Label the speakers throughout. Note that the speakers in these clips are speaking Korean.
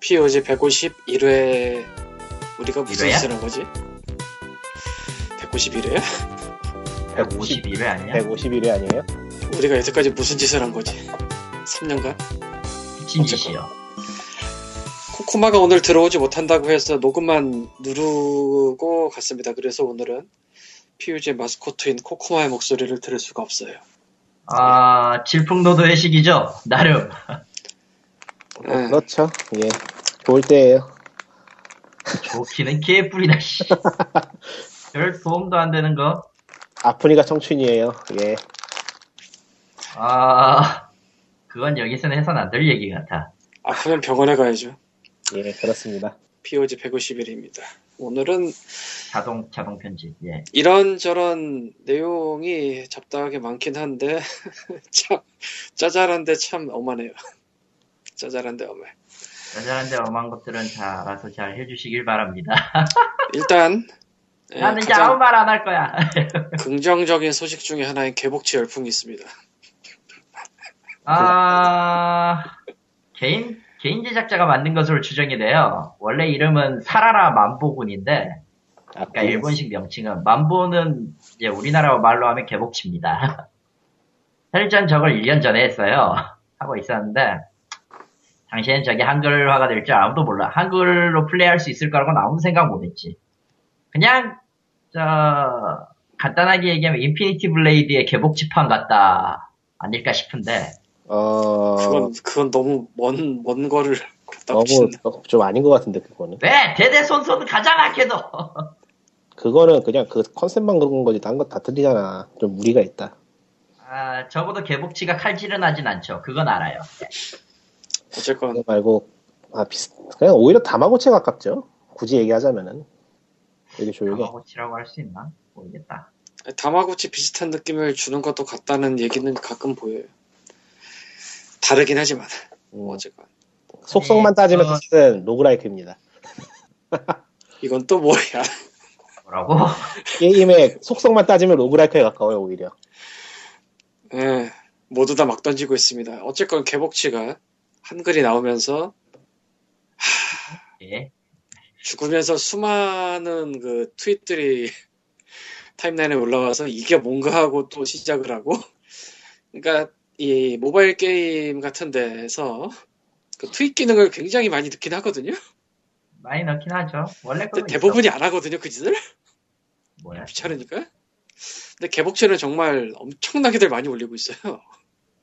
Speaker 1: POG 151회 우리가 무슨
Speaker 2: 이거야?
Speaker 1: 짓을 한 거지? 151회야?
Speaker 2: 151회 아니야?
Speaker 3: 151회 아니에요?
Speaker 1: 우리가 여태까지 무슨 짓을 한 거지? 3년간?
Speaker 2: 미친 짓이야.
Speaker 1: 코코마가 오늘 들어오지 못한다고 해서 녹음만 누르고 갔습니다. 그래서 오늘은 POG 마스코트인 코코마의 목소리를 들을 수가 없어요.
Speaker 2: 아, 질풍노도의 시기죠? 나름. 네.
Speaker 1: 예.
Speaker 3: 그렇죠. 예. 좋을 때예요.
Speaker 2: 좋기는 개뿔이다, 씨. 별 도움도 안 되는 거.
Speaker 3: 아프니까 청춘이에요. 예.
Speaker 2: 아, 그건 여기서는 해선 안 될 얘기 같아.
Speaker 1: 아프면 병원에 가야죠.
Speaker 3: 예, 그렇습니다.
Speaker 1: POG 151회입니다. 오늘은
Speaker 2: 자동, 자동 편집, 예.
Speaker 1: 이런저런 내용이 잡다하게 많긴 한데 참 짜잘한데 참 엄하네요. 짜잘한데 엄해.
Speaker 2: 여자한테 엄한 것들은 다 알아서 잘 해주시길 바랍니다.
Speaker 1: 일단 예,
Speaker 2: 나는 이제
Speaker 1: 가장
Speaker 2: 아무 말 안 할 거야.
Speaker 1: 긍정적인 소식 중에 하나인 개복치 열풍이 있습니다.
Speaker 2: 아, 개인, 개인 제작자가 만든 것으로 추정이 돼요. 원래 이름은 사라라 만보군인데,
Speaker 3: 아,
Speaker 2: 그러니까 일본식 명칭은 만보는 이제 우리나라 말로 하면 개복치입니다. 헬전 저걸 1년 전에 했어요. 하고 있었는데 당시엔 저게 한글화가 될 줄 아무도 몰라. 한글로 플레이할 수 있을 거라고는 아무 생각 못했지. 그냥 저 간단하게 얘기하면 인피니티 블레이드의 개복치판 같다 아닐까 싶은데
Speaker 3: 어,
Speaker 1: 그건 그건 너무 먼먼 거를 갖다
Speaker 3: 너무
Speaker 1: 붙인다.
Speaker 3: 좀 아닌 것 같은데, 그거는.
Speaker 2: 왜 대대손손 가잖아 걔도.
Speaker 3: 그거는 그냥 그 컨셉만 그런 거지. 딴 거 다 틀리잖아. 좀 무리가 있다.
Speaker 2: 아 적어도 개복치가 칼질은 하진 않죠. 그건 알아요.
Speaker 1: 어쨌건
Speaker 3: 그거 말고, 아, 비슷, 그냥 오히려 다마고치에 가깝죠. 굳이 얘기하자면은. 되게 조용해. 음,
Speaker 2: 개복치라고 할 수 있나 모르겠다.
Speaker 1: 다마고치 비슷한 느낌을 주는 것도 같다는 얘기는 가끔 보여요. 다르긴 하지만
Speaker 3: 음,
Speaker 1: 어쨌건
Speaker 3: 속성만 따지면
Speaker 2: 어.
Speaker 3: 사실은 로그라이크입니다.
Speaker 1: 이건 또 뭐야?
Speaker 2: 뭐라고?
Speaker 3: 게임의 속성만 따지면 로그라이크에 가까워요, 오히려.
Speaker 1: 예, 모두 다 막 던지고 있습니다. 어쨌건 개복치가 한글이 나오면서
Speaker 2: 예.
Speaker 1: 죽으면서 수많은 그 트윗들이 타임라인에 올라와서 이게 뭔가 하고 또 시작을 하고 그러니까 이 모바일 게임 같은 데서 그 트윗 기능을 굉장히 많이 넣긴 하거든요.
Speaker 2: 많이 넣긴 하죠. 원래 그거
Speaker 1: 근데 대부분이 안 하거든요, 그 짓을.
Speaker 2: 뭐야?
Speaker 1: 귀찮으니까. 근데 개복치는 정말 엄청나게들 많이 올리고 있어요.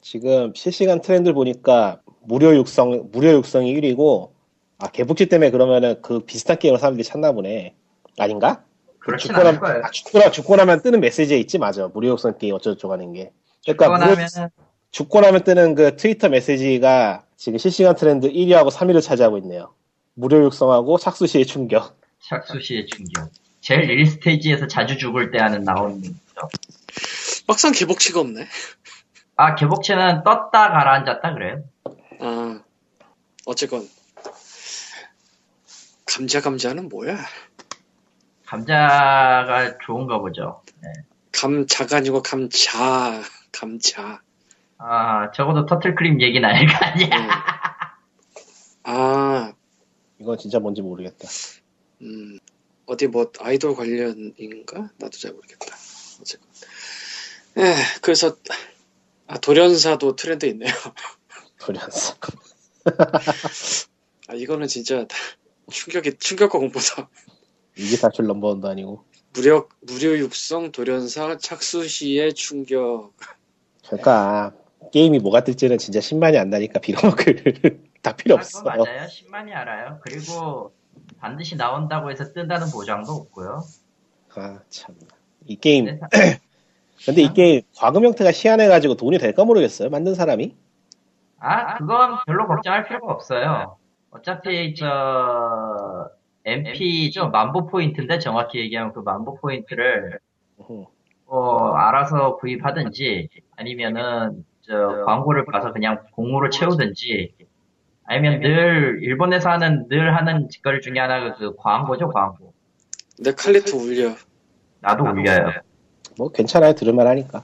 Speaker 3: 지금 실시간 트렌드 보니까 무료 육성 무료 육성이 1위고 아 개복치 때문에 그러면은 그 비슷한 게임을 사람들이 찾나 보네 아닌가?
Speaker 2: 그렇진
Speaker 3: 죽고
Speaker 2: 않을
Speaker 3: 나면
Speaker 2: 거예요.
Speaker 3: 아, 죽고, 나, 죽고 나면 뜨는 메시지에 있지 맞아 무료 육성 게임 어쩌고저쩌고 하는 게 그러니까 무료-
Speaker 2: 그거라면
Speaker 3: 죽고 나면 뜨는 그 트위터 메시지가 지금 실시간 트렌드 1위하고 3위를 차지하고 있네요 무료 육성하고 착수 시의 충격
Speaker 2: 샥수 씨의 충격. 제일 1 스테이지에서 자주 죽을 때 하는 나오는 거죠.
Speaker 1: 막상 개복치가 없네.
Speaker 2: 아 개복체는 떴다 가라앉았다 그래요.
Speaker 1: 아, 어쨌건 감자 감자는 뭐야?
Speaker 2: 감자가 좋은가 보죠.
Speaker 1: 감자가 아니고 감자 감자.
Speaker 2: 아 적어도 터틀크림 얘기는 아닐 거 아니야.
Speaker 1: 음. 아,
Speaker 3: 이건 진짜 뭔지 모르겠다
Speaker 1: 음, 어디 뭐 아이돌 관련인가? 나도 잘 모르겠다. 어쨌건. 에, 그래서 아, 돌연사도 트렌드 있네요.
Speaker 3: 돌연사
Speaker 1: 아, 이거는 진짜 충격이 충격과 공포다.
Speaker 3: 이게 사실 넘버원도 아니고
Speaker 1: 무력 무료 육성 돌연사 착수 시의 충격.
Speaker 3: 그러니까 게임이 뭐가 뜰지는 진짜 신만이 안 나니까 빌어먹을 다 필요
Speaker 2: 아,
Speaker 3: 없어
Speaker 2: 그건 맞아요. 10만이 알아요. 그리고 반드시 나온다고 해서 뜬다는 보장도 없고요.
Speaker 3: 아, 참. 이 게임,
Speaker 2: 네, 아. 사-
Speaker 3: 근데 이 게임, 과금 형태가 희한해가지고 돈이 될까 모르겠어요. 만든 사람이?
Speaker 2: 아, 그건 별로 걱정할 필요가 없어요. 어차피, 저, MP죠. 만보 포인트인데, 정확히 얘기하면 그 만보 포인트를,
Speaker 3: 어허.
Speaker 2: 어, 알아서 구입하든지, 아니면은, 저, 광고를 봐서 그냥 공으로 채우든지, 아니면 늘, 일본에서 하는, 늘 하는 짓거리 중에 하나가 그 광고죠, 광고.
Speaker 1: 내 칼리트 울려.
Speaker 2: 나도 울려요.
Speaker 3: 뭐, 괜찮아요. 들을만 하니까.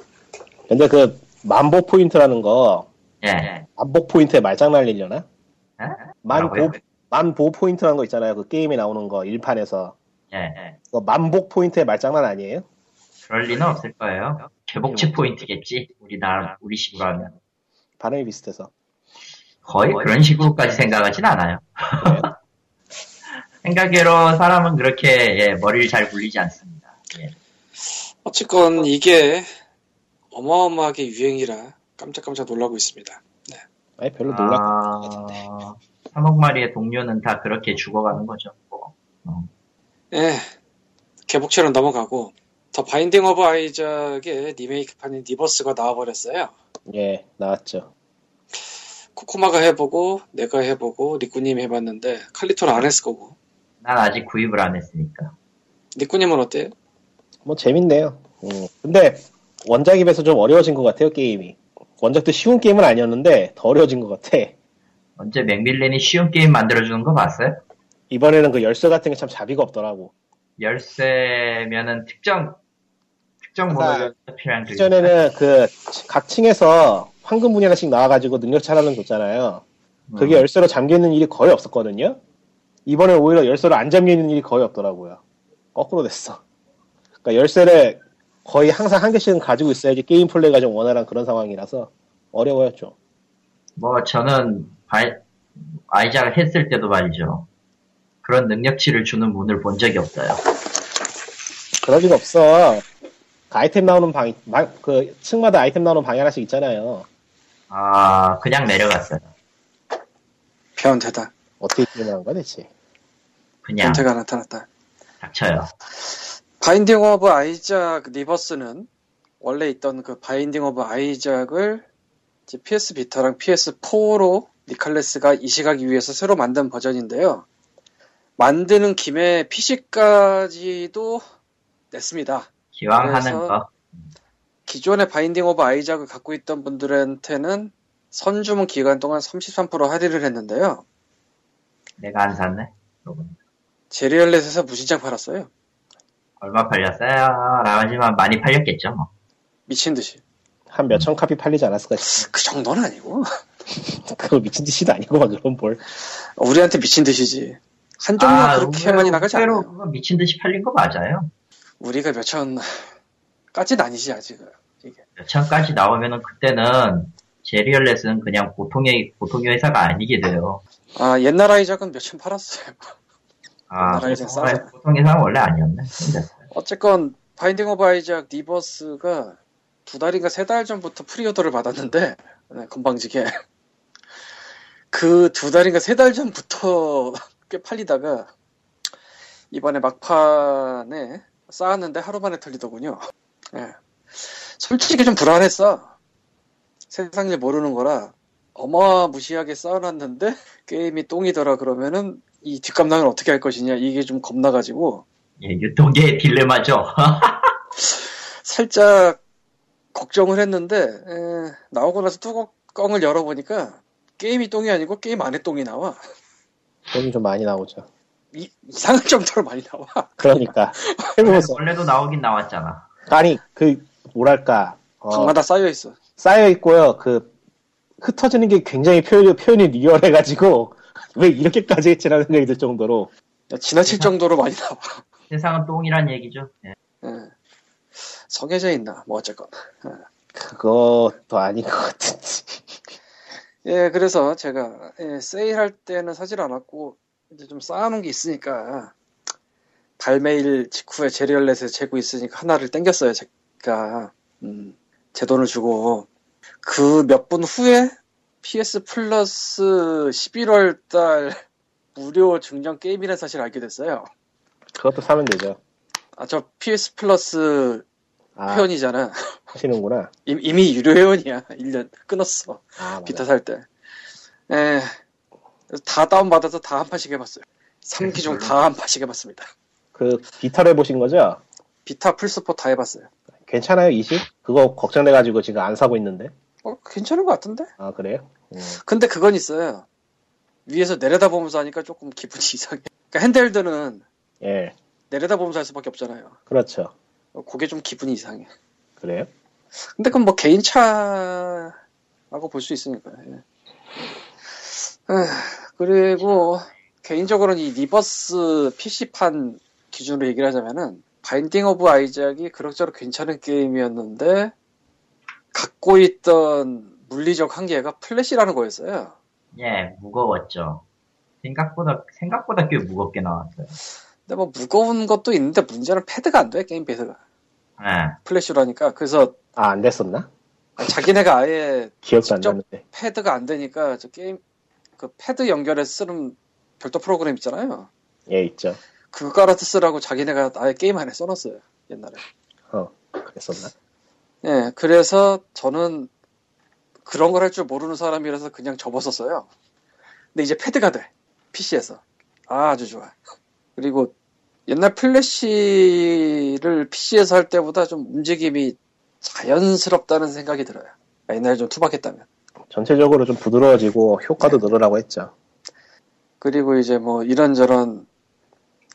Speaker 3: 근데 그, 만보 포인트라는 거,
Speaker 2: 예.
Speaker 3: 만보 포인트에 말장난리려나?
Speaker 2: 예?
Speaker 3: 만보,
Speaker 2: 뭐라고요?
Speaker 3: 만보 포인트라는 거 있잖아요. 그 게임에 나오는 거 1판에서
Speaker 2: 예, 예.
Speaker 3: 그거 만복 포인트의 말장난 아니에요?
Speaker 2: 그럴 리는 없을 거예요. 개복치 포인트겠지. 우리나라, 우리 식으로 하면.
Speaker 3: 발음이 비슷해서.
Speaker 2: 거의 그런 식으로까지 생각하진 않아요.
Speaker 3: 그래요?
Speaker 2: 생각외로 사람은 그렇게, 예, 머리를 잘 굴리지 않습니다. 예.
Speaker 1: 어쨌건 이게 어마어마하게 유행이라 깜짝깜짝 놀라고 있습니다.
Speaker 3: 아니 별로 놀라.
Speaker 2: 아, 3억 마리의 동료는 다 그렇게 죽어가는 거죠. 뭐.
Speaker 1: 예, 개복체로 넘어가고 더 바인딩 오브 아이작의 리메이크판인 니버스가 나와버렸어요.
Speaker 3: 예 나왔죠.
Speaker 1: 코코마가 해보고 내가 해보고 니꾸님 해봤는데 칼리토는 안 했을 거고
Speaker 2: 난 아직 구입을 안 했으니까.
Speaker 1: 니꾸님은 어때요?
Speaker 3: 뭐 재밌네요. 음. 근데 원작에 비해서 좀 어려워진 것 같아요 게임이. 원작도 쉬운 게임은 아니었는데 더 어려워진 것 같아.
Speaker 2: 언제 맥밀린이 쉬운 게임 만들어주는 거 봤어요?
Speaker 3: 이번에는 그 열쇠 같은 게 참 자비가 없더라고.
Speaker 2: 열쇠면은 특정, 특정
Speaker 3: 맞아요.
Speaker 2: 번호가 필요한 그
Speaker 3: 이전에는 그 각 층에서 황금 분이 하나씩 나와가지고 능력치 하나는 줬잖아요.
Speaker 2: 음.
Speaker 3: 그게 열쇠로 잠기는 일이 거의 없었거든요. 이번에 오히려 열쇠로 안 잠기는 일이 거의 없더라고요. 거꾸로 됐어. 그러니까 열쇠를 거의 항상 한 개씩은 가지고 있어야지 게임 플레이가 좀 원활한 그런 상황이라서 어려워요 좀.
Speaker 2: 뭐 저는 바- 아이작을 했을 때도 말이죠. 그런 능력치를 주는 문을 본 적이 없어요.
Speaker 3: 그럴 리가 없어. 그 아이템 나오는 방, 마- 그 층마다 아이템 나오는 방이 하나씩 있잖아요.
Speaker 2: 아 그냥 내려갔어요.
Speaker 1: 변태다.
Speaker 3: 어떻게 게임을 한 거야 대체?
Speaker 2: 그냥
Speaker 1: 변태가 나타났다.
Speaker 2: 닥쳐요.
Speaker 1: 바인딩 오브 아이작 리버스는 원래 있던 그 바인딩 오브 아이작을 이제 PS 비타랑 PS4로 니칼레스가 이식하기 위해서 새로 만든 버전인데요. 만드는 김에 PC까지도 냈습니다.
Speaker 2: 기왕
Speaker 1: 그래서-
Speaker 2: 하는 거.
Speaker 1: 기존의 바인딩 오브 아이작을 갖고 있던 분들한테는 선주문 기간 동안 33% 할인을 했는데요.
Speaker 2: 내가 안 샀네. 여러분.
Speaker 1: 제리얼렛에서 무진장 팔았어요.
Speaker 2: 얼마 팔렸어요? 라지만 많이 팔렸겠죠. 뭐.
Speaker 1: 미친 듯이.
Speaker 3: 한
Speaker 1: 음.
Speaker 3: 몇 천 카피 팔리지 않았을까 싶어.
Speaker 1: 그 정도는 아니고.
Speaker 3: 그거 미친 짓이도 아니고 막 그런 뭘.
Speaker 1: 우리한테 미친 듯이지. 한정만 그렇게
Speaker 2: 의외로-
Speaker 1: 많이 나가지
Speaker 2: 의외로
Speaker 1: 않아요.
Speaker 2: 아, 그거 미친 듯이 팔린 거 맞아요.
Speaker 1: 우리가 몇천까지는 아니지 아직은.
Speaker 2: 몇 천까지 나오면은 그때는 제리얼렛은 그냥 보통의 보통의 회사가 아니게 돼요.
Speaker 1: 아 옛날 아이작은 몇 천 팔았어요.
Speaker 2: 아
Speaker 1: 나라에선 싸잖아.
Speaker 2: 보통 회사는 원래 아니었네. 근데
Speaker 1: 어쨌건 바인딩 오브 아이작 리버스가 두 달인가 세 달 전부터 프리오더를 받았는데 네, 건방지게 그 두 달인가 세 달 전부터 꽤 팔리다가 이번에 막판에 쌓았는데 하루 만에 털리더군요. 예. 솔직히 좀 불안했어. 세상을 모르는 거라 어마무시하게 쌓아놨는데 게임이 똥이더라 그러면은 이 뒷감당을 어떻게 할 것이냐 이게 좀 겁나가지고
Speaker 2: 예, 유통계의 딜레마죠.
Speaker 1: 살짝 걱정을 했는데 에, 나오고 나서 뚜껑을 열어보니까 게임이 똥이 아니고 게임 안에 똥이 나와
Speaker 3: 돈이 좀 많이 나오죠.
Speaker 1: 이, 상할 정도로 많이 나와
Speaker 3: 그러니까 해보면서
Speaker 2: 원래도 나오긴 나왔잖아.
Speaker 3: 아니 그 뭐랄까 어,
Speaker 1: 방마다 쌓여 있어
Speaker 3: 쌓여 있고요. 그 흩어지는 게 굉장히 표현이, 표현이 리얼해가지고 왜 이렇게까지 했지라는 생각이 들 정도로
Speaker 1: 지나칠 정도로 많이 나와
Speaker 2: 세상은 똥이란 얘기죠. 예.
Speaker 1: 예. 성해져 있나 뭐 어쨌건
Speaker 3: 그것도 아닌 것 같은지.
Speaker 1: 예 그래서 제가 예, 세일할 때는 사질 않았고 이제 좀 쌓아놓은 게 있으니까 발매일 직후에 제리얼렛에 재고 있으니까 하나를 땡겼어요 제가 음, 제 돈을 주고 그 몇 분 후에 PS 플러스 11월 달 무료 증정 게임이라는 사실 알게 됐어요
Speaker 3: 그것도 사면 되죠.
Speaker 1: 아 저 PS 플러스
Speaker 3: 아
Speaker 1: 회원이잖아
Speaker 3: 하시는구나.
Speaker 1: 이- 이미 유료 회원이야 1년 끊었어
Speaker 3: 아 맞아.
Speaker 1: 비타 살 때. 에, 다 다운받아서 다 한 판씩 해봤어요. 3기 중 다 한 판씩 해봤습니다.
Speaker 3: 그 비타를 해보신 거죠?
Speaker 1: 비타 풀스포 다 해봤어요.
Speaker 3: 괜찮아요 20? 그거 걱정돼가지고 지금 안 사고 있는데.
Speaker 1: 어, 괜찮은 것 같은데?
Speaker 3: 아 그래요? 음.
Speaker 1: 근데 그건 있어요. 위에서 내려다보면서 하니까 조금 기분이 이상해. 그러니까 핸드헬드는
Speaker 3: 예
Speaker 1: 내려다보면서 할 수밖에 없잖아요.
Speaker 3: 그렇죠.
Speaker 1: 어, 그게 좀 기분이 이상해.
Speaker 3: 그래요?
Speaker 1: 근데 그건 뭐 개인차라고 볼 수 있으니까. 예. 에, 그리고 개인적으로는 이 리버스 PC판 기준으로 얘기를 하자면은 바인딩 오브 아이작이 그럭저럭 괜찮은 게임이었는데 갖고 있던 물리적 한계가 플래시라는 거였어요.
Speaker 2: 예, 무거웠죠. 생각보다, 생각보다 꽤 무겁게 나왔어요.
Speaker 1: 근데 뭐 무거운 것도 있는데 문제는 패드가 안 돼, 게임 패드가.
Speaker 2: 예.
Speaker 1: 플래시로 하니까. 그래서
Speaker 3: 아, 안 됐었나?
Speaker 1: 자기네가 아예
Speaker 3: 기억도 안
Speaker 1: 직접-
Speaker 3: 나는데.
Speaker 1: 패드가 안 되니까 저 게임, 그 패드 연결해서 쓰는 별도 프로그램 있잖아요.
Speaker 3: 예, 있죠.
Speaker 1: 그거 깔아서 쓰라고 자기네가 아예 게임 안에 써놨어요. 옛날에.
Speaker 3: 어, 그랬었나?
Speaker 1: 예, 그래서 저는 그런 걸 할 줄 모르는 사람이라서 그냥 접었었어요. 근데 이제 패드가 돼. PC에서. 아, 주 좋아. 그리고 옛날 플래시를 PC에서 할 때보다 좀 움직임이 자연스럽다는 생각이 들어요. 옛날에 좀 투박했다면.
Speaker 3: 전체적으로 좀 부드러워지고 효과도 늘으라고 했죠.
Speaker 1: 그리고 이제 뭐 이런저런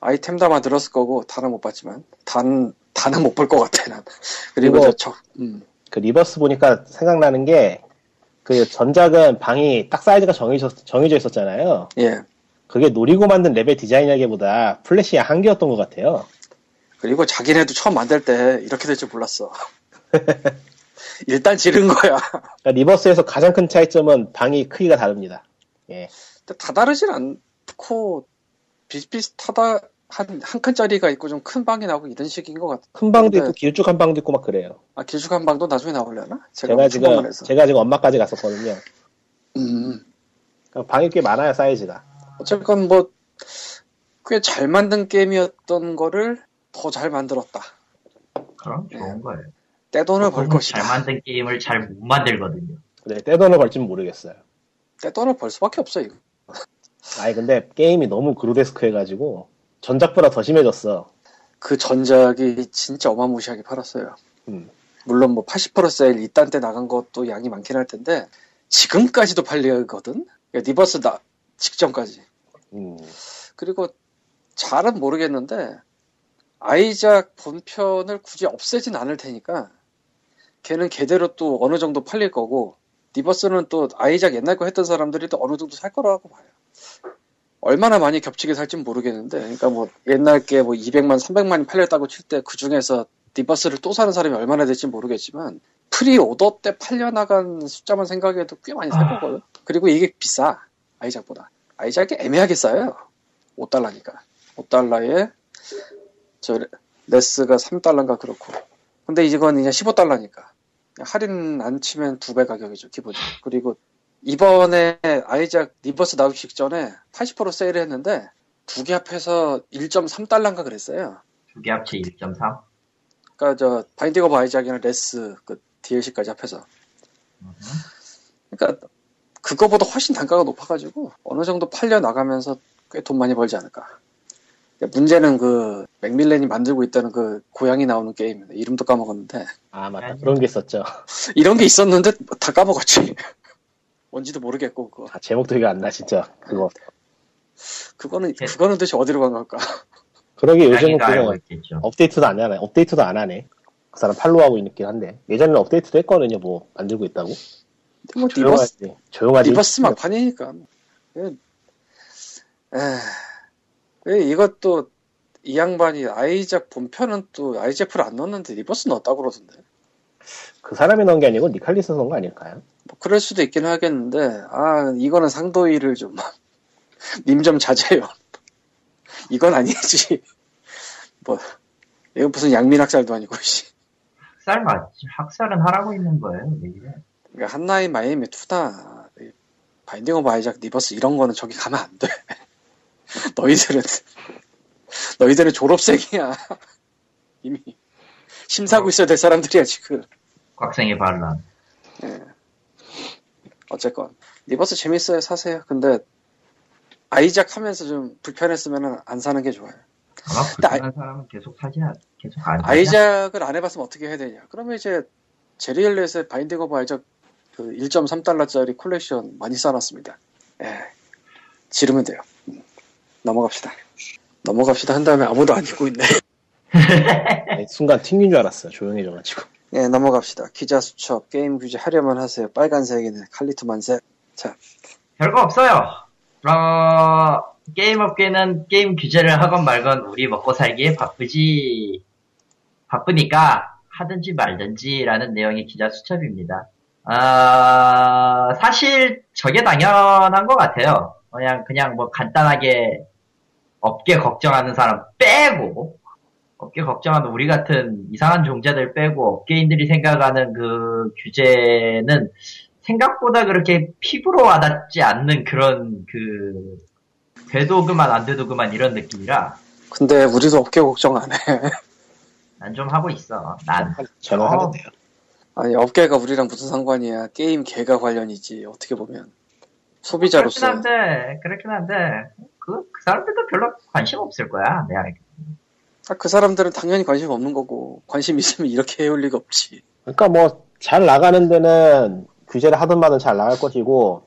Speaker 1: 아이템 담아 들었을 거고, 다는 못 봤지만. 단, 다는 못 볼 것 같아, 난. 그리고
Speaker 3: 이거-
Speaker 1: 저, 저, 음.
Speaker 3: 그 리버스 보니까 생각나는 게, 그 전작은 방이 딱 사이즈가 정해져, 정해져 있었잖아요.
Speaker 1: 예.
Speaker 3: 그게 노리고 만든 레벨 디자인이라기보다 플래시의 한계였던 것 같아요.
Speaker 1: 그리고 자기네도 처음 만들 때 이렇게 될 줄 몰랐어. 일단 지른 거야.
Speaker 3: 그러니까 리버스에서 가장 큰 차이점은 방이 크기가 다릅니다. 예.
Speaker 1: 근데 다 다르진 않고 비슷비슷하다 한, 한 칸짜리가 있고 좀 큰 방이 나오고 이런 식인 것 같아.
Speaker 3: 큰 방도
Speaker 1: 근데-
Speaker 3: 있고 길쭉한 방도 있고 막 그래요.
Speaker 1: 아, 길쭉한 방도 나중에 나오려나? 제가,
Speaker 3: 제가
Speaker 1: 을
Speaker 3: 지금
Speaker 1: 해서.
Speaker 3: 제가 지금 엄마까지 갔었거든요.
Speaker 1: 음,
Speaker 3: 그러니까 방이 꽤 많아요 사이즈가.
Speaker 1: 어쨌건 뭐 꽤 잘 만든 게임이었던 거를 더 잘 만들었다.
Speaker 2: 그럼 좋은 거예요. 그러니까
Speaker 1: 떼 돈을 벌 것이다.
Speaker 2: 잘 만든 게임을 잘 못 만들거든요.
Speaker 3: 근데 떼돈을 벌지는 모르겠어요.
Speaker 1: 떼 돈을 벌 수밖에 없어 이거.
Speaker 3: 아니 근데 게임이 너무 그로데스크 해가지고 전작보다 더 심해졌어.
Speaker 1: 그 전작이 진짜 어마무시하게 팔았어요.
Speaker 3: 음.
Speaker 1: 물론 뭐 80% 세일 이딴 때 나간 것도 양이 많긴 할 텐데 지금까지도 팔리거든. 그러니까 리버스 나 직전까지.
Speaker 3: 음.
Speaker 1: 그리고 잘은 모르겠는데 아이작 본편을 굳이 없애진 않을 테니까 걔는 걔대로 또 어느 정도 팔릴 거고 리버스는 또 아이작 옛날 거 했던 사람들이 또 어느 정도 살 거라고 봐요. 얼마나 많이 겹치게 살진 모르겠는데 그러니까 뭐 옛날 게 뭐 200만 300만이 팔렸다고 칠 때 그 중에서 리버스를 또 사는 사람이 얼마나 될지 모르겠지만 프리오더 때 팔려나간 숫자만 생각해도 꽤 많이 살 거거든. 그리고 이게 비싸 아이작보다 아이작이 애매하게 싸요. 5달러니까. 5달러에 저 레스가 3달러인가 그렇고. 근데 이건 이제 15달러니까. 할인 안 치면 두 배 가격이죠, 기본이. 그리고 이번에 아이작 리버스 나오기 직전에 80% 세일을 했는데 두 개 합해서 1.3달러인가 그랬어요.
Speaker 2: 두 개 합치 1.3?
Speaker 1: 그러니까 저 바인딩 오브 아이작이랑 레스 그 DLC까지 합해서. 그러니까 그거보다 훨씬 단가가 높아가지고 어느 정도 팔려 나가면서 꽤 돈 많이 벌지 않을까. 근데 문제는 그 맥밀런이 만들고 있다는 그 고양이 나오는 게임 이름도 까먹었는데
Speaker 3: 아 맞다 그런 게 있었죠.
Speaker 1: 이런 게 있었는데 뭐 다 까먹었지. 뭔지도 모르겠고 그거.
Speaker 3: 아, 제목도 기억 안 나 진짜 그거.
Speaker 1: 그거는 그거는 도대체 어디로 간 걸까?
Speaker 3: 그러게 요즘은
Speaker 2: 자기가 알고
Speaker 3: 그냥
Speaker 2: 있겠죠.
Speaker 3: 업데이트도 안 하네. 업데이트도 안 하네. 그 사람 팔로우하고 있긴 한데 예전에는 업데이트도 했거든요. 뭐 만들고 있다고.
Speaker 1: 근데 뭐 리버스
Speaker 3: 조용하지. 조용하지.
Speaker 1: 리버스 막판이니까. 예. 에, 이것도 이 양반이 아이작 본편은 또 아이제프를 안 넣었는데 리버스 넣었다고 그러던데.
Speaker 3: 그 사람이 넣은 게 아니고 니칼리스 넣은 거 아닐까요?
Speaker 1: 뭐 그럴 수도 있긴 하겠는데 아 이거는 상도의를 좀님 좀 자제요. 이건 아니지. 뭐 이건 무슨 양민학살도 아니고 씨.
Speaker 2: 학살 맞지? 학살은 하라고 있는 거예요. 왜 이래?
Speaker 1: 그러니까 한나인 마이애미 투다 바인딩 오브 아이작 리버스 이런 거는 저기 가면 안 돼. 너희들은 너희들은 졸업생이야. 이미 심사하고 있어야 될 사람들이야 지금.
Speaker 2: 곽생의 반란.
Speaker 1: 어쨌건 리버스 재밌어요 사세요. 근데 아이작 하면서 좀 불편했으면 안 사는 게 좋아요.
Speaker 2: 아마 불편한 사람은 계속 사지 않, 계속 안 사지
Speaker 1: 아이작을 안 해봤으면 어떻게 해야 되냐. 그러면 이제 제리엘렛의 바인딩 오브 아이작 그 1.3달러짜리 콜렉션 많이 쌓아놨습니다. 예. 지르면 돼요. 음. 넘어갑시다. 넘어갑시다 한 다음에 아무도 안 읽고 있네.
Speaker 3: 아니, 순간 튕긴 줄 알았어요. 조용해져가지고.
Speaker 1: 예, 넘어갑시다. 기자 수첩, 게임 규제 하려면 하세요. 빨간색이네. 칼리투 만세.
Speaker 2: 별거 없어요. 어, 게임 업계는 게임 규제를 하건 말건 우리 먹고 살기에 바쁘지 바쁘니까 하든지 말든지라는 내용의 기자 수첩입니다. 아, 사실 저게 당연한 것 같아요. 그냥 그냥 뭐 간단하게 업계 걱정하는 사람 빼고 업계 걱정하는 우리 같은 이상한 종자들 빼고 업계인들이 생각하는 그 규제는 생각보다 그렇게 피부로 와닿지 않는 그런 그 돼도 그만 안 돼도 그만 이런 느낌이라
Speaker 4: 근데 우리도 업계 걱정 안 해.
Speaker 2: 난 좀 하고 있어. 난
Speaker 1: 아,
Speaker 3: 저는
Speaker 2: 어.
Speaker 3: 하는데요.
Speaker 4: 아니 업계가 우리랑 무슨 상관이야. 게임 개가 관련이지. 어떻게 보면 소비자로서
Speaker 2: 그렇긴 한데 그렇긴 한데 그, 그 사람들도 별로 관심 없을 거야. 내가 알기로.
Speaker 4: 아, 그 사람들은 당연히 관심 없는 거고 관심 있으면 이렇게 해올 리가 없지.
Speaker 3: 그러니까 뭐 잘 나가는 데는 규제를 하든 말든 잘 나갈 것이고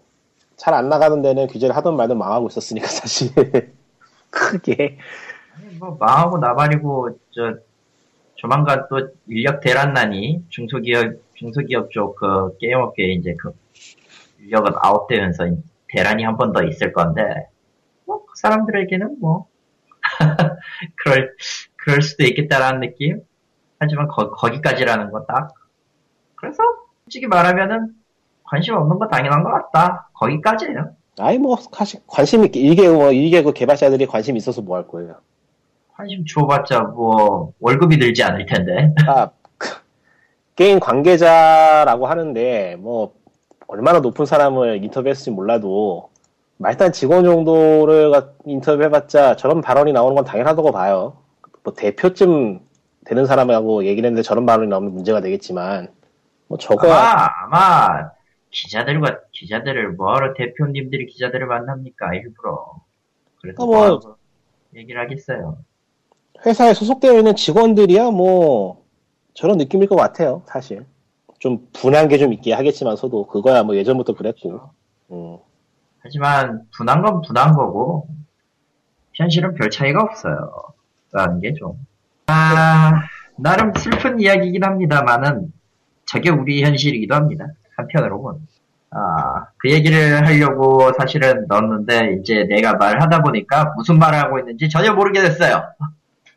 Speaker 3: 잘 안 나가는 데는 규제를 하든 말든 망하고 있었으니까 사실 크게
Speaker 2: 뭐 망하고 나발이고 저 조만간 또 인력 대란난이 중소기업 중소기업 쪽 그 게임업계 이제 그 인력은 아웃되면서 대란이 한 번 더 있을 건데 뭐 그 사람들에게는 뭐 그럴 그럴 수도 있겠다라는 느낌 하지만 거, 거기까지라는 건 딱 그래서 솔직히 말하면은 관심 없는 거 당연한 것 같다 거기까지예요
Speaker 3: 아이 뭐 사실 관심 있게 이게 뭐 이게 그 개발자들이 관심 있어서 뭐 할 거예요.
Speaker 2: 관심 줘봤자 뭐 월급이 늘지 않을 텐데
Speaker 3: 아, 그, 게임 관계자라고 하는데 뭐 얼마나 높은 사람을 인터뷰했을지 몰라도 말단 직원 정도를 가- 인터뷰해봤자 저런 발언이 나오는 건 당연하다고 봐요. 뭐 대표쯤 되는 사람하고 얘기를 했는데 저런 발언이 나오면 문제가 되겠지만 뭐 저거
Speaker 2: 아마, 아마, 기자들과, 기자들을, 뭐하러 대표님들이 기자들을 만납니까, 일부러. 그래서
Speaker 3: 어,
Speaker 2: 뭐,
Speaker 3: 뭐.
Speaker 2: 하고 얘기를 하겠어요.
Speaker 3: 회사에 소속되어 있는 직원들이야 뭐 저런 느낌일 것 같아요 사실 좀 분한 게 좀 있게 하겠지만서도 그거야 뭐 예전부터 그랬고 음.
Speaker 2: 하지만, 분한 건 분한 거고, 현실은 별 차이가 없어요. 라는 게 좀. 아, 나름 슬픈 이야기이긴 합니다만은, 저게 우리 현실이기도 합니다. 한편으로 는 아, 그 얘기를 하려고 사실은 넣었는데, 이제 내가 말하다 보니까 무슨 말을 하고 있는지 전혀 모르게 됐어요.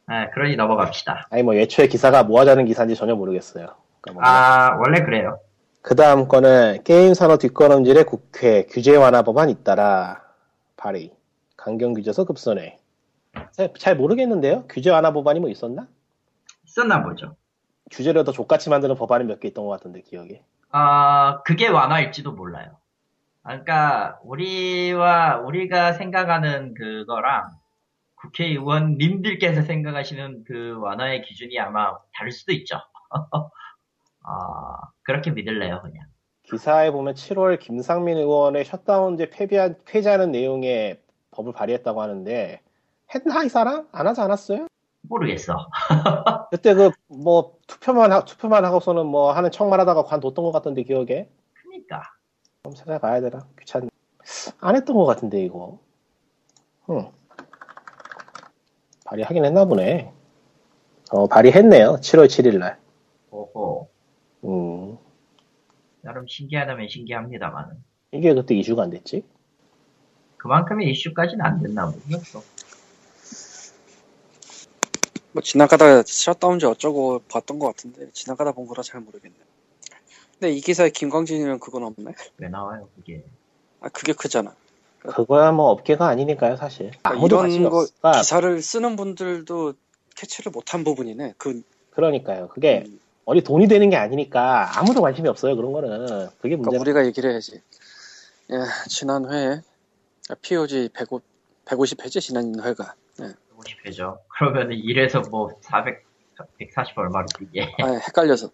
Speaker 2: 아, 그러니 넘어갑시다.
Speaker 3: 아니 뭐 애초에 기사가 뭐 하자는 기사인지 전혀 모르겠어요 그러니까 뭐
Speaker 2: 아, 원래 그래요.
Speaker 3: 그 다음 거는 게임 산업 뒷걸음질의 국회 규제 완화 법안 잇따라 발의 강경 규제서 급선회 잘, 잘 모르겠는데요 규제 완화 법안이 뭐 있었나
Speaker 2: 있었나 보죠.
Speaker 3: 규제를 더 족같이 만드는 법안이 몇 개 있던 것 같은데 기억에
Speaker 2: 아, 그게 완화일지도 몰라요. 아, 그러니까 우리와 우리가 생각하는 그거랑 국회의원님들께서 생각하시는 그 완화의 기준이 아마 다를 수도 있죠. 아, 그렇게 믿을래요, 그냥.
Speaker 3: 기사에 보면 7월 김상민 의원의 셧다운제 폐비한, 폐지하는 내용의 법을 발의했다고 하는데 했나 이 사람? 안 하지 않았어요?
Speaker 2: 모르겠어.
Speaker 3: 그때 그 뭐 투표만 하, 투표만 하고서는 뭐 하는 척만 하다가 관뒀던 것 같던데 기억에
Speaker 2: 그러니까
Speaker 3: 그럼 찾아가야 되나? 귀찮. 안 했던 것 같은데 이거. 응. 발의하긴 했나 보네. 어 발의했네요. 7월 7일 날.
Speaker 2: 오호
Speaker 3: 음.
Speaker 2: 나름 신기하다면 신기합니다만
Speaker 3: 이게 그때 이슈가 안 됐지?
Speaker 2: 그만큼의 이슈까지는 안 됐나 모르겠어.
Speaker 4: 뭐 지나가다 셧다운지 어쩌고 봤던 것 같은데 지나가다 본 거라 잘 모르겠네. 근데 이 기사에 김광진이면 그건 없네.
Speaker 2: 왜 나와요, 그게?
Speaker 4: 아 그게 크잖아.
Speaker 3: 그거야 뭐 업계가 아니니까요 사실. 아무도
Speaker 4: 이런
Speaker 3: 관심이
Speaker 4: 거
Speaker 3: 없으니까.
Speaker 4: 기사를 쓰는 분들도 캐치를 못한 부분이네. 그
Speaker 3: 그러니까요. 그게 어디 돈이 되는 게 아니니까 아무도 관심이 없어요 그런 거는. 그게
Speaker 4: 그러니까
Speaker 3: 문제.
Speaker 4: 우리가 얘기를 해야지. 예, 지난 회에 POG 150, 150회지 지난 회가. 예.
Speaker 2: 150회죠. 그러면은 1에서 뭐 400, 140 얼마로 뛰게.
Speaker 4: 아, 헷갈려서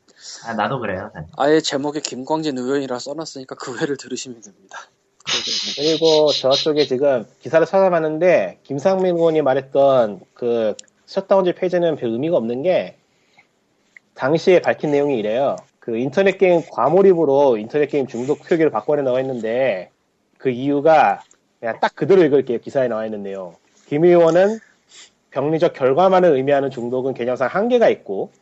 Speaker 2: 아, 나도 그래요. 사실.
Speaker 4: 아예 제목에 김광진 의원이라 써놨으니까 그 회를 들으시면 됩니다.
Speaker 3: 그리고 저쪽에 지금 기사를 찾아봤는데 김상민 의원이 말했던 그 셧다운제 폐지는 별 의미가 없는 게 당시에 밝힌 내용이 이래요. 그 인터넷 게임 과몰입으로 인터넷 게임 중독 표기를 바꿔내 나와 있는데 그 이유가 그냥 딱 그대로 읽을게요. 기사에 나와 있는 내용. 김 의원은 병리적 결과만을 의미하는 중독은 개념상 한계가 있고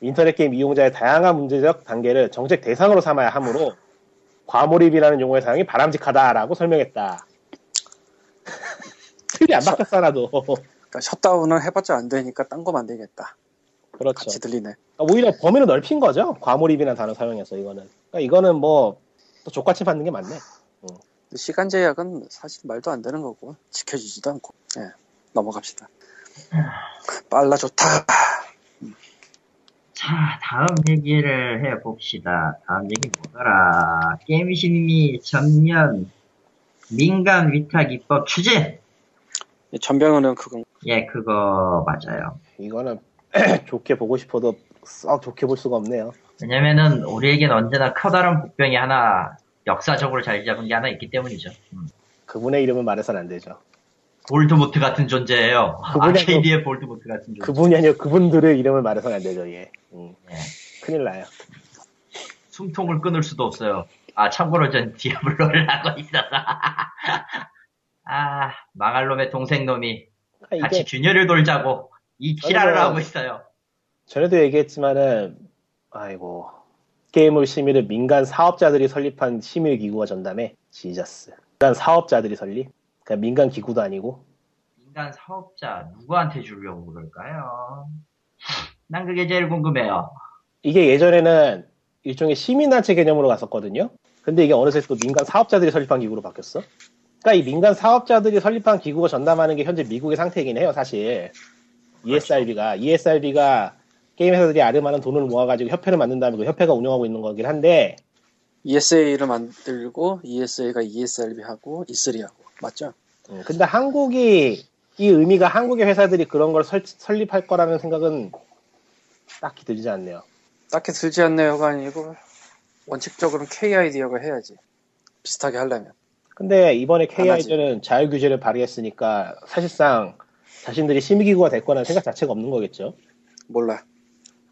Speaker 3: 인터넷 게임 이용자의 다양한 문제적 단계를 정책 대상으로 삼아야 하므로 과몰입이라는 용어의 사용이 바람직하다라고 설명했다. 안 바뀌었어 하나도.
Speaker 4: 그러니까 셧다운은 해봤자 안 되니까 딴 거 만들겠다.
Speaker 3: 그렇죠.
Speaker 4: 같이 들리네.
Speaker 3: 그러니까 오히려 범위를 넓힌 거죠. 과몰입이라는 단어 사용해서 이거는. 그러니까 이거는 뭐또 족같이 받는 게 맞네.
Speaker 4: 근데 시간 제약은 사실 말도 안 되는 거고 지켜지지도 않고. 예, 넘어갑시다. 빨라 좋다.
Speaker 2: 자, 다음 얘기를 해봅시다. 다음 얘기 뭐더라? 게임심의 전면 민간 위탁 입법 추진!
Speaker 4: 전병헌은 그건
Speaker 2: 예, 그거 맞아요.
Speaker 3: 이거는 좋게 보고 싶어도 썩 좋게 볼 수가 없네요.
Speaker 2: 왜냐면은 우리에겐 언제나 커다란 복병이 하나 역사적으로 자리 잡은 게 하나 있기 때문이죠. 음.
Speaker 3: 그분의 이름은 말해서는 안 되죠.
Speaker 2: 볼드모트 같은 존재예요.
Speaker 3: 그분의
Speaker 2: 아케이드의 볼드모트 같은 존재.
Speaker 3: 그분이 아니고 그분들의 이름을 말해서는 안 되죠. 예. 음.
Speaker 2: 예.
Speaker 3: 큰일 나요.
Speaker 2: 숨통을 끊을 수도 없어요. 아, 참고로 전 디아블로를 하고 있어서. 아, 망할 놈의 동생 놈이
Speaker 3: 그러니까
Speaker 2: 같이
Speaker 3: 이게
Speaker 2: 균열을 돌자고 이 키라를
Speaker 3: 그러면-
Speaker 2: 하고 있어요.
Speaker 3: 전에도 얘기했지만은 아이고 게임을 심의를 민간 사업자들이 설립한 심의 기구가 전담해 지저스. 민간 사업자들이 설립. 그러니까 민간 기구도 아니고
Speaker 2: 인간 사업자 누구한테 주려고 그럴까요? 난 그게 제일 궁금해요.
Speaker 3: 이게 예전에는 일종의 시민단체 개념으로 갔었거든요. 근데 이게 어느새 또 민간 사업자들이 설립한 기구로 바뀌었어. 그러니까 이 민간 사업자들이 설립한 기구가 전담하는 게 현재 미국의 상태이긴 해요, 사실. E ESRB가 ESRB가 게임 회사들이 아름하는 돈을 모아가지고 협회를 만든 다음에 그 협회가 운영하고 있는 거긴 한데
Speaker 4: ESA를 E 만들고 E ESA가 ESRB 하고 E3 하고 맞죠?
Speaker 3: 음, 근데 한국이 이 의미가 한국의 회사들이 그런 걸 설, 설립할 거라는 생각은 딱히 들지 않네요.
Speaker 4: 딱히 들지 않네요가 아니고 원칙적으로는 KID라고 해야지. 비슷하게 하려면.
Speaker 3: 근데 이번에
Speaker 4: 안 하지.
Speaker 3: KI들은 자율 규제를 발휘했으니까 사실상 자신들이 심의기구가 될 거라는 생각 자체가 없는 거겠죠.
Speaker 4: 몰라.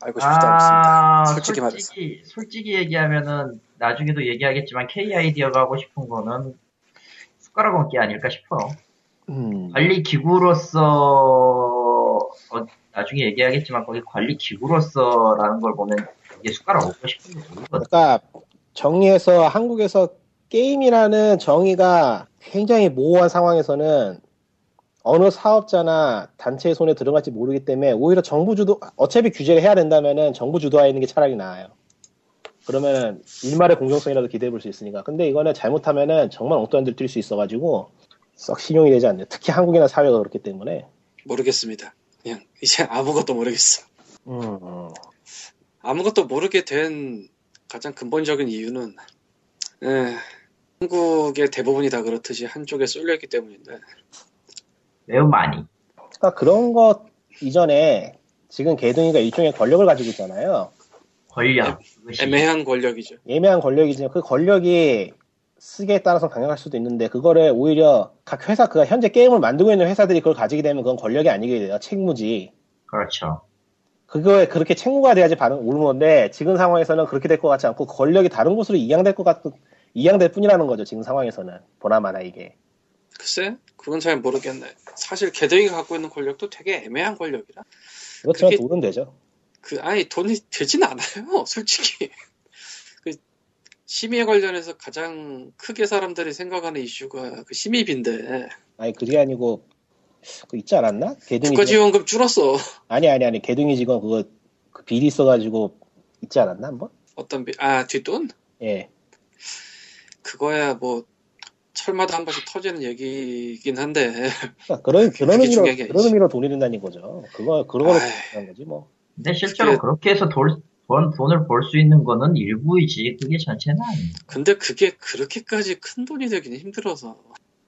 Speaker 4: 알고 싶지도
Speaker 2: 아.
Speaker 4: 않습니다. 솔직히
Speaker 2: 솔직히, 솔직히 얘기하면은 나중에도 얘기하겠지만 KI디어가 하고 싶은 거는 숟가락 얹기 아닐까 싶어요.
Speaker 3: 음.
Speaker 2: 관리 기구로서 어, 나중에 얘기하겠지만 거기 관리 기구로서라는 걸 보면 이게 숟가락 먹고 싶은데 이거
Speaker 3: 그러니까 정리해서 한국에서 게임이라는 정의가 굉장히 모호한 상황에서는 어느 사업자나 단체의 손에 들어갈지 모르기 때문에 오히려 정부 주도 어차피 규제를 해야 된다면은 정부 주도하에 있는 게 차라리 나아요. 그러면은 일말의 공정성이라도 기대해 볼 수 있으니까. 근데 이거는 잘못하면은 정말 엉뚱한 데를 뛸수 있어가지고 썩 신용이 되지 않네요. 특히 한국이나 사회가 그렇기 때문에.
Speaker 1: 모르겠습니다. 그냥 이제 아무것도 모르겠어.
Speaker 3: 음.
Speaker 1: 아무것도 모르게 된 가장 근본적인 이유는 에, 한국의 대부분이 다 그렇듯이 한쪽에 쏠려 있기 때문인데
Speaker 2: 매우 많이
Speaker 3: 그러니까 그런 것 이전에 지금 개둥이가 일종의 권력을 가지고 있잖아요.
Speaker 2: 권력 그것이
Speaker 1: 애매한 권력이죠.
Speaker 3: 예매한 권력이지만 그 권력이 쓰기에 따라서 강력할 수도 있는데 그거를 오히려 각 회사 그 현재 게임을 만들고 있는 회사들이 그걸 가지게 되면 그건 권력이 아니게 돼요 책무지
Speaker 2: 그렇죠
Speaker 3: 그거에 그렇게 책무가 돼야지 바른 옳은 건데 지금 상황에서는 그렇게 될 것 같지 않고 권력이 다른 곳으로 이양될 것 같은 이양될 뿐이라는 거죠 지금 상황에서는 보나마나 이게
Speaker 1: 글쎄, 그건 잘 모르겠네. 사실 개덩이가 갖고 있는 권력도 되게 애매한 권력이라.
Speaker 3: 그렇지만
Speaker 1: 그게-
Speaker 3: 돈은 되죠
Speaker 1: 그 아니 돈이 되진 않아요, 솔직히. 그 심의에 관련해서 가장 크게 사람들이 생각하는 이슈가 그 심의비인데
Speaker 3: 아니 그게 아니고 그거 있지 않았나 개둥이 지금-
Speaker 1: 국가지원금 줄었어.
Speaker 3: 아니 아니 아니 개둥이 지금 그거 그 비리 써가지고 있지 않았나 한번
Speaker 1: 어떤 비, 아 뒷돈?
Speaker 3: 예
Speaker 1: 그거야 뭐 철마다 한 번씩 터지는 얘기긴 한데
Speaker 3: 그러니까 그런 그런
Speaker 1: 그게
Speaker 3: 의미로
Speaker 1: 중요한 게
Speaker 3: 그런 의미로 돈이 된다는 거죠. 그거 그거로
Speaker 1: 아이.
Speaker 3: 된 거지 뭐.
Speaker 2: 근데 실제로
Speaker 1: 그게-
Speaker 2: 그렇게 해서 돌- 돈, 돈을 벌 수 있는 거는 일부이지 그게 전체는 아니에요
Speaker 1: 근데 그게 그렇게까지 큰 돈이 되기는 힘들어서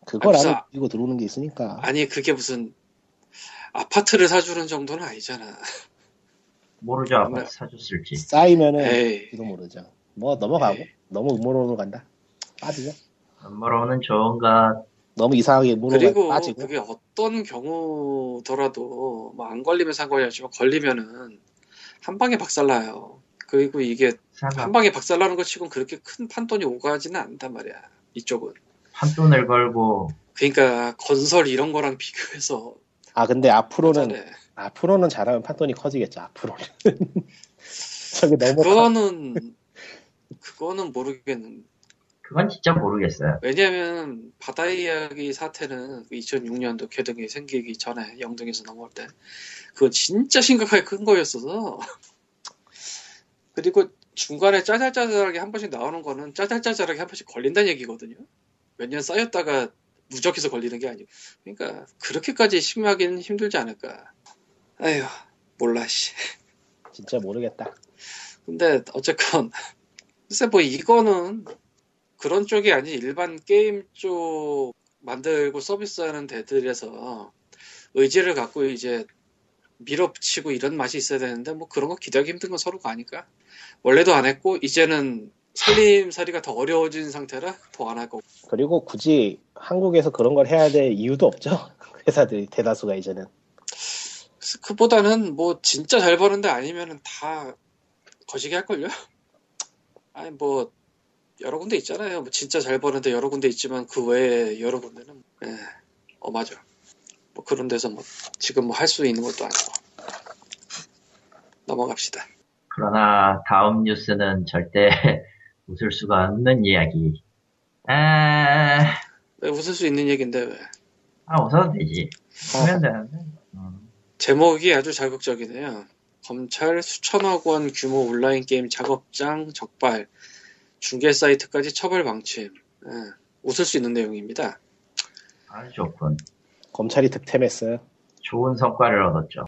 Speaker 3: 그걸
Speaker 1: 아니,
Speaker 3: 안
Speaker 1: 무슨-
Speaker 3: 이고 들어오는 게 있으니까.
Speaker 1: 아니 그게 무슨 아파트를 사주는 정도는 아니잖아
Speaker 2: 모르죠
Speaker 1: 네.
Speaker 2: 아파트 사줬을지
Speaker 3: 쌓이면은
Speaker 1: 에이
Speaker 3: 이도 모르죠. 뭐 넘어가고
Speaker 1: 에이.
Speaker 3: 너무 음모론으로 간다. 빠지죠.
Speaker 2: 음모론은 좋은가
Speaker 3: 너무 이상하게 음모론으로
Speaker 1: 그리고
Speaker 3: 빠지고.
Speaker 1: 그게 어떤 경우더라도 뭐 안 걸리면 상관이지만 걸리면은 한 방에 박살나요 그리고 이게
Speaker 3: 아.
Speaker 2: 생각
Speaker 1: 한 방에 박살나는 것 치곤 그렇게 큰 판돈이 오가지는 않단 말이야 이쪽은
Speaker 2: 한돈을 걸고
Speaker 1: 그러니까 건설 이런 거랑 비교해서
Speaker 3: 아 근데 앞으로는
Speaker 1: 하자네.
Speaker 3: 앞으로는 잘하면 판돈이 커지겠죠. 앞으로는. 저게 너무 커.
Speaker 1: 그거는 그거는 모르겠는
Speaker 2: 그건 진짜 모르겠어요.
Speaker 1: 왜냐하면 바다 이야기 사태는 2006년도 개등이 생기기 전에 영등에서 넘어올 때 그건 진짜 심각하게 큰 거였어서 그리고 중간에 짜잘짜잘하게 한 번씩 나오는 거는 짜잘짜잘하게 한 번씩 걸린다는 얘기거든요. 몇 년 쌓였다가 무적해서 걸리는 게 아니고 그러니까 그렇게까지 심하기는 힘들지 않을까. 아휴 몰라 씨.
Speaker 3: 진짜 모르겠다.
Speaker 1: 근데 어쨌건 글쎄 뭐 이거는 그런 쪽이 아닌 일반 게임 쪽 만들고 서비스하는 데들에서 의지를 갖고 이제 밀어붙이고 이런 맛이 있어야 되는데 뭐 그런 거 기대하기 힘든 건 서로가 아니까 원래도 안 했고 이제는 살림살이가 더 어려워진 상태라 더 안 할 거고
Speaker 3: 그리고 굳이 한국에서 그런 걸 해야 될 이유도 없죠. 회사들이 대다수가 이제는.
Speaker 1: 그래서 그보다는 뭐 진짜 잘 버는데 아니면은 다 거시기 할걸요? 아니 뭐 여러 군데 있잖아요. 뭐 진짜 잘 버는데 여러 군데 있지만 그 외에 여러 군데는 예, 어 맞아. 뭐 그런 데서 뭐 지금 뭐 할 수 있는 것도 아니고 넘어갑시다.
Speaker 2: 그러나 다음 뉴스는 절대 웃을 수가 없는 이야기. 에...
Speaker 1: 왜 웃을 수 있는 얘기인데 왜?
Speaker 2: 아 웃어도 되지. 웃으면 되는데. 음.
Speaker 1: 제목이 아주 자극적이네요. 검찰 수천억 원 규모 온라인 게임 작업장 적발 중개 사이트까지 처벌 방침. 예, 웃을 수 있는 내용입니다.
Speaker 2: 아주 좋군.
Speaker 3: 검찰이 득템했어요.
Speaker 2: 좋은 성과를 얻었죠.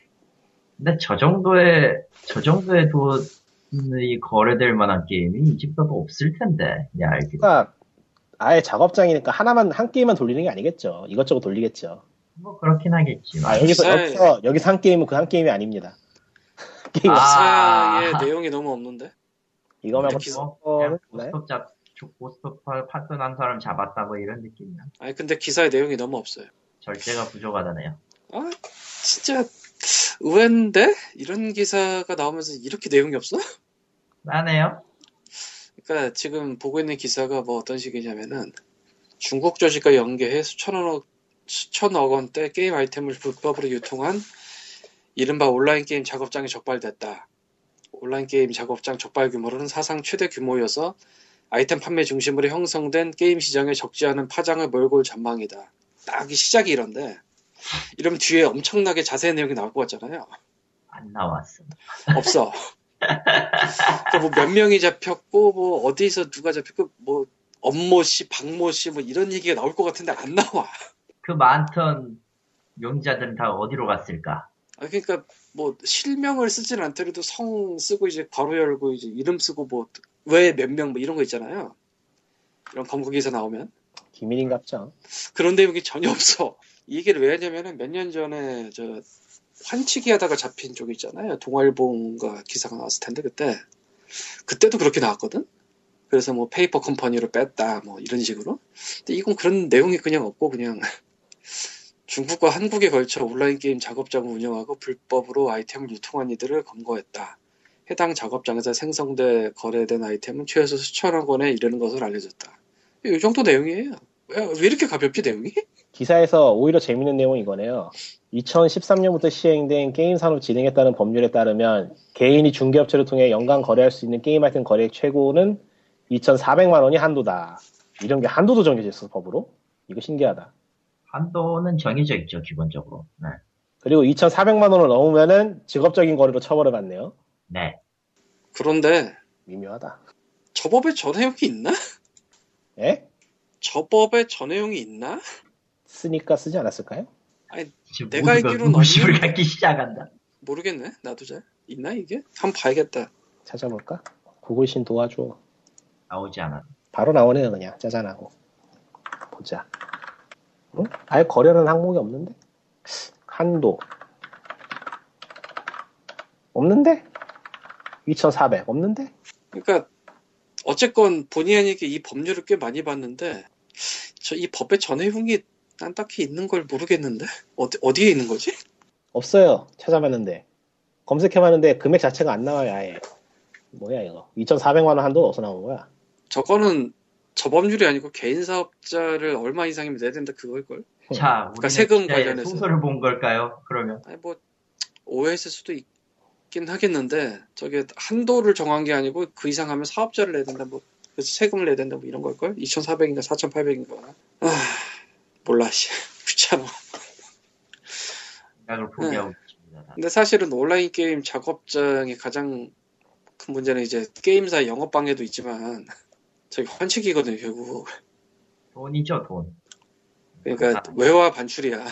Speaker 2: 근데 저 정도의 저 정도의 돈이 거래될 만한 게임이 이 집도 없을 텐데 내 알기로.
Speaker 3: 그러니까 아예 작업장이니까 하나만 한 게임만 돌리는 게 아니겠죠. 이것저것 돌리겠죠.
Speaker 2: 뭐 그렇긴 하겠지만.
Speaker 3: 아 여기서
Speaker 1: 기사에-
Speaker 3: 여기서 여기서 한 게임은 그 한 게임이 아닙니다. 게임
Speaker 2: 아.
Speaker 1: 사의 내용이 너무 없는데
Speaker 3: 이거 말고
Speaker 1: 기사-
Speaker 3: 또
Speaker 2: 그냥
Speaker 3: 거는
Speaker 1: 네.
Speaker 3: 있나요?
Speaker 2: 고스톱 잡 고스톱 파트 난 사람 잡았다고 뭐 이런 느낌이야.
Speaker 1: 아니 근데 기사의 내용이 너무 없어요.
Speaker 2: 절제가 부족하다네요.
Speaker 1: 아 진짜 의외인데 이런 기사가 나오면서 이렇게 내용이 없어?
Speaker 2: 나네요.
Speaker 1: 그러니까 지금 보고 있는 기사가 뭐 어떤 식이냐면은 중국 조직과 연계해 수천억 수천억 원대 게임 아이템을 불법으로 유통한 이른바 온라인 게임 작업장이 적발됐다. 온라인 게임 작업장 적발 규모로는 사상 최대 규모여서 아이템 판매 중심으로 형성된 게임 시장에 적지 않은 파장을 몰고 올 전망이다. 딱 이 시작이 이런데 이러면 뒤에 엄청나게 자세한 내용이 나올 것 같잖아요.
Speaker 2: 안 나왔어.
Speaker 1: 없어. 그러니까 뭐몇 명이 잡혔고 뭐 어디서 누가 잡혔고 뭐 엄모 씨, 박모 씨 뭐 이런 얘기가 나올 것 같은데 안 나와.
Speaker 2: 그 많던 용자들은 다 어디로 갔을까?
Speaker 1: 아, 그러니까 뭐 실명을 쓰진 않더라도 성 쓰고 이제 괄호 열고 이제 이름 쓰고 뭐 왜 몇 명 뭐 이런 거 있잖아요. 이런 검거기에서 나오면
Speaker 3: 기밀인갑죠.
Speaker 1: 그런 내용이 전혀 없어. 이 얘기를 왜 하냐면은 몇 년 전에 저 환치기 하다가 잡힌 쪽 있잖아요. 동아일보가 기사가 나왔을 텐데 그때 그때도 그렇게 나왔거든. 그래서 뭐 페이퍼 컴퍼니로 뺐다 뭐 이런 식으로. 근데 이건 그런 내용이 그냥 없고 그냥 중국과 한국에 걸쳐 온라인 게임 작업장을 운영하고 불법으로 아이템을 유통한 이들을 검거했다. 해당 작업장에서 생성돼 거래된 아이템은 최소 수천억 원에 이르는 것으로 알려졌다. 이 정도 내용이에요. 왜, 왜 이렇게 가볍지 내용이?
Speaker 3: 기사에서 오히려 재밌는 내용이 이거네요. 2013년부터 시행된 게임 산업 진흥에 따른 법률에 따르면 개인이 중개업체를 통해 연간 거래할 수 있는 게임 아이템 거래액 최고는 2,400만 원이 한도다. 이런 게 한도도 정해져 있어 법으로. 이거 신기하다.
Speaker 2: 한도는 정해져 있죠 기본적으로. 네.
Speaker 3: 그리고 2,400만 원을 넘으면은 직업적인 거래로 처벌을 받네요.
Speaker 2: 네.
Speaker 1: 그런데
Speaker 3: 미묘하다.
Speaker 1: 저 법에 저 내용이 있나?
Speaker 3: 에?
Speaker 1: 저 법에 저 내용이 있나?
Speaker 3: 쓰니까 쓰지 않았을까요?
Speaker 2: 지금
Speaker 1: 내가
Speaker 2: 모두가
Speaker 1: 알기로는
Speaker 2: 의심을
Speaker 1: 없는데.
Speaker 2: 갖기 시작한다.
Speaker 1: 모르겠네. 나도 잘 있나 이게? 한번 봐야겠다.
Speaker 3: 찾아볼까? 구글신 도와줘.
Speaker 2: 나오지 않아.
Speaker 3: 바로 나오네요 그냥 짜잔하고 보자 응? 아예 거래는 항목이 없는데 한도 없는데 2400 없는데
Speaker 1: 그러니까 어쨌건 본의 아니게 이 법률을 꽤 많이 봤는데 저 이 법에 저 내용이 난 딱히 있는 걸 모르겠는데 어디 어디에 있는 거지?
Speaker 3: 없어요 찾아봤는데 검색해봤는데 금액 자체가 안 나와요 아예 뭐야 이거 2400만 원 한도 어디서 나온 거야
Speaker 1: 저거는 저 법률이 아니고 개인 사업자를 얼마 이상이면 내야 된다 네. 그거일 걸.
Speaker 2: 자, 우리는
Speaker 1: 그러니까 세금
Speaker 2: 진짜
Speaker 1: 관련해서.
Speaker 2: 소설을 본 걸까요? 그러면
Speaker 1: 아니 뭐 오해했을 수도 있긴 하겠는데 저게 한도를 정한 게 아니고 그 이상하면 사업자를 내야 된다 뭐 그래서 세금을 내야 된다 뭐 이런 걸걸? 2,400인가 4,800인가 아, 몰라 씨 귀찮아 네.
Speaker 2: 생각을 포기하고 있습니다. 다들.
Speaker 1: 근데 사실은 온라인 게임 작업장의 가장 큰 문제는 이제 게임사 영업 방해도 있지만 저기 환측이거든요 결국
Speaker 2: 돈이죠, 돈.
Speaker 1: 그러니까
Speaker 2: 아.
Speaker 1: 외화 반출이야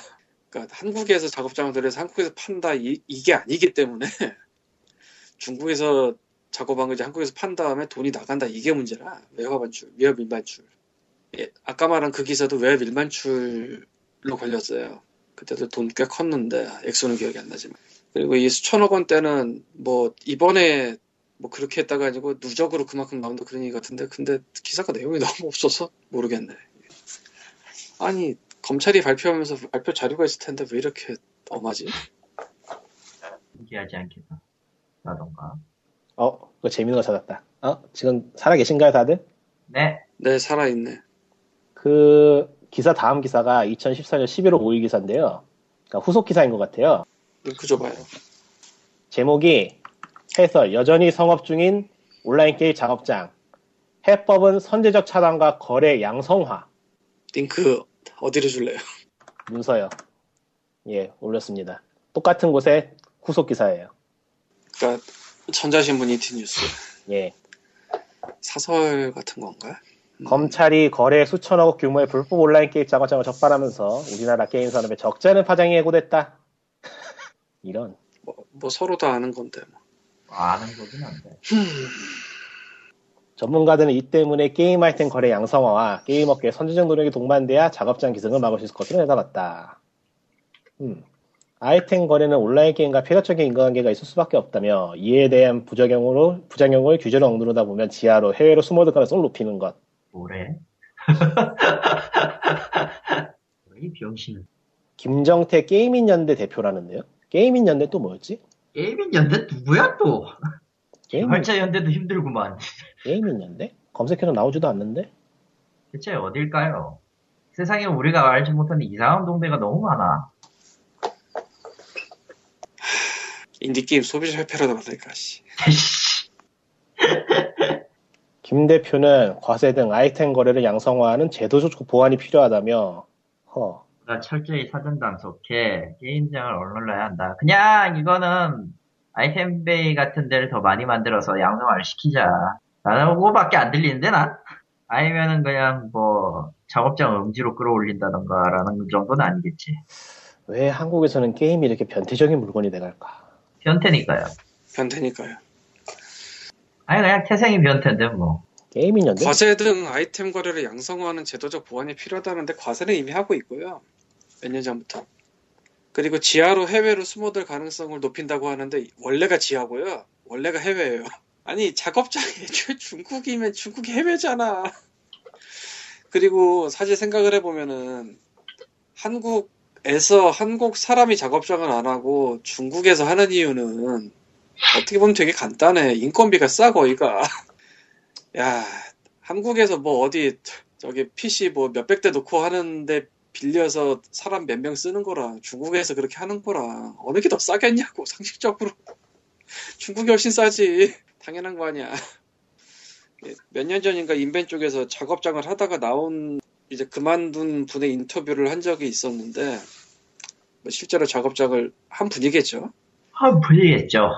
Speaker 1: 그러니까 한국에서 작업장을 들여서 한국에서 판다 이, 게 아니기 때문에 중국에서 작업한 거지 한국에서 판 다음에 돈이 나간다 이게 문제라 외화 반출 외화 밀반출 예, 아까 말한 그 기사도 외화 밀반출로 걸렸어요 그때도 돈 꽤 컸는데 액수는 기억이 안 나지만 그리고 이 수천억 원대는 뭐 이번에 뭐 그렇게 했다가 아니고 누적으로 그만큼 나온다 그런 얘기 같은데 근데 기사가 내용이 너무 없어서 모르겠네 아니 검찰이 발표하면서 발표 자료가 있을 텐데 왜 이렇게 엄하지?
Speaker 2: 포기하지 않겠다. 라던가.
Speaker 3: 어, 그거 재밌는 거 찾았다. 어, 지금 살아 계신가요, 다들?
Speaker 2: 네,
Speaker 1: 네 살아있네
Speaker 3: 그 기사 다음 기사가 2014년 11월 5일 기사인데요. 그러니까 후속 기사인 것 같아요.
Speaker 1: 링크 줘봐요
Speaker 3: 제목이 해설 여전히 성업 중인 온라인 게임 작업장 해법은 선제적 차단과 거래 양성화
Speaker 1: 링크 어디로 줄래요?
Speaker 3: 문서요. 예, 올렸습니다. 똑같은 곳에 후속 기사예요.
Speaker 1: 그러니까 전자신문이티 뉴스
Speaker 3: 예,
Speaker 1: 사설 같은 건가?
Speaker 3: 검찰이 거래 수천억 규모의 불법 온라인 게임 작업장을 적발하면서 우리나라 게임 산업에 적지 않은 파장이 예고됐다. 이런.
Speaker 1: 뭐, 뭐 서로 다 아는 건데 뭐.
Speaker 2: 아는 거긴 한데.
Speaker 3: 전문가들은 이 때문에 게임 아이템 거래 양성화와 게임 업계 의 선제적 노력이 동반돼야 작업장 기승을 막을 수 있을 것으로 내다봤다. 음. 아이템 거래는 온라인 게임과 폐가적인 인과관계가 있을 수밖에 없다며 이에 대한 부작용으로 부작용을 규제로 억누르다 보면 지하로 해외로 숨어들 가능성을 높이는 것.
Speaker 2: 뭐래? 이 병신.
Speaker 3: 김정태 게이민 연대 대표라는데요. 게이민 연대 또 뭐였지?
Speaker 2: 게이밍 연대 누구야 또?
Speaker 3: 게이민
Speaker 2: 활자 연대도 힘들구만.
Speaker 3: 게이밍 연대? 검색해도 나오지도 않는데?
Speaker 2: 대체 어딜까요? 세상에 우리가 알지 못하는 이상한 동네가 너무 많아.
Speaker 1: 인디게임 소비자 협회라도 만들까 씨.
Speaker 3: 김 대표는 과세 등 아이템 거래를 양성화하는 제도적 보완이 필요하다며 허
Speaker 2: 나 철저히 사전 단속해 게임장을 얼른러야 한다. 그냥 이거는 아이템 베이 같은 데를 더 많이 만들어서 양성화를 시키자. 나라고밖에 안 들리는데 난? 아니면은 그냥 뭐 작업장 음지로 끌어올린다던가라는 정도는 아니겠지.
Speaker 3: 왜 한국에서는 게임이 이렇게 변태적인 물건이 돼갈까?
Speaker 2: 변태니까요.
Speaker 1: 변태니까요
Speaker 2: 아니 그냥 태생이 변태인데 뭐.
Speaker 3: 게임인 연대?
Speaker 1: 과세 등 아이템 거래를 양성화하는 제도적 보완이 필요하다는데 과세는 이미 하고 있고요. 몇 년 전부터. 그리고 지하로 해외로 숨어들 가능성을 높인다고 하는데 원래가 지하고요. 원래가 해외예요. 아니 작업장이 애초에 중국이면 중국이 해외잖아. 그리고 사실 생각을 해보면은 한국에서 한국 사람이 작업장을 안 하고 중국에서 하는 이유는 어떻게 보면 되게 간단해. 인건비가 싸 거기가. 야, 한국에서 뭐 어디 저기 PC 뭐 몇백 대 놓고 하는데 빌려서 사람 몇 명 쓰는 거랑 중국에서 그렇게 하는 거랑 어느 게 더 싸겠냐고 상식적으로 중국이 훨씬 싸지 당연한 거 아니야 예, 몇 년 전인가 인벤 쪽에서 작업장을 하다가 나온 이제 그만둔 분의 인터뷰를 한 적이 있었는데 뭐 실제로 작업장을 한 분이겠죠
Speaker 2: 아 불리겠죠.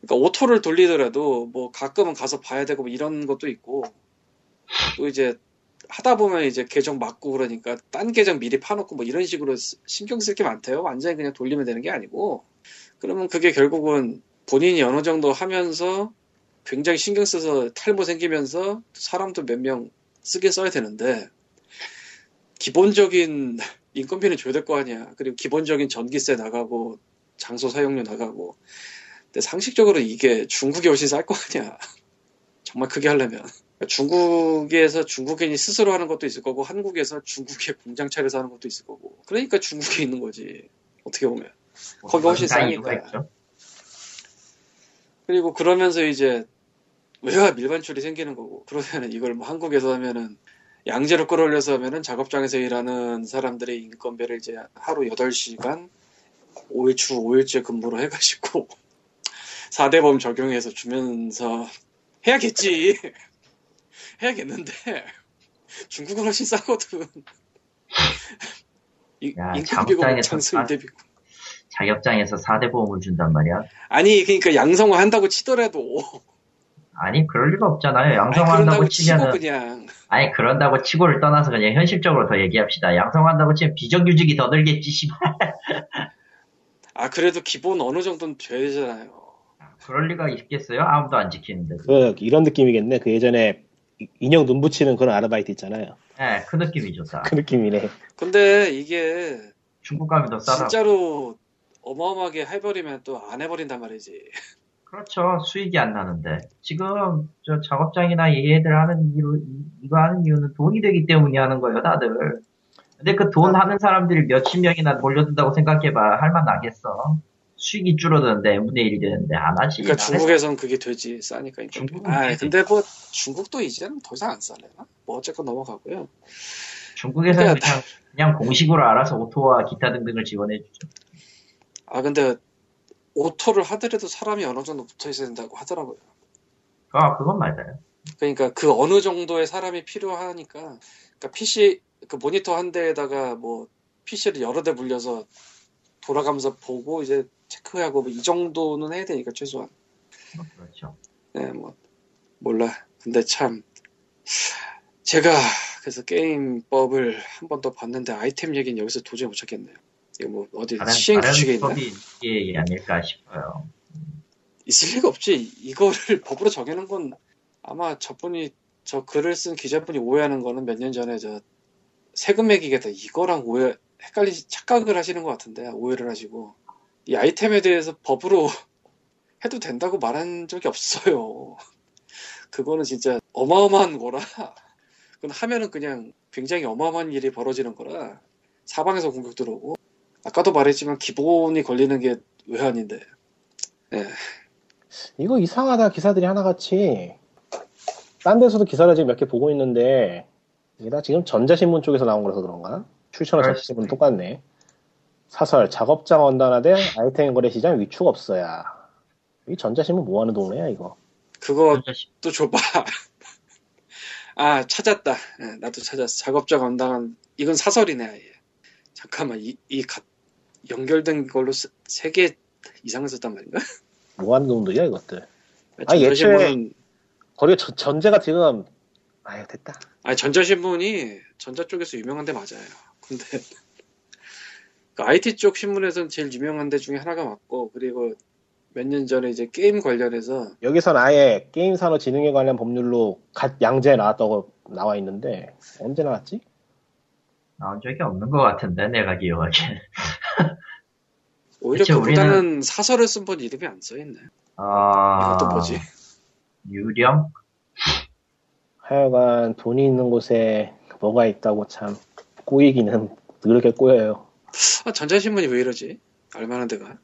Speaker 1: 그러니까 오토를 돌리더라도 뭐 가끔은 가서 봐야 되고 뭐 이런 것도 있고 또 이제 하다 보면 이제 계정 맞고 그러니까 딴 계정 미리 파놓고 뭐 이런 식으로 쓰- 신경 쓸 게 많대요. 완전히 그냥 돌리면 되는 게 아니고 그러면 그게 결국은 본인이 어느 정도 하면서 굉장히 신경 써서 탈모 생기면서 사람도 몇 명 쓰긴 써야 되는데 기본적인 인건비는 줘야 될 거 아니야. 그리고 기본적인 전기세 나가고 장소 사용료 나가고 근데 상식적으로 이게 중국이 훨씬 쌀 거 아니야. 정말 크게 하려면. 그러니까 중국에서 중국인이 스스로 하는 것도 있을 거고, 한국에서 중국의 공장 차려서 하는 것도 있을 거고. 그러니까 중국에 있는 거지. 어떻게 보면. 거기 훨씬
Speaker 2: 다
Speaker 1: 싸니까.
Speaker 2: 이유가 있죠.
Speaker 1: 그리고 그러면서 이제 외화 밀반출이 생기는 거고 그러면은 이걸 뭐 한국에서 하면은 양제로 끌어올려서 하면은 작업장에서 일하는 사람들의 인건비를 이제 하루 8시간 5일 주 5일째 근무로 해가지고 4대범 적용해서 주면서 해야겠지 해야겠는데 중국은 훨씬 싸거든. 인-
Speaker 2: 야,
Speaker 1: 인건비가
Speaker 2: 자국장에서 아.
Speaker 1: 엄청
Speaker 2: 다-
Speaker 1: 인대비고.
Speaker 2: 자격장에서 4대 보험을 준단 말이야.
Speaker 1: 아니 그러니까 양성화 한다고 치더라도
Speaker 2: 아니 그럴 리가 없잖아요.
Speaker 1: 아니, 그런다고
Speaker 2: 양성한다고 치면은
Speaker 1: 치고 그냥
Speaker 2: 아니 그런다고 치고를 떠나서 그냥 현실적으로 더 얘기합시다. 양성한다고 치면 비정규직이 더 늘겠지 씨발.
Speaker 1: 아 그래도 기본 어느 정도는 돼야 되잖아요.
Speaker 2: 그럴 리가 있겠어요? 아무도 안 지키는데.
Speaker 3: 그 이런 느낌이겠네. 그 예전에 이- 인형 눈 붙이는 그런 아르바이트 있잖아요.
Speaker 2: 예, 그 느낌이죠. 다.
Speaker 3: 그 느낌이네.
Speaker 1: 근데 이게
Speaker 2: 중국 가면 더 싸다.
Speaker 1: 진짜로 어마어마하게 해버리면 또 안 해버린단 말이지.
Speaker 2: 그러니까 그렇죠. 수익이 안 나는데. 지금 저 작업장이나 얘들 하는 이유, 이- 이거 하는 이유는 돈이 되기 때문에 하는 거예요, 다들. 근데 그 돈 하는 사람들이 몇십 명이나 돌려준다고 생각해봐. 할만 나겠어. 수익이 줄어드는데, 분의 1이 되는데, 안 하지.
Speaker 1: 그러니까
Speaker 2: 안 해서.
Speaker 1: 중국에선 그게 되지 싸니까. 인건비.
Speaker 2: 중국은
Speaker 1: 아
Speaker 2: 되지.
Speaker 1: 근데 뭐 중국도 이제는 더 이상 안 싸려나? 뭐 어쨌건 넘어가고요.
Speaker 2: 중국에서는
Speaker 1: 그러니까
Speaker 2: 그냥, 그냥 공식으로 알아서 오토와 기타 등등을 지원해주죠.
Speaker 1: 아 근데 오토를 하더라도 사람이 어느 정도 붙어 있어야 된다고 하더라고요.
Speaker 2: 아, 그건 맞아요.
Speaker 1: 그러니까 그 어느 정도의 사람이 필요하니까. 그러니까 PC 그 모니터 한 대에다가 뭐 PC를 여러 대 물려서 돌아가면서 보고 이제 체크하고 뭐이 정도는 해야 되니까 최소한.
Speaker 2: 뭐 그렇죠.
Speaker 1: 네, 뭐 몰라. 근데 참 제가 그래서 게임법을 한 번 더 봤는데 아이템 얘기는 여기서 도저히 못 찾겠네요. 이거 뭐 어디
Speaker 2: 다른,
Speaker 1: 시행 규칙에
Speaker 2: 다른
Speaker 1: 있나?
Speaker 2: 법이 이게 아닐까 싶어요.
Speaker 1: 있을 리가 없지. 이거를 법으로 정해놓은 건 아마 저분이 저 글을 쓴 기자분이 오해하는 거는 몇 년 전에 저 세금 매기겠다 이거랑 오해 헷갈리시 착각을 하시는 것 같은데 오해를 하시고 이 아이템에 대해서 법으로 해도 된다고 말한 적이 없어요. 그거는 진짜 어마어마한 거라. 그건 하면은 그냥 굉장히 어마어마한 일이 벌어지는 거라 사방에서 공격 들어오고 아까도 말했지만 기본이 걸리는 게 외환인데
Speaker 3: 이거 이상하다 기사들이 하나같이 딴 데서도 기사를 지금 몇 개 보고 있는데 이게 다 지금 전자신문 쪽에서 나온 거라서 그런가? 출처나
Speaker 2: 그럴
Speaker 3: 자신문 똑같네. 사설 작업장 원단화된 아이템 거래 시장 위축 없어야. 이 전자신문 뭐하는 동네야 이거?
Speaker 1: 그거
Speaker 2: 진짜 시-
Speaker 1: 또 줘봐. 아, 찾았다. 예, 나도 찾았어. 작업자 감당한, 이건 사설이네, 아예. 잠깐만, 이, 이 가- 연결된 걸로 세 개 이상을 썼단 말인가?
Speaker 3: 뭐하는 놈들이야 이것들?
Speaker 1: 아,
Speaker 3: 예측-
Speaker 1: 전자신문은,
Speaker 3: 거리가 전- 전제가 지금 아유 됐다.
Speaker 1: 아, 전자신문이 전자 쪽에서 유명한 데 맞아요. 근데, 그 IT 쪽 신문에서는 제일 유명한 데 중에 하나가 맞고, 그리고 몇 년 전에 이제 게임 관련해서,
Speaker 3: 여기선 아예 게임 산업 진흥에 관련 법률로 갓 양재 나왔다고 나와 있는데 언제 나왔지?
Speaker 2: 나온 적이 없는 것 같은데, 내가 기억하기엔.
Speaker 1: 오히려
Speaker 2: 그쵸,
Speaker 1: 그보다는 사설을 쓴 분 이름이 안 써있네.
Speaker 2: 아,
Speaker 1: 이것도 뭐지?
Speaker 2: 유령?
Speaker 3: 하여간 돈이 있는 곳에 뭐가 있다고 참 꼬이기는 그렇게 꼬여요.
Speaker 1: 아, 전자신문이 왜 이러지? 알만한 데가.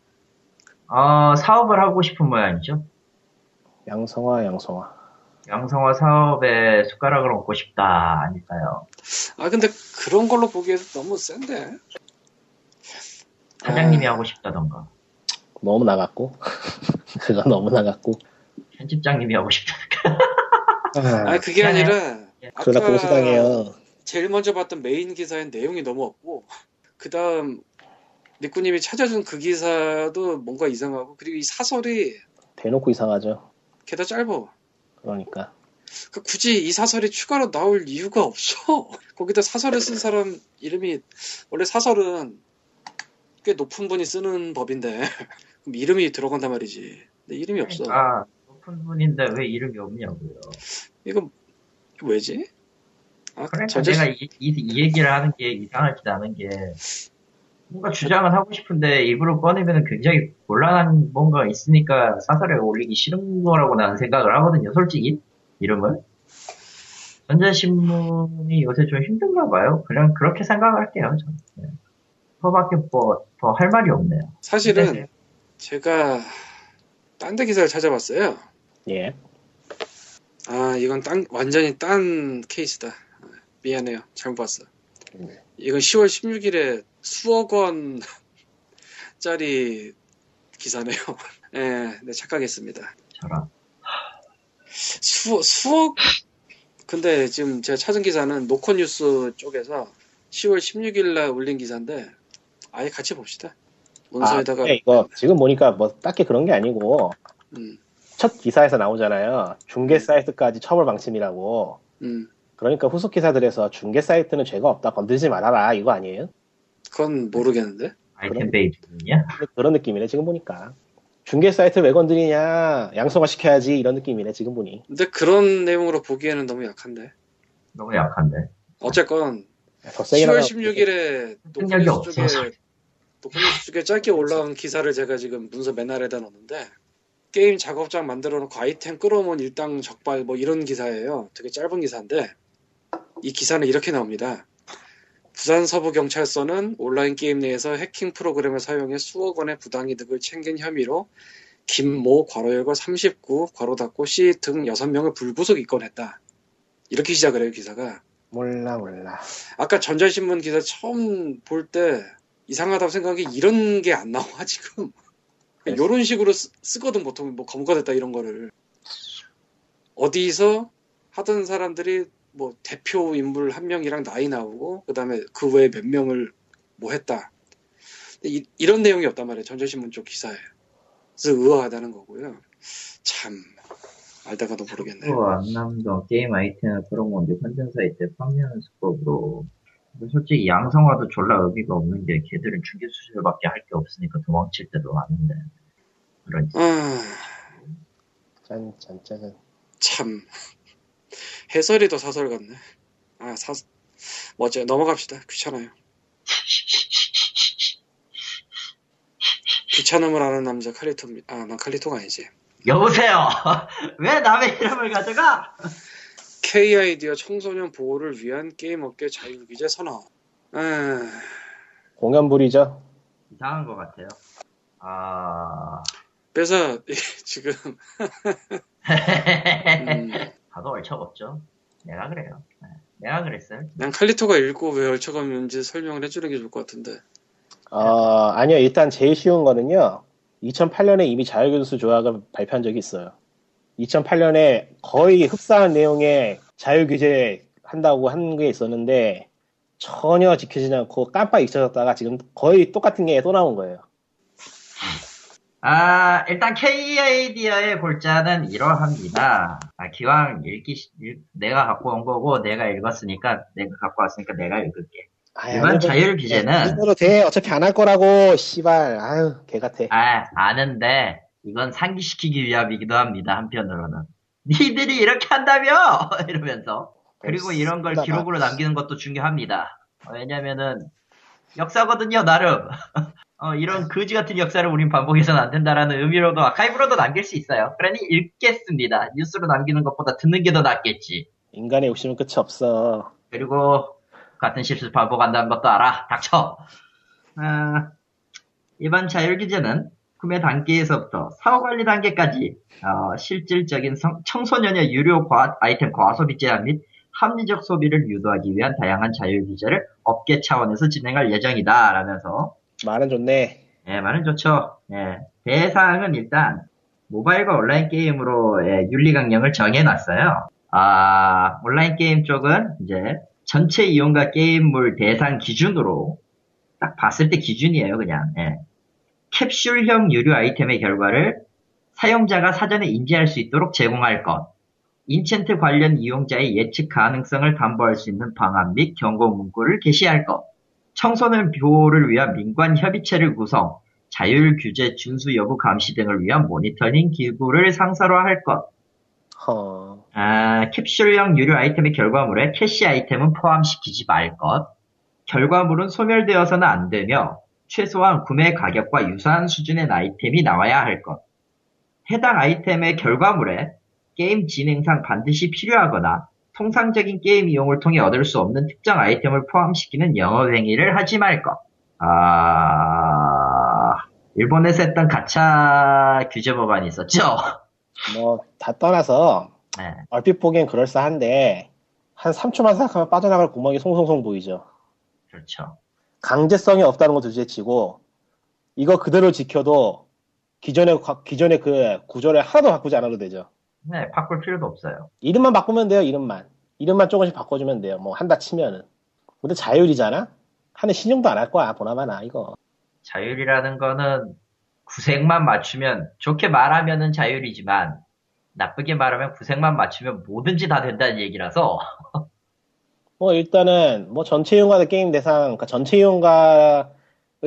Speaker 2: 어, 사업을 하고 싶은 모양이죠.
Speaker 3: 양성화, 양성화.
Speaker 2: 양성화 사업에 숟가락을 얹고 싶다, 아닐까요?
Speaker 1: 아 근데 그런 걸로 보기에도 너무 센데
Speaker 2: 사장님이
Speaker 1: 아.
Speaker 2: 하고 싶다던가,
Speaker 3: 너무 나갔고. 그거 너무 나갔고.
Speaker 2: 편집장님이 하고 싶다던가.
Speaker 1: 아
Speaker 3: 아,
Speaker 1: 그게
Speaker 2: 미안해요.
Speaker 1: 아니라
Speaker 2: 예.
Speaker 3: 그러다
Speaker 1: 아까
Speaker 3: 고수당해요.
Speaker 1: 제일 먼저 봤던 메인 기사엔 내용이 너무 없고 그 다음 니꾸님이 찾아준 그 기사도 뭔가 이상하고 그리고 이 사설이
Speaker 3: 대놓고 이상하죠.
Speaker 1: 게다 짧아
Speaker 3: 그러니까.
Speaker 1: 그 굳이 이 사설이 추가로 나올 이유가 없어 거기다 사설을 쓴 사람 이름이 원래 사설은 꽤 높은 분이 쓰는 법인데 그럼 이름이 들어간단 말이지 근데 이름이 없어
Speaker 2: 아, 높은 분인데 왜 이름이 없냐고요.
Speaker 1: 이건 왜지? 아,
Speaker 2: 그러니까
Speaker 1: 전자신-
Speaker 2: 제가 이, 이- 이 얘기를 하는 게 이상하지 않은 게, 뭔가 주장을 하고 싶은데 입으로 꺼내면 굉장히 곤란한 뭔가 있으니까 사설에 올리기 싫은 거라고 나는 생각을 하거든요, 솔직히. 이름을. 전자신문이 요새 좀 힘든가 봐요. 그냥 그렇게 생각할게요, 저는. 네. 그거밖에 뭐, 더 할 말이 없네요.
Speaker 1: 사실은
Speaker 2: 네.
Speaker 1: 제가 딴 데 기사를 찾아봤어요.
Speaker 3: 예.
Speaker 1: 아, 이건 딴, 완전히 딴 케이스다. 아, 미안해요. 잘못 봤어.
Speaker 3: 네.
Speaker 1: 이건 10월 16일에 수억 원 짜리 기사네요. 예, 네, 착각했습니다.
Speaker 2: 저랑.
Speaker 1: 수, 수억, 근데 지금 제가 찾은 기사는 노컷뉴스 쪽에서 10월 16일 날 올린 기사인데 아예 같이 봅시다. 문서에다가
Speaker 3: 아, 근데 이거 지금 보니까 뭐 딱히 그런 게 아니고
Speaker 1: 음,
Speaker 3: 첫 기사에서 나오잖아요. 중개 사이트까지 처벌 방침이라고.
Speaker 1: 음,
Speaker 3: 그러니까 후속 기사들에서 중개 사이트는 죄가 없다 건들지 말아라 이거 아니에요?
Speaker 1: 그건 모르겠는데.
Speaker 2: 아이템 베이징이야?
Speaker 3: 근데 그런 느낌이네 지금 보니까. 중개 사이트 왜 건드리냐 양성화 시켜야지 이런 느낌이네 지금 보니.
Speaker 1: 근데 그런 내용으로 보기에는 너무 약한데.
Speaker 2: 너무 약한데.
Speaker 1: 어쨌건
Speaker 3: 더 세게
Speaker 1: 10월
Speaker 3: 나가.
Speaker 1: 16일에
Speaker 2: 능력이
Speaker 1: 노컷뉴스 쪽에
Speaker 2: 없어서.
Speaker 1: 노컷뉴스 쪽에 짧게 올라온 기사를 제가 지금 문서 맨날에다 넣었는데 게임 작업장 만들어 놓고 아이템 끌어모은 일당 적발 뭐 이런 기사예요. 되게 짧은 기사인데 이 기사는 이렇게 나옵니다. 부산 서부 경찰서는 온라인 게임 내에서 해킹 프로그램을 사용해 수억 원의 부당 이득을 챙긴 혐의로 김모 괄호 열고 39 괄호 닫고 C 등 6명을 불구속 입건했다. 이렇게 시작을 해요 기사가.
Speaker 3: 몰라 몰라.
Speaker 1: 아까 전자신문 기사 처음 볼 때 이상하다고 생각한 게 이런 게 안 나와 지금
Speaker 3: 네.
Speaker 1: 이런 식으로 쓰, 거든 보통 뭐 검거됐다 이런 거를 어디서 하던 사람들이 뭐 대표 인물 한 명이랑 나이 나오고 그다음에 그 외에 몇 명을 뭐 했다 근데 이, 런 내용이 없단 말이에요 전자신문 쪽 기사에 그래서 의아하다는 거고요 참 알다가도 모르겠네요
Speaker 2: 또 안남도 뭐, 게임 아이템을 끌어모은데 컨텐츠 사이트 판매하는 수법으로. 근데 솔직히 양성화도 졸라 의미가 없는 게 걔들은 중개 수술밖에 할 게 없으니까 도망칠 때도 많은데. 그런
Speaker 1: 아...
Speaker 3: 짠짠짠.
Speaker 1: 참 해설이 더 사설 같네. 아 사, 뭐 어째 넘어갑시다. 귀찮아요. 귀찮음을 아는 남자 칼리토입니다. 아, 난 칼리토가 아니지.
Speaker 2: 여보세요. 왜 남의 이름을 가져가?
Speaker 1: KID와 청소년 보호를 위한 게임업계 자율규제 선언. 아,
Speaker 3: 공연불이죠.
Speaker 2: 이상한 것 같아요. 아.
Speaker 1: 그래서 지금 음,
Speaker 2: 봐도 얼척없죠. 내가 그래요. 네, 내가 그랬어요.
Speaker 1: 난 칼리토가 읽고 왜 얼척없는지 설명을 해주는 게 좋을 것 같은데.
Speaker 3: 어, 아니요. 일단 제일 쉬운 거는요. 2008년에 이미 자율교수 조약을 발표한 적이 있어요. 2008년에 거의 흡사한 내용의 자율규제 한다고 한 게 있었는데 전혀 지켜지지 않고 깜빡 잊혀졌다가 지금 거의 똑같은 게 또 나온 거예요.
Speaker 2: 아, 일단 KID의 골자는 이러합니다. 아, 기왕 읽기, 시- 읽- 내가 갖고 온 거고, 내가 읽었으니까, 내가 갖고 왔으니까 내가 읽을게. 아, 이번 자율 규제는,
Speaker 3: 아, 네, 이대로 돼. 어차피 안 할 거라고. 씨발. 아유, 개 같아.
Speaker 2: 아, 아는데, 이건 상기시키기 위함이기도 합니다, 한편으로는. 니들이 이렇게 한다며! 이러면서.
Speaker 3: 어,
Speaker 2: 그리고 이런 걸
Speaker 3: 나-
Speaker 2: 기록으로 남기는 것도 중요합니다. 어, 왜냐면은, 역사거든요, 나름. 어, 이런 거지 같은 역사를 우린 반복해서는 안 된다라는 의미로도 아카이브로도 남길 수 있어요. 그러니 읽겠습니다. 뉴스로 남기는 것보다 듣는 게 더 낫겠지.
Speaker 3: 인간의 욕심은 끝이 없어.
Speaker 2: 그리고 같은 실수 반복한다는 것도 알아. 닥쳐. 아, 이번 자율규제는 구매 단계에서부터 사후관리 단계까지 어, 실질적인 성- 청소년의 유료 과- 아이템 과소비 제한 및 합리적 소비를 유도하기 위한 다양한 자율규제를 업계 차원에서 진행할 예정이다. 라면서
Speaker 3: 말은 좋네.
Speaker 2: 예, 말은 좋죠. 예. 대사항은 일단, 모바일과 온라인 게임으로 예, 윤리 강령을 정해놨어요. 아, 온라인 게임 쪽은 이제 전체 이용과 게임물 대상 기준으로 딱 봤을 때 기준이에요, 그냥. 예. 캡슐형 유료 아이템의 결과를 사용자가 사전에 인지할 수 있도록 제공할 것. 인챈트 관련 이용자의 예측 가능성을 담보할 수 있는 방안 및 경고 문구를 게시할 것. 청소년 보호를 위한 민관 협의체를 구성, 자율 규제 준수 여부 감시 등을 위한 모니터링 기구를 상사로할 것.
Speaker 3: 허.
Speaker 2: 아, 캡슐형 유료 아이템의 결과물에 캐시 아이템은 포함시키지 말 것. 결과물은 소멸되어서는 안 되며 최소한 구매 가격과 유사한 수준의 아이템이 나와야 할 것. 해당 아이템의 결과물에 게임 진행상 반드시 필요하거나 통상적인 게임 이용을 통해 얻을 수 없는 특정 아이템을 포함시키는 영업 행위를 하지 말 것. 아, 일본에서 했던 가차 규제 법안이 있었죠?
Speaker 3: 뭐, 다 떠나서
Speaker 2: 네.
Speaker 3: 얼핏 보기엔 그럴싸한데 한 3초만 생각하면 빠져나갈 구멍이 송송송 보이죠.
Speaker 2: 그렇죠.
Speaker 3: 강제성이 없다는 거 둘째치고 이거 그대로 지켜도 기존의 과- 기존의 그 구조를 하나도 바꾸지 않아도 되죠.
Speaker 2: 네, 바꿀 필요도 없어요.
Speaker 3: 이름만 바꾸면 돼요. 이름만. 이름만 조금씩 바꿔주면 돼요. 뭐 한다 치면은. 근데 자율이잖아? 하는 신용도 안 할 거야, 보나마나, 이거.
Speaker 2: 자율이라는 거는 구색만 맞추면 좋게 말하면은 자율이지만 나쁘게 말하면 구색만 맞추면 뭐든지 다 된다는 얘기라서
Speaker 3: 뭐 일단은 뭐 전체 이용가의 게임 대상, 그러니까 전체 이용가의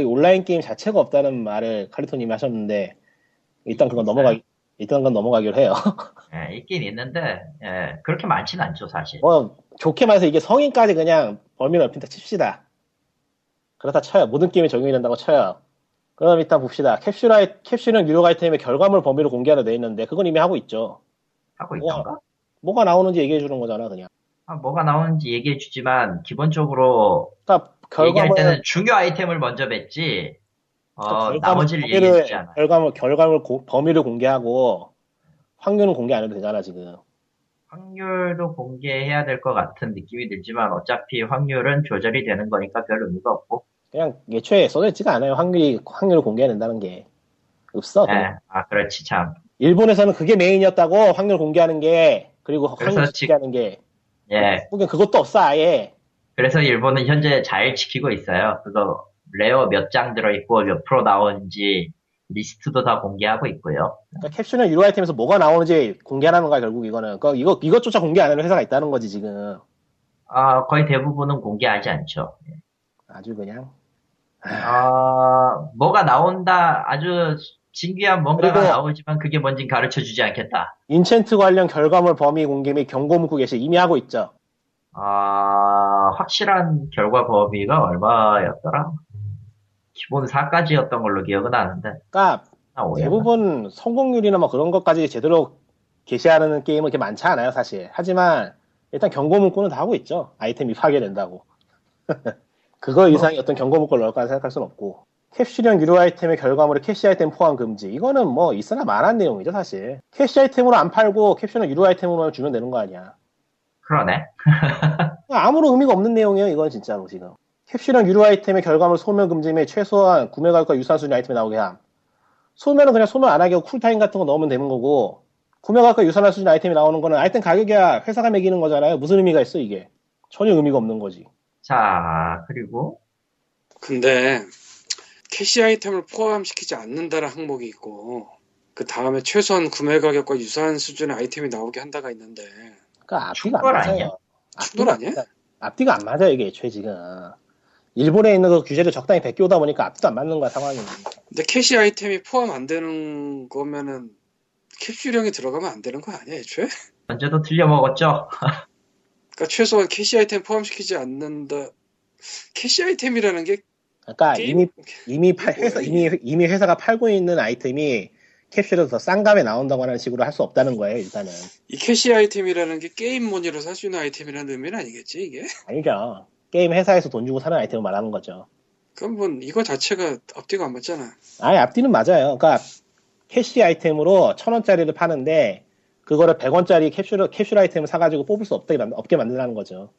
Speaker 3: 온라인 게임 자체가 없다는 말을 카리토님이 하셨는데 일단 그건 넘어가
Speaker 2: 네.
Speaker 3: 일단 그건 넘어가기로 해요.
Speaker 2: 예, 있긴 있는데 예, 그렇게 많진 않죠 사실.
Speaker 3: 뭐 좋게 말해서 이게 성인까지 그냥 범위 넓힌다 칩시다. 그렇다 쳐요. 모든 게임에 적용이 된다고 쳐요. 그럼 일단 봅시다. 캡슐 아이, 캡슐은 유료 아이템의 결과물 범위로 공개하려 돼 있는데 그건 이미 하고 있죠.
Speaker 2: 하고
Speaker 3: 뭐,
Speaker 2: 있던가?
Speaker 3: 뭐가 나오는지 얘기해 주는 거잖아 그냥.
Speaker 2: 아, 뭐가 나오는지 얘기해 주지만 기본적으로
Speaker 3: 그러니까
Speaker 2: 얘기할
Speaker 3: 결과물은
Speaker 2: 때는 중요 아이템을 먼저 맺지 어,
Speaker 3: 그러니까 결과물
Speaker 2: 나머지를
Speaker 3: 범위를-
Speaker 2: 얘기해 주지 않아.
Speaker 3: 결과물 결과물 고- 범위를 공개하고 확률은 공개 안 해도 되잖아 지금.
Speaker 2: 확률도 공개해야 될 것 같은 느낌이 들지만 어차피 확률은 조절이 되는 거니까 별 의미가 없고
Speaker 3: 그냥 예초에 써져있지가 않아요. 확률이 확률을 공개해낸다는 게 없어.
Speaker 2: 예, 아 그렇지 참
Speaker 3: 일본에서는 그게 메인이었다고 확률 공개하는 게 그리고
Speaker 2: 그래서
Speaker 3: 확률
Speaker 2: 지-
Speaker 3: 공개하는 게
Speaker 2: 예,
Speaker 3: 혹은 그것도 없어 아예.
Speaker 2: 그래서 일본은 현재 잘 지키고 있어요. 그거 레어 몇 장 들어있고 몇 프로 나오는지 리스트도 다 공개하고 있고요.
Speaker 3: 그러니까 캡슐이나 유료 아이템에서 뭐가 나오는지 공개하는 거야 결국 이거는. 그러니까 이거 이것조차 공개 안 하는 회사가 있다는 거지 지금.
Speaker 2: 아, 거의 대부분은 공개하지 않죠.
Speaker 3: 아주 그냥.
Speaker 2: 아, 뭐가 나온다 아주 신기한 뭔가가
Speaker 3: 그리고-
Speaker 2: 나오지만 그게 뭔진 가르쳐주지 않겠다.
Speaker 3: 인챈트 관련 결과물 범위 공개 및 경고 문구 게시 이미 하고 있죠.
Speaker 2: 아, 확실한 결과 범위가 얼마였더라? 기본 4까지였던 걸로 기억은 나는데.
Speaker 3: 그러니까
Speaker 2: 아, 오해가.
Speaker 3: 대부분 성공률이나 뭐 그런 것까지 제대로 게시하는 게임은 그렇게 많지 않아요, 사실. 하지만 일단 경고 문구는 다 하고 있죠. 아이템이 파괴된다고.
Speaker 2: 뭐.
Speaker 3: 그거 이상의 어떤 경고 문구를 넣을까 생각할 수는 없고. 캡슐형 유료 아이템의 결과물에 캐시 아이템 포함 금지. 이거는 뭐 있으나 말한 내용이죠, 사실. 캐시 아이템으로 안 팔고 캡슐형 유료 아이템으로 주면 되는 거 아니야.
Speaker 2: 그러네.
Speaker 3: 아무런 의미가 없는 내용이에요, 이건 진짜로 지금. 캡슐형 유료 아이템의 결과물 소멸 금지 및 최소한 구매 가격과 유사한 수준 아이템이 나오게 함. 소멸은 그냥 소멸 안 하게 하고 쿨타임 같은 거 넣으면 되는 거고, 구매 가격과 유사한 수준 아이템이 나오는 거는 아이템 가격이야 회사가 매기는 거잖아요. 무슨 의미가 있어, 이게? 전혀 의미가 없는 거지.
Speaker 2: 자, 그리고
Speaker 1: 근데 캐시 아이템을 포함시키지 않는다는 항목이 있고 그 다음에 최소한 구매 가격과 유사한 수준의 아이템이 나오게 한다가 있는데
Speaker 3: 그러니까 앞뒤가 안
Speaker 2: 충돌
Speaker 3: 맞아요.
Speaker 2: 아니야?
Speaker 1: 충돌 아니야?
Speaker 3: 앞뒤가- 앞뒤가 안 맞아요, 이게 애초에 지금. 일본에 있는 그 규제를 적당히 베껴오다 보니까 앞뒤도 안 맞는 거야, 상황이.
Speaker 1: 근데 캐시 아이템이 포함 안 되는 거면은 캡슐형이 들어가면 안 되는 거 아니야 애초에?
Speaker 2: 언제도 틀려 먹었죠?
Speaker 1: 그러니까 최소한 캐시 아이템 포함시키지 않는다. 캐시 아이템이라는 게
Speaker 3: 그러니까
Speaker 1: 게임-
Speaker 3: 이미 이미 팔- 회사 이미 이미 회사가 팔고 있는 아이템이 캡슐에서 더 싼 값에 나온다고 하는 식으로 할 수 없다는 거예요 일단은
Speaker 1: 이 캐시 아이템이라는 게 게임 머니로 살 수 있는 아이템이라는 의미는 아니겠지 이게?
Speaker 3: 아니죠 게임 회사에서 돈 주고 사는 아이템을 말하는 거죠
Speaker 1: 그럼 뭐 이거 자체가 앞뒤가 안 맞잖아.
Speaker 3: 아예 앞뒤는 맞아요 그러니까 캐시 아이템으로 천 원짜리를 파는데 그거를 백 원짜리 캡슐 캡슐 아이템을 사가지고 뽑을 수 없게 만- 없게 만들라는 거죠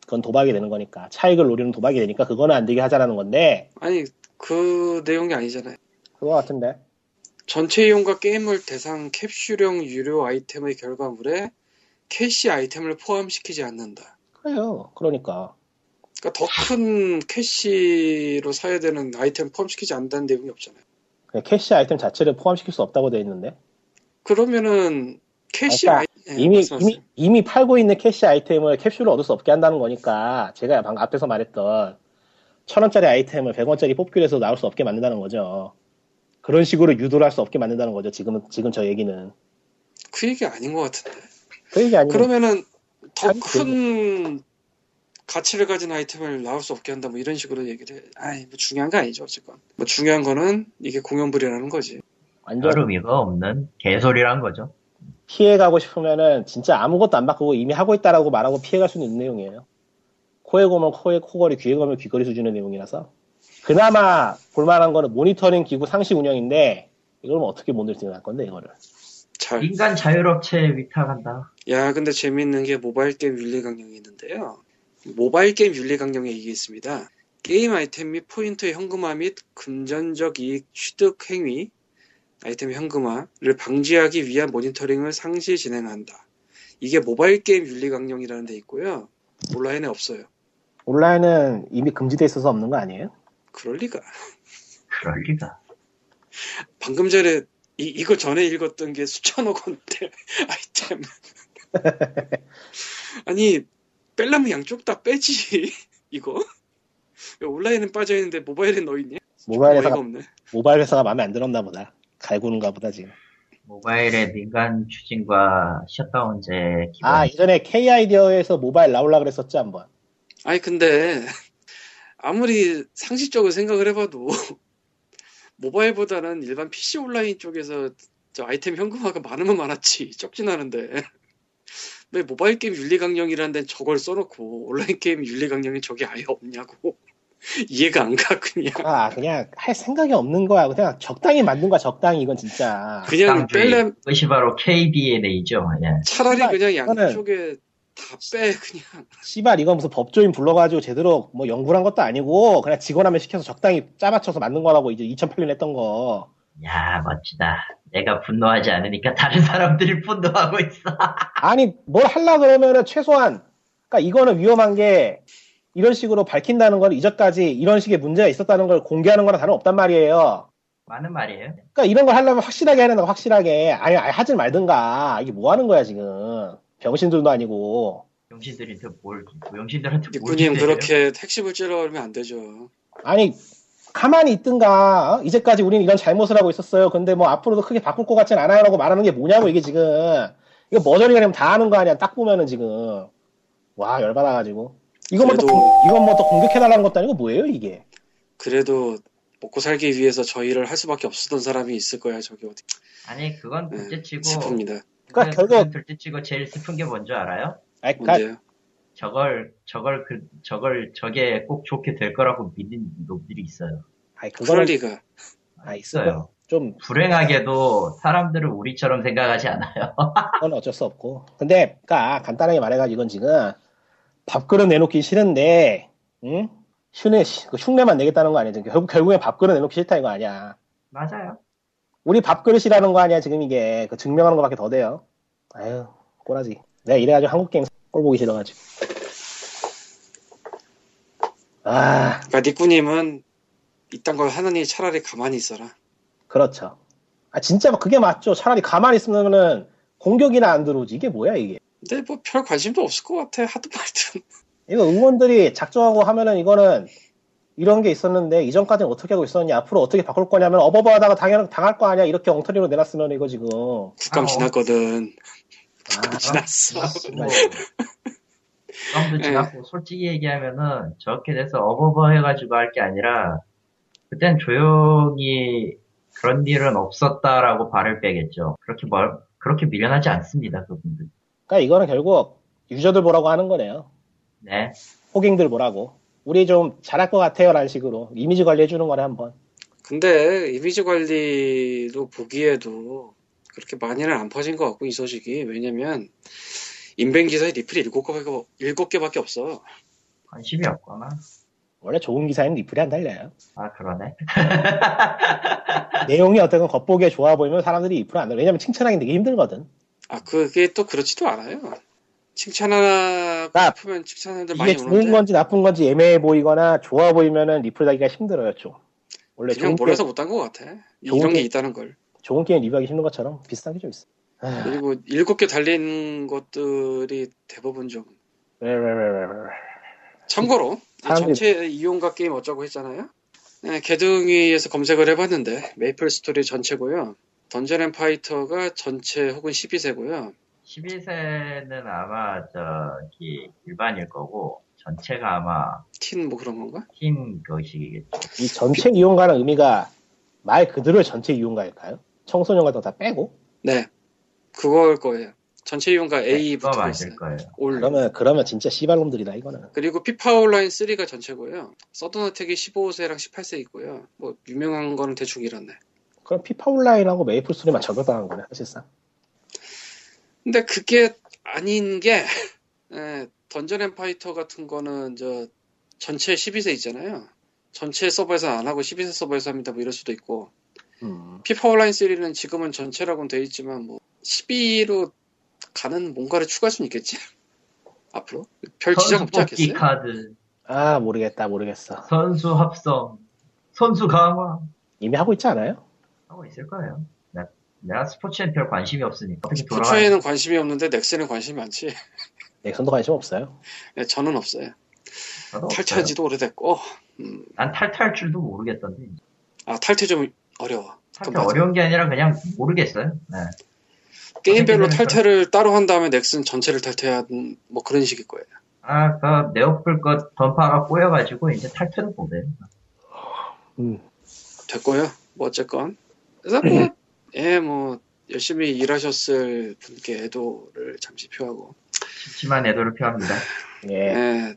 Speaker 3: 그건 도박이 되는 거니까 차익을 노리는 도박이 되니까 그거는 안 되게 하자라는 건데
Speaker 1: 아니 그 내용이 아니잖아. 요
Speaker 3: 그거 같은데
Speaker 1: 전체 이용과 게임을 대상 캡슐형 유료 아이템의 결과물에 캐시 아이템을 포함시키지 않는다.
Speaker 3: 그래요 그러니까
Speaker 1: 그러니까 더 큰 캐시로 사야 되는 아이템 포함시키지 않는다는 내용이 없잖아요.
Speaker 3: 그냥 캐시 아이템 자체를 포함시킬 수 없다고 돼 있는데
Speaker 1: 그러면은 캐시
Speaker 3: 아,
Speaker 1: 아이 예,
Speaker 3: 이미,
Speaker 1: 말씀하세요.
Speaker 3: 이미, 이미 팔고 있는 캐시 아이템을 캡슐로 얻을 수 없게 한다는 거니까, 제가 방금 앞에서 말했던, 천 원짜리 아이템을 백 원짜리 뽑기로 해서 나올 수 없게 만든다는 거죠. 그런 식으로 유도를 할 수 없게 만든다는 거죠. 지금, 지금 저 얘기는.
Speaker 1: 그 얘기 아닌 것 같은데.
Speaker 3: 그 얘기 아니면,
Speaker 1: 그러면은
Speaker 3: 아니, 뭐
Speaker 1: 더 큰 가치를 가진 아이템을 나올 수 없게 한다 뭐 이런 식으로 얘기를 해. 아이 뭐 중요한 거 아니죠 어쨌건. 뭐 중요한 거는 이게 공연불이라는 거지.
Speaker 3: 완전
Speaker 2: 별 의미가 없는 개소리란 거죠.
Speaker 3: 피해가고 싶으면은, 진짜 아무것도 안 바꾸고 이미 하고 있다라고 말하고 피해갈 수는 있는 내용이에요. 코에 고면 코에 코걸이, 귀에 고면 귀걸이 수준의 내용이라서. 그나마 볼만한 거는 모니터링 기구 상시 운영인데, 이걸 뭐 어떻게 모니터링 할 건데, 이거를.
Speaker 1: 잘
Speaker 2: 인간 자율업체에 위탁한다.
Speaker 1: 야, 근데 재미있는 게 모바일 게임 윤리 강령이 있는데요. 모바일 게임 윤리 강령에 이게 있습니다. 게임 아이템 및 포인트의 현금화 및 금전적 이익 취득 행위 아이템 현금화를 방지하기 위한 모니터링을 상시 진행한다. 이게 모바일 게임 윤리 강령이라는 데 있고요. 온라인에 없어요.
Speaker 3: 온라인은 이미 금지돼 있어서 없는 거 아니에요?
Speaker 1: 그럴 리가.
Speaker 2: 그럴 리가.
Speaker 1: 방금 전에 이, 이거 전에 읽었던 게 수천억 원대 아이템. 아니 뺄라면 양쪽 다 빼지 이거. 왜 온라인은 빠져 있는데 모바일에 넣어 있냐?
Speaker 3: 모바일 회사가,
Speaker 1: 뭐, 어이가 없네.
Speaker 3: 모바일 회사가 마음에 안 들었나 보다. 갈구는가 보다, 지금.
Speaker 2: 모바일의 민간 추진과 셧다운제 기본.
Speaker 3: 아, 이전에 K-아이디어에서 모바일 나올라 그랬었지, 한번.
Speaker 1: 아니 근데 아무리 상식적으로 생각을 해봐도 모바일보다는 일반 PC 온라인 쪽에서 저 아이템 현금화가 많으면 많았지 적진 않은데 왜 모바일 게임 윤리 강령이라는 데는 저걸 써놓고 온라인 게임 윤리 강령이 저게 아예 없냐고 이해가 안 가 그냥
Speaker 3: 아, 그냥 할 생각이 없는 거야. 그냥 적당히 만든 거야, 적당히, 이건 진짜.
Speaker 1: 그냥
Speaker 2: 쌍주의.
Speaker 1: 뺄래
Speaker 2: 그것이 바로 KDNA죠. 예.
Speaker 1: 차라리 그냥
Speaker 3: 이거는-
Speaker 1: 양쪽에 다 빼 그냥
Speaker 3: 씨발, 이건 무슨 법조인 불러가지고 제대로 뭐 연구를 한 것도 아니고, 그냥 직원 하면 시켜서 적당히 짜맞춰서 만든 거라고 이제 2008년 했던 거.
Speaker 2: 야 멋지다. 내가 분노하지 않으니까 다른 사람들이 분노하고 있어.
Speaker 3: 아니, 뭘 하려 그러면은 최소한, 그니까 이거는 위험한 게, 이런 식으로 밝힌다는 건 이전까지 이런 식의 문제가 있었다는 걸 공개하는 거랑 다름없단 말이에요.
Speaker 2: 많은 말이에요.
Speaker 3: 그러니까 이런 걸 하려면 확실하게 해야 된다 확실하게 아니, 아니 하지 말든가 이게 뭐 하는 거야 지금 병신들도 아니고
Speaker 2: 영신들한테 뭘, 영신들한테 뭘.
Speaker 1: 니꾸님
Speaker 2: 기대해요?
Speaker 1: 그렇게 택시불 찔러버리면 안 되죠
Speaker 3: 아니 가만히 있든가 어? 이제까지 우리는 이런 잘못을 하고 있었어요 근데 뭐 앞으로도 크게 바꿀 것 같진 않아요라고 말하는 게 뭐냐고 이게 지금 이거 뭐 머저리가 되면 다 하는 거 아니야 딱 보면은 지금 와 열받아가지고 이건 뭐또
Speaker 1: 그래도-
Speaker 3: 이건 뭐 또 공격해달라는 것도 아니고 뭐예요 이게
Speaker 1: 그래도 먹고 살기 위해서 저 일을 할 수밖에 없었던 사람이 있을 거야 저기 어디
Speaker 2: 아니 그건
Speaker 1: 네,
Speaker 2: 둘째치고.
Speaker 1: 슬픕니다
Speaker 3: 그러니까 결국-
Speaker 2: 그건 둘째치고 제일 슬픈 게 뭔지 알아요?
Speaker 3: 아이, 그러니까
Speaker 1: 뭔데요
Speaker 2: 저걸 저걸 그 저걸 저게 꼭 좋게 될 거라고 믿는 놈들이 있어요.
Speaker 3: 아이,
Speaker 1: 그럴
Speaker 3: 그거는
Speaker 1: 리가
Speaker 3: 아,
Speaker 2: 있어요.
Speaker 3: 좀
Speaker 2: 불행하게도 사람들은 우리처럼 생각하지 않아요.
Speaker 3: 그건 어쩔 수 없고. 근데, 그니까, 간단하게 말해가지고 이건 지금 밥그릇 내놓기 싫은데, 응? 흉내, 그 흉내만 내겠다는 거 아니야. 지금 결국, 결국에 밥그릇 내놓기 싫다 이거 아니야.
Speaker 2: 맞아요.
Speaker 3: 우리 밥그릇이라는 거 아니야, 지금 이게. 그 증명하는 거밖에 더 돼요. 아유, 꼬라지. 내가 이래가지고 한국게임 꼴보기 싫어가지고. 아,
Speaker 1: 그러니까 니꾸님은 이딴 걸 하느니 차라리 가만히 있어라.
Speaker 3: 그렇죠. 아, 진짜 막 그게 맞죠. 차라리 가만히 있으면은 공격이나 안 들어오지. 이게 뭐야, 이게.
Speaker 1: 근데 뭐 별 관심도 없을 것 같아. 하도 말든.
Speaker 3: 이거 응원들이 작정하고 하면은 이거는 이런 게 있었는데 이전까지는 어떻게 하고 있었냐 앞으로 어떻게 바꿀 거냐면 어버버 하다가 당연, 당할 거 아니야 이렇게 엉터리로 내놨으면 이거 지금
Speaker 1: 국감
Speaker 2: 아,
Speaker 1: 지났거든.
Speaker 3: 아,
Speaker 1: 지났어.
Speaker 2: 뭐, 그럼도 지났고 솔직히 얘기하면은 저렇게 돼서 어버버 해가지고 할 게 아니라 그땐 조용히 그런 일은 없었다라고 발을 빼겠죠. 그렇게 멀 그렇게 미련하지 않습니다 그분들.
Speaker 3: 그러니까 이거는 결국 유저들 보라고 하는 거네요
Speaker 2: 네.
Speaker 3: 호갱들 보라고 우리 좀 잘할 것 같아요 라는 식으로 이미지 관리해 주는 거네 한번
Speaker 1: 근데 이미지 관리도 보기에도 그렇게 많이는 안 퍼진 것 같고 이 소식이 왜냐면 인벤 기사에 리플이 일곱 개밖에 일곱 개밖에 없어.
Speaker 2: 관심이 없거나
Speaker 3: 원래 좋은 기사에는 리플이 안 달려요
Speaker 2: 아 그러네
Speaker 3: 내용이 어떻든 겉보기에 좋아 보이면 사람들이 리플 안 달려 왜냐면 칭찬하기 되게 힘들거든
Speaker 1: 아 그게 또 그렇지도 않아요. 칭찬하고
Speaker 3: 아,
Speaker 1: 싶으면 칭찬하는데 많이
Speaker 3: 이게 좋은
Speaker 1: 오는데
Speaker 3: 건지 나쁜 건지 애매해 보이거나 좋아 보이면은 리플 달기가 힘들어요 좀 원래
Speaker 1: 그냥
Speaker 3: 좋은
Speaker 1: 몰라서 못한 것 같아.
Speaker 3: 좋은
Speaker 1: 이런 게
Speaker 3: 게-
Speaker 1: 있다는 걸.
Speaker 3: 좋은 게임 리뷰하기 힘든 것처럼 비슷한 게 좀 있어. 아,
Speaker 1: 그리고 일곱 개 달린 것들이 대부분 좀
Speaker 3: 왜, 왜, 왜, 왜, 왜.
Speaker 1: 참고로 이
Speaker 3: 사람들이-
Speaker 1: 전체 이용가 게임 어쩌고 했잖아요. 네, 개등위에서 검색을 해봤는데 메이플 스토리 전체고요. 던전 앤 파이터가 전체 혹은 12세고요.
Speaker 2: 11세는 아마 저기 일반일 거고 전체가 아마
Speaker 1: 틴 뭐 그런 건가?
Speaker 2: 팀 거식이겠죠.
Speaker 3: 이 전체 이용가는 의미가 말 그대로 전체 이용가일까요? 청소년 같은 거 다 빼고?
Speaker 1: 네, 그걸 거예요. 전체 이용가
Speaker 2: 네, 그거
Speaker 1: A부터
Speaker 2: 맞을
Speaker 1: 있어요.
Speaker 2: 거예요.
Speaker 1: 올
Speaker 3: 그러면, 그러면 진짜 씨발놈들이다, 이거는.
Speaker 1: 그리고 피파 온라인 3가 전체고요. 서든어택이 15세랑 18세 있고요. 뭐 유명한 거는 대충 이렇네.
Speaker 3: 그럼 피파 온라인하고 메이플 스토리만 저격당한 거네, 사실상.
Speaker 1: 근데 그게 아닌 게 예, 던전 앤 파이터 같은 거는 저 전체 12세 있잖아요. 전체 서버에서 안 하고 12세 서버에서 합니다. 뭐 이럴 수도 있고
Speaker 3: 음.
Speaker 1: 피파 온라인 3는 지금은 전체라고는 돼 있지만 뭐 12로 가는 뭔가를 추가할 수는 있겠지? 앞으로? 별 지장
Speaker 2: 선수
Speaker 1: 없지
Speaker 2: 뽑기
Speaker 1: 않겠어요?
Speaker 2: 카드,
Speaker 3: 아 모르겠다 모르겠어.
Speaker 2: 선수 합성, 선수 강화
Speaker 3: 이미 하고 있지 않아요?
Speaker 2: 하고 있을 거예요. 나, 내가 스포츠엔 별 관심이 없으니까 어떻게 돌아가.
Speaker 1: 푸처에는 관심이 없는데 넥슨에 관심이 많지.
Speaker 3: 넥슨도 관심 없어요.
Speaker 1: 네, 저는 없어요. 탈퇴한지도 오래됐고, 음,
Speaker 2: 난 탈퇴할 줄도 모르겠던데.
Speaker 1: 아 탈퇴 좀 어려워.
Speaker 2: 탈퇴
Speaker 1: 그건 맞아.
Speaker 2: 어려운 게 아니라 그냥 모르겠어요. 네.
Speaker 1: 게임별로
Speaker 2: 어떻게 되는
Speaker 1: 탈퇴를 따로 한 다음에 넥슨 전체를 탈퇴한 뭐 그런 식일 거예요.
Speaker 2: 아, 그 네오플 것 전파가 꼬여가지고 이제 탈퇴를 못해.
Speaker 3: 음.
Speaker 1: 됐고요. 뭐 어쨌건 그래서 뭐, 예, 뭐 열심히 일하셨을 분께 애도를 잠시 표하고
Speaker 2: 그렇지만 애도를 표합니다.
Speaker 3: 예.
Speaker 1: 예,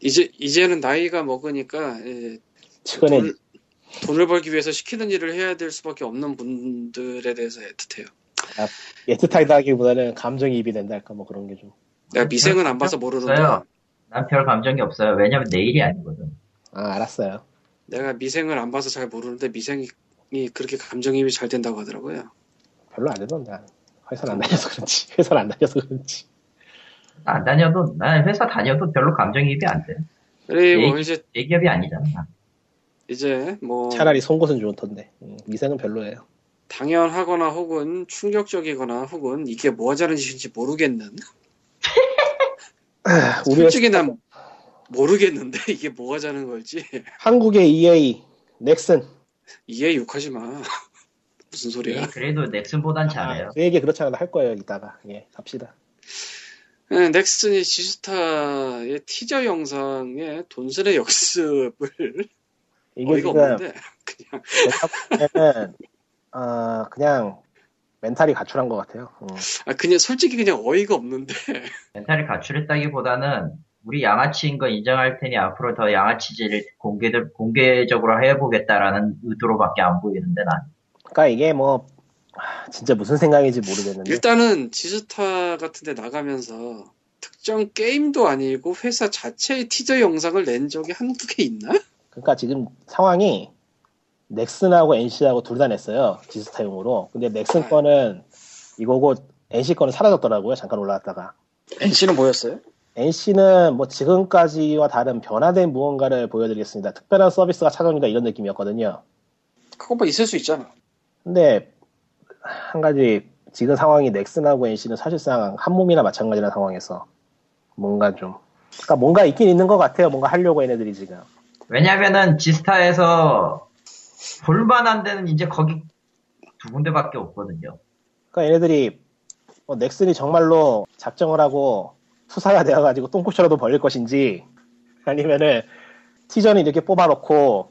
Speaker 1: 이제 이제는 나이가 먹으니까 예,
Speaker 3: 최근에
Speaker 1: 돈- 돈을 벌기 위해서 시키는 일을 해야 될 수밖에 없는 분들에 대해서 애틋해요.
Speaker 3: 예트타이다기보다는 감정이입이 된다 할까 뭐 그런 게 좀.
Speaker 1: 내가 미생은 안 봐서
Speaker 3: 그렇죠.
Speaker 1: 모르는데
Speaker 2: 없어요. 난 별 감정이 없어요. 왜냐면 내일이 아니거든.
Speaker 3: 아 알았어요.
Speaker 1: 내가 미생을 안 봐서 잘 모르는데 미생이 그렇게 감정입이 잘 된다고 하더라고요.
Speaker 3: 별로 안 되던데. 회사 안 다녀서 그런지 회사 안 다녀서 그런지.
Speaker 2: 나안 다녀도, 난 회사 다녀도 별로 감정이입이 안 돼.
Speaker 1: 그리고
Speaker 2: 에이.
Speaker 1: 이제
Speaker 2: 내 기업이 아니잖아.
Speaker 1: 이제 뭐
Speaker 3: 예. 차라리 송곳은 좋던데. 음, 미생은 별로예요.
Speaker 1: 당연하거나 혹은 충격적이거나 혹은 이게 뭐 하자는 짓인지 모르겠는 아,
Speaker 3: 우리
Speaker 1: 솔직히 난뭐 모르겠는데 이게 뭐 하자는 걸지
Speaker 3: 한국의 EA 넥슨.
Speaker 1: 이해 욕하지 마 무슨
Speaker 2: 예,
Speaker 1: 소리야
Speaker 2: 그래도 넥슨보단 잘해요.
Speaker 3: 아, 그 얘기 그렇지 않아도 할 거예요 이따가. 예 갑시다.
Speaker 1: 네, 넥슨이 지스타의 티저 영상에 돈슬의 역습을
Speaker 3: 이게
Speaker 1: 어이가
Speaker 3: 지금
Speaker 1: 없는데 그냥
Speaker 3: 멘탈은 아 그냥 멘탈이 가출한 것 같아요. 음.
Speaker 1: 아, 그냥 솔직히 그냥 어이가 없는데
Speaker 2: 멘탈을 가출했다기보다는 우리 양아치인 건 인정할 테니 앞으로 더 양아치질을 공개들, 공개적으로 해보겠다라는 의도로밖에 안 보이는데 난.
Speaker 3: 그러니까 이게 뭐 아, 진짜 무슨 생각인지 모르겠는데.
Speaker 1: 일단은 지스타 같은 데 나가면서 특정 게임도 아니고 회사 자체의 티저 영상을 낸 적이 한두 개 있나?
Speaker 3: 그러니까 지금 상황이 넥슨하고 NC하고 둘 다 냈어요. 디지타용으로. 근데 넥슨
Speaker 1: 아.
Speaker 3: 거는 이거고 NC 거는 사라졌더라고요. 잠깐 올라왔다가.
Speaker 1: NC는 뭐였어요?
Speaker 3: NC는 뭐 지금까지와 다른 변화된 무언가를 보여드리겠습니다. 특별한 서비스가 찾아옵니다. 이런 느낌이었거든요.
Speaker 1: 그것만 뭐 있을 수 있잖아
Speaker 3: 근데 한 가지 지금 상황이 넥슨하고 NC는 사실상 한 몸이나 마찬가지라는 상황에서 뭔가 좀 그러니까 뭔가 있긴 있는 것 같아요. 뭔가 하려고 얘네들이 지금.
Speaker 2: 왜냐면은 지스타에서 볼만한 데는 이제 거기 두 군데밖에 없거든요.
Speaker 3: 그러니까 얘네들이 뭐 넥슨이 정말로 작정을 하고 투사가 되어가지고 똥꼬치라도 벌릴 것인지 아니면은 티저는 이렇게 뽑아놓고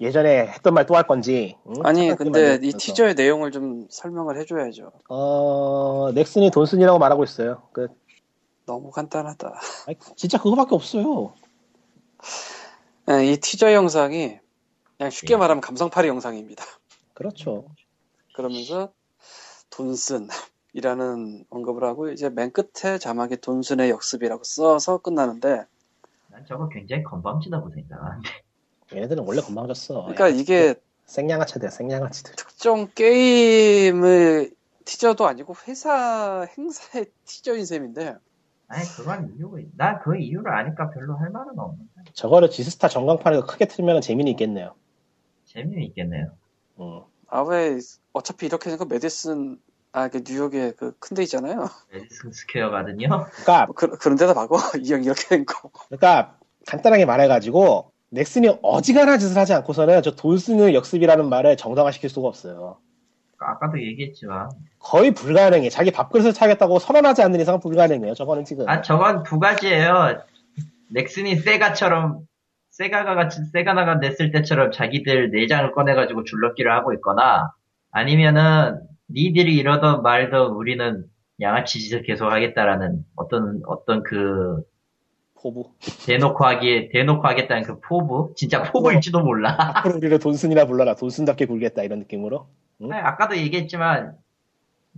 Speaker 3: 예전에 했던 말 또 할 건지 응?
Speaker 4: 아니
Speaker 3: 뭐 착각이
Speaker 4: 근데 이
Speaker 3: 만들어서.
Speaker 4: 티저의 내용을 좀 설명을 해줘야죠.
Speaker 3: 어 넥슨이 돈순이라고 말하고 있어요 그
Speaker 4: 너무 간단하다.
Speaker 3: 아니, 진짜 그거밖에 없어요
Speaker 4: 네, 이 티저 영상이 그냥 쉽게
Speaker 2: 예.
Speaker 4: 말하면 감성팔이 영상입니다.
Speaker 3: 그렇죠
Speaker 4: 그러면서 돈슨이라는 언급을 하고 이제 맨 끝에 자막에 돈슨의 역습이라고 써서 끝나는데
Speaker 2: 난 저거 굉장히 건방지다고 생각하는데.
Speaker 3: 얘네들은 원래 건방졌어 예,
Speaker 4: 그러니까 이게
Speaker 3: 생양아치들 생양아치들
Speaker 4: 특정 게임의 티저도 아니고 회사 행사의 티저인 셈인데
Speaker 2: 아니, 그건 이유가, 난 그 이유를 아니까 별로 할 말은 없는데.
Speaker 3: 저거를 지스타 전광판에서 크게 틀면 재미는 있겠네요
Speaker 2: 재미는 있겠네요.
Speaker 3: 음.
Speaker 4: 아 왜 어차피 이렇게 되니까 메디슨 아, 그 뉴욕에 그 큰 데 있잖아요.
Speaker 2: 메디슨 스퀘어가든요.
Speaker 3: 그러니까
Speaker 4: 뭐 그, 그런 데다 박어. 이형 이렇게 된 거.
Speaker 3: 그러니까 간단하게 말해가지고 넥슨이 어지간한 짓을 하지 않고서는 저 돈 쓰는 역습이라는 말을 정당화시킬 수가 없어요.
Speaker 2: 아까도 얘기했지만.
Speaker 3: 거의 불가능해. 자기 밥그릇을 차겠다고 선언하지 않는 이상 불가능해요. 저거는 지금.
Speaker 2: 아, 저건 두 가지예요. 넥슨이 세가처럼, 세가가 같이, 세가나가 냈을 때처럼 자기들 내장을 꺼내가지고 줄넘기를 하고 있거나, 아니면은, 니들이 이러던 말던 우리는 양아치 짓을 계속 하겠다라는 어떤, 어떤 그,
Speaker 3: 포부.
Speaker 2: 대놓고 하기, 대놓고 하겠다는 그 포부? 진짜 포부일지도 몰라.
Speaker 3: 앞으로 우리를 돈순이라 불러라. 돈순답게 굴겠다. 이런 느낌으로. 응?
Speaker 2: 네, 아니, 아까도 얘기했지만,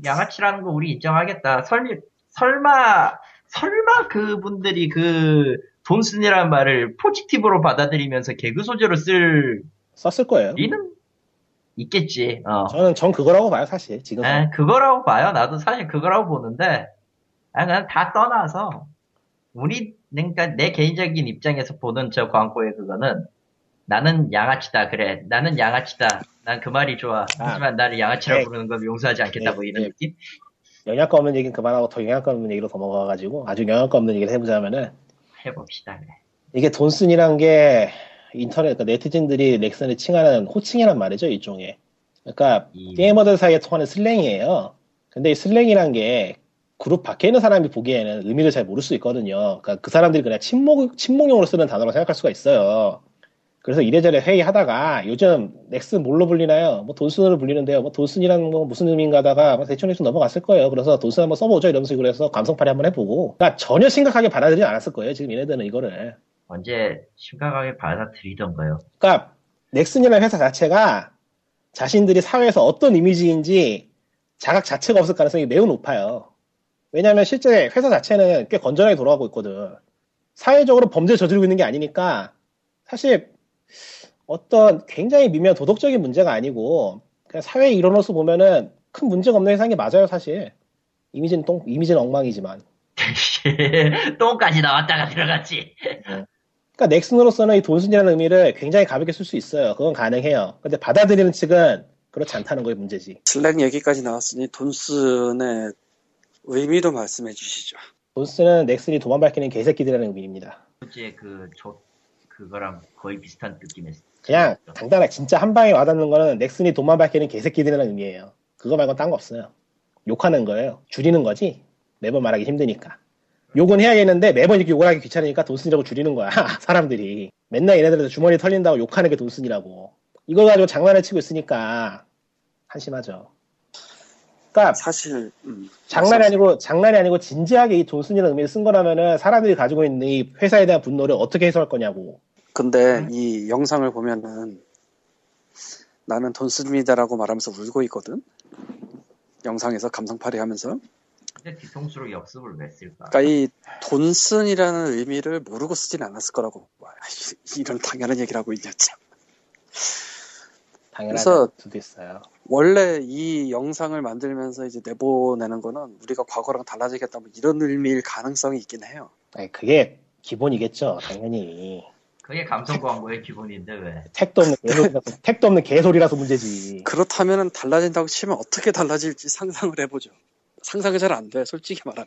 Speaker 2: 양아치라는 거 우리 인정하겠다. 설, 설마, 설마 그분들이 그, 돈순이라는 말을 포지티브로 받아들이면서 개그 소재로 쓸
Speaker 3: 썼을 거예요.
Speaker 2: 리는 있겠지. 어.
Speaker 3: 저는 전 그거라고 봐요, 사실. 지금.
Speaker 2: 아, 에, 그거라고 봐요. 나도 사실 그거라고 보는데, 아니, 그냥 다 떠나서, 우리, 그러니까 내 개인적인 입장에서 보는 저 광고의 그거는, 나는 양아치다, 그래. 나는 양아치다. 난 그 말이 좋아. 하지만 나를 양아치라
Speaker 3: 네.
Speaker 2: 고 부르는 건 용서하지 않겠다, 뭐 이런
Speaker 3: 네.
Speaker 2: 느낌?
Speaker 3: 영양가 없는 얘기는 그만하고 더 영양가 없는 얘기로 넘어가가지고 아주 영양가 없는 얘기를 해보자면은
Speaker 2: 해봅시다. 그래.
Speaker 3: 이게 돈슨이란 게 인터넷, 그러니까 네티즌들이 넥슨을 칭하는 호칭이란 말이죠, 일종의. 그러니까
Speaker 2: 이-
Speaker 3: 게이머들 사이에 통하는 슬랭이에요. 근데 이 슬랭이란 게 그룹 밖에 있는 사람이 보기에는 의미를 잘 모를 수 있거든요. 그러니까 그 사람들이 그냥 친목, 친목용으로 쓰는 단어라고 생각할 수가 있어요. 그래서 이래저래 회의하다가 요즘 넥슨 뭘로 불리나요? 뭐 돈순으로 불리는데요. 뭐 돈순이란 뭐 무슨 의미인가 하다가 뭐 대충 대충 넘어갔을 거예요. 그래서 돈순 한번 써보죠. 이러면서 그래서 감성팔이 한번 해보고. 그러니까 전혀 심각하게 받아들이지 않았을 거예요. 지금 얘네들은 이거를.
Speaker 2: 언제 심각하게 받아들이던가요?
Speaker 3: 그러니까 넥슨이라는 회사 자체가 자신들이 사회에서 어떤 이미지인지 자각 자체가 없을 가능성이 매우 높아요. 왜냐하면 실제 회사 자체는 꽤 건전하게 돌아가고 있거든. 사회적으로 범죄 저지르고 있는 게 아니니까 사실 어떤 굉장히 미묘한 도덕적인 문제가 아니고 그냥 사회 이론으로서 보면은 큰 문제가 없는 회사인 게 맞아요 사실. 이미지는 똥, 이미지는 엉망이지만.
Speaker 2: 똥까지 나왔다가 들어갔지.
Speaker 3: 그러니까 넥슨으로서는 이 돈순이라는 의미를 굉장히 가볍게 쓸 수 있어요. 그건 가능해요. 근데 받아들이는 측은 그렇지 않다는 거의 문제지.
Speaker 1: 슬랭 얘기까지 나왔으니 돈슨의 의미도 말씀해 주시죠.
Speaker 3: 돈슨은 넥슨이 도만 밝히는 개새끼들이라는 의미입니다.
Speaker 2: 어제 그, 저, 그거랑 거의 비슷한 느낌이었어.
Speaker 3: 그냥
Speaker 2: 그렇죠.
Speaker 3: 당당하게 진짜 한 방에 와닿는 거는 넥슨이 도만 밝히는 개새끼들이라는 의미예요. 그거 말고 딴 거 없어요. 욕하는 거예요. 줄이는 거지. 매번 말하기 힘드니까. 욕은 해야겠는데 매번 이렇게 욕을 하기 귀찮으니까 돈슨이라고 줄이는 거야. 사람들이. 맨날 얘네들한테 주머니 털린다고 욕하는 게 돈슨이라고. 이걸 가지고 장난을 치고 있으니까 한심하죠. 그러니까
Speaker 1: 사실 음,
Speaker 3: 장난이 아니고 장난이 아니고 진지하게 이 돈순이라는 의미를 쓴 거라면은 사람들이 가지고 있는 이 회사에 대한 분노를 어떻게 해소할 거냐고. 음.
Speaker 1: 근데 이 영상을 보면은 나는 돈쓴입니다라고 말하면서 울고 있거든. 영상에서 감성팔이 하면서.
Speaker 2: 근데 뒤통수로 역습을 왜 쓸까?
Speaker 1: 그러니까 이 돈쓴이라는 의미를 모르고 쓰진 않았을 거라고 봐요. 이런 당연한 얘기를 하고 있냐 참.
Speaker 3: 당연할
Speaker 1: 그래서-
Speaker 3: 수도 있어요.
Speaker 1: 원래 이 영상을 만들면서 이제 내보내는 거는 우리가 과거랑 달라지겠다 뭐 이런 의미일 가능성이 있긴 해요.
Speaker 3: 아니 그게 기본이겠죠, 당연히.
Speaker 2: 그게 감성 광고의 기본인데 왜?
Speaker 3: 택도 없는 개소리라서, 택도 없는 개소리라서 문제지.
Speaker 1: 그렇다면은 달라진다고 치면 어떻게 달라질지 상상을 해보죠. 상상이 잘 안 돼, 솔직히 말하면.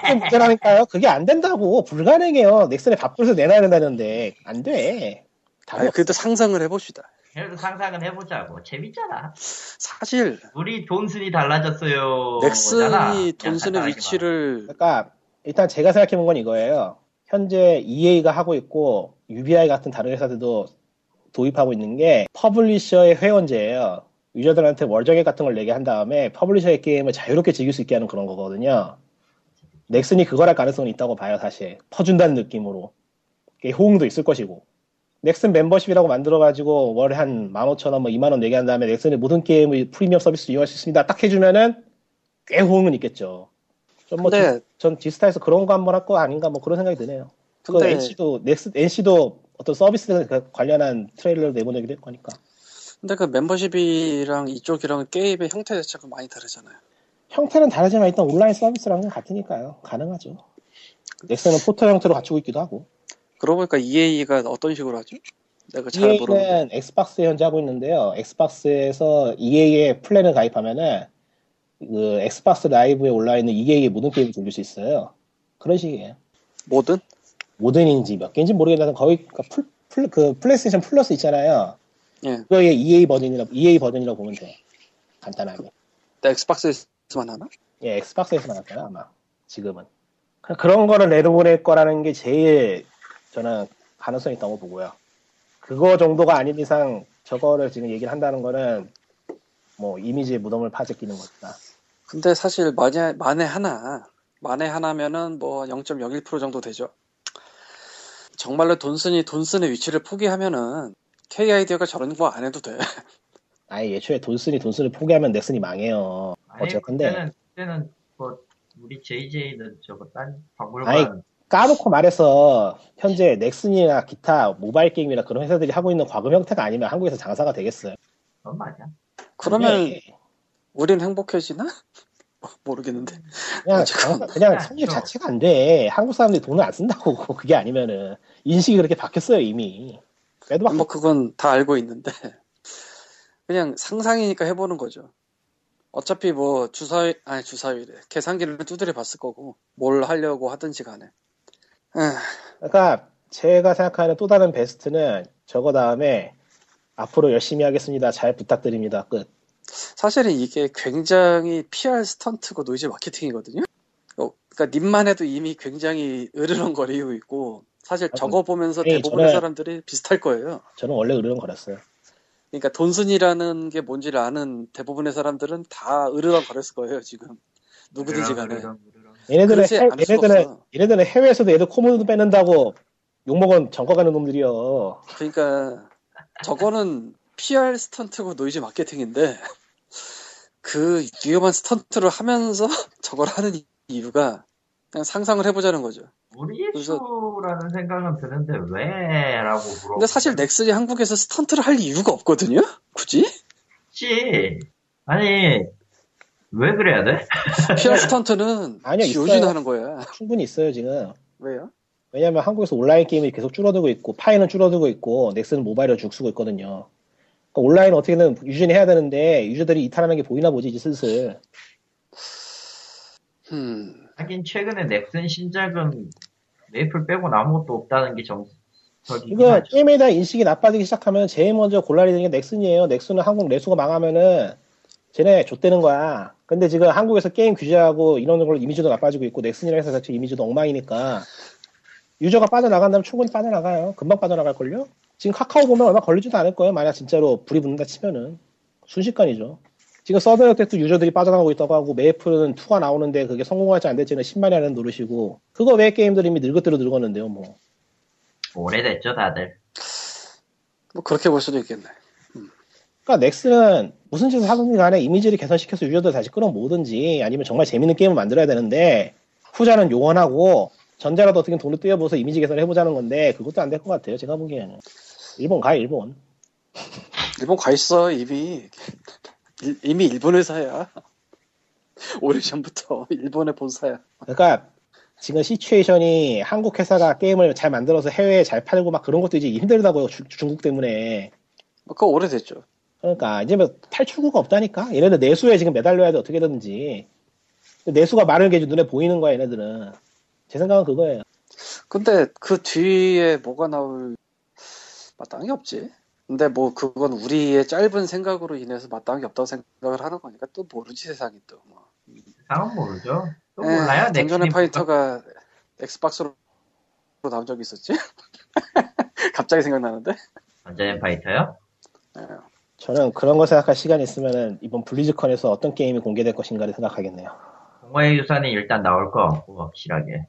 Speaker 3: 그게 문제라니까요. 그게 안 된다고 불가능해요. 넥슨에 밥그릇을 내놔야 된다는데 안 돼.
Speaker 1: 아니,
Speaker 3: 당연
Speaker 1: 그래도 상상을 해봅시다.
Speaker 2: 그래도 상상은 해보자고. 재밌잖아.
Speaker 1: 사실
Speaker 2: 우리 돈순이 달라졌어요. 거잖아.
Speaker 1: 넥슨이
Speaker 2: 그냥
Speaker 1: 돈슨의
Speaker 2: 간단하게 말.
Speaker 1: 위치를
Speaker 3: 그러니까 일단 제가 생각해 본 건 이거예요. 현재 EA가 하고 있고 UBI 같은 다른 회사들도 도입하고 있는 게 퍼블리셔의 회원제예요. 유저들한테 월정액 같은 걸 내게 한 다음에 퍼블리셔의 게임을 자유롭게 즐길 수 있게 하는 그런 거거든요. 넥슨이 그걸 할 가능성은 있다고 봐요, 사실. 퍼준다는 느낌으로. 그게 호응도 있을 것이고. 넥슨 멤버십이라고 만들어가지고 월에 한 15,000원, 뭐 2만원 내게 한 다음에 넥슨의 모든 게임을 프리미엄 서비스 이용할 수 있습니다. 딱 해주면은 꽤 호응은 있겠죠. 좀뭐
Speaker 1: 근데
Speaker 3: 전 디스타에서 그런 거 한번 할 거 아닌가 뭐 그런 생각이 드네요. 그거
Speaker 1: 근데-
Speaker 3: NC도 넥스 NC도 어떤 서비스 그 관련한 트레일러를 내보내기도 할 거니까
Speaker 1: 근데 그 멤버십이랑 이쪽이랑 게임의 형태 자체가 많이 다르잖아요.
Speaker 3: 형태는 다르지만 일단 온라인 서비스랑 은 같으니까요 가능하죠. 넥슨은 포털 형태로 갖추고 있기도 하고
Speaker 1: 그러고 보니까 EA가 어떤 식으로 하죠? 내가
Speaker 3: E
Speaker 1: 잘 모르는데.
Speaker 3: EA는 엑스박스에 현재 하고 있는데요. 엑스박스에서 EA의 플랜을 가입하면은 그 엑스박스 라이브에 올라 있는 EA의 모든 게임을 돌릴 수 있어요. 그런 식이에요.
Speaker 1: 뭐든?
Speaker 3: 모든인지 몇 개인지 모르겠는데 거의 그 풀, 풀- 그 플레이스테이션 플러스 있잖아요.
Speaker 1: 예.
Speaker 3: 그거의 EA 버전이라 EA 버전이라고 보면 돼. 간단하게.
Speaker 1: 나 엑스박스에서만 하나?
Speaker 3: 예, 엑스박스에서 나왔잖아 아마 지금은. 그- 그런 거를 내보낼 거라는 게 제일 저는 가능성이 있다고 보고요. 그거 정도가 아닌 이상 저거를 지금 얘기를 한다는 거는 뭐 이미지의 무덤을 파재 끼는 것이다.
Speaker 1: 근데 사실 만에, 만에 하나, 만에 하나면은 뭐 0.01% 정도 되죠. 정말로 돈슨이 돈슨의 위치를 포기하면은 KID가 저런 거 안 해도 돼.
Speaker 3: 아예 예초에 돈슨이 돈슨을 포기하면 넥슨이 망해요.
Speaker 2: 아니,
Speaker 3: 어쨌건데.
Speaker 2: 그때는, 그때는 뭐 우리 JJ는 저거 딴
Speaker 3: 아이,
Speaker 2: 박물관
Speaker 3: 까놓고 말해서 현재 넥슨이나 기타 모바일 게임이나 그런 회사들이 하고 있는 과금 형태가 아니면 한국에서 장사가 되겠어요.
Speaker 2: 그건 맞아.
Speaker 1: 그러면
Speaker 3: 예.
Speaker 1: 우린 행복해지나? 모르겠는데.
Speaker 3: 그냥,
Speaker 1: 어쨌건.
Speaker 3: 장- 그냥
Speaker 2: 아,
Speaker 3: 성립
Speaker 2: 저-
Speaker 3: 자체가 안 돼. 한국 사람들이 돈을 안 쓴다고. 그게 아니면은 인식이 그렇게 바뀌었어요 이미. 그래도 막
Speaker 1: 뭐 그건 다 알고 있는데 그냥 상상이니까 해보는 거죠. 어차피 뭐 주사위 아니 주사위래 계산기를 두드려 봤을 거고 뭘 하려고 하든지 간에 예. 에,
Speaker 3: 그러니까 제가 생각하는 또 다른 베스트는 저거 다음에 앞으로 열심히 하겠습니다. 잘 부탁드립니다. 끝.
Speaker 1: 사실은 이게 굉장히 PR 스턴트고 노이즈 마케팅이거든요. 어, 그러니까 님만 해도 이미 굉장히 으르렁거리고 있고 사실
Speaker 3: 아,
Speaker 1: 저거 보면서
Speaker 3: 예,
Speaker 1: 대부분의
Speaker 3: 저는-
Speaker 1: 사람들이 비슷할 거예요.
Speaker 3: 저는 원래 으르렁거렸어요.
Speaker 1: 그러니까 돈순이라는 게 뭔지를 아는 대부분의 사람들은 다 으르렁거렸을 거예요 지금
Speaker 2: 그렇죠,
Speaker 1: 누구든지 간에.
Speaker 3: 얘네들은
Speaker 1: 그렇지
Speaker 3: 해,
Speaker 1: 않을 수가
Speaker 3: 얘네들은
Speaker 1: 없어.
Speaker 3: 얘네들은 해외에서도 애들 코모도 빼낸다고 욕먹은 정과가는 놈들이요.
Speaker 1: 그러니까 저거는 PR 스턴트고 노이즈 마케팅인데 그 위험한 스턴트를 하면서 저걸 하는 이유가 그냥 상상을 해보자는 거죠.
Speaker 2: 모르겠어라는 생각은 드는데 왜라고 물어.
Speaker 1: 근데 사실 넥슨이 한국에서 스턴트를 할 이유가 없거든요. 굳이
Speaker 2: 지 아니 왜 그래야 돼?
Speaker 1: PR 스턴트는
Speaker 3: 아니야,
Speaker 1: 지오진
Speaker 3: 있어요.
Speaker 1: 하는 거야.
Speaker 3: 충분히 있어요 지금.
Speaker 1: 왜요?
Speaker 3: 왜냐하면 한국에서 온라인 게임이 계속 줄어들고 있고 파이는 줄어들고 있고 넥슨은 모바일로 죽쓰고 있거든요. 그러니까 온라인 어떻게든 유진해야 되는데 유저들이 이탈하는 게 보이나 보지 이제 슬슬.
Speaker 1: 음,
Speaker 2: 하긴 최근에 넥슨 신작은 메이플 빼고 아무것도 없다는 게 정석이긴
Speaker 3: 이거
Speaker 2: 하죠.
Speaker 3: 게임에 대한 인식이 나빠지기 시작하면 제일 먼저 골라야 되는 게 넥슨이에요. 넥슨은 한국 레수가 망하면은 쟤네 좆되는 거야. 근데 지금 한국에서 게임 규제하고 이런 걸로 이미지도 나빠지고 있고 넥슨이라 해서 자체 이미지도 엉망이니까 유저가 빠져나간다면 충분히 빠져나가요. 금방 빠져나갈걸요? 지금 카카오 보면 얼마 걸리지도 않을 거예요. 만약 진짜로 불이 붙는다 치면은 순식간이죠. 지금 서버 역대도 유저들이 빠져나가고 있다고 하고 메이플은 2가 나오는데 그게 성공할지 안 될지는 10만이 하는 노릇이고 그거 외에 게임들이 이미 늙었대로 늙었는데요 뭐.
Speaker 2: 오래됐죠 다들.
Speaker 1: 뭐 그렇게 볼 수도 있겠네.
Speaker 3: 그러니까 넥슨은 무슨 짓을 하든지 간에 이미지를 개선시켜서 유저들 다시 끌어모으든지 아니면 정말 재밌는 게임을 만들어야 되는데 후자는 용언하고 전자라도 어떻게 돈을 떼어부어서 이미지 개선을 해보자는 건데 그것도 안 될 것 같아요 제가 보기에는 일본 가 일본
Speaker 1: 일본 가 있어 이미 일- 이미 일본 회사야. 오래전부터 일본의 본사야.
Speaker 3: 그러니까 지금 시츄에이션이 한국 회사가 게임을 잘 만들어서 해외에 잘 팔고 막 그런 것도 이제 힘들다고요 주- 중국 때문에
Speaker 1: 뭐 그거 오래됐죠.
Speaker 3: 그러니까 이제 뭐 탈출구가 없다니까 얘네들 내수에 지금 매달려야 돼 어떻게든지 내수가 마른 게 이제 눈에 보이는 거야 얘네들은 제 생각은 그거예요
Speaker 1: 근데 그 뒤에 뭐가 나올 마땅히 없지. 근데 뭐 그건 우리의 짧은 생각으로 인해서 마땅히 없다고 생각을 하는 거니까 또 모르지 세상이 또. 뭐.
Speaker 2: 상황 모르죠. 또
Speaker 1: 에이, 작년에
Speaker 2: 몰라요. 넥슨이
Speaker 1: 네, 예, 파이터가 엑스박스로 나온 적이 있었지. 갑자기 생각나는데.
Speaker 2: 전자연 파이터요?
Speaker 3: 저는 그런 거 생각할 시간이 있으면은 이번 블리즈컨에서 어떤 게임이 공개될 것인가를 생각하겠네요.
Speaker 2: 공허의 유산이 일단 나올 거 같고 확실하게.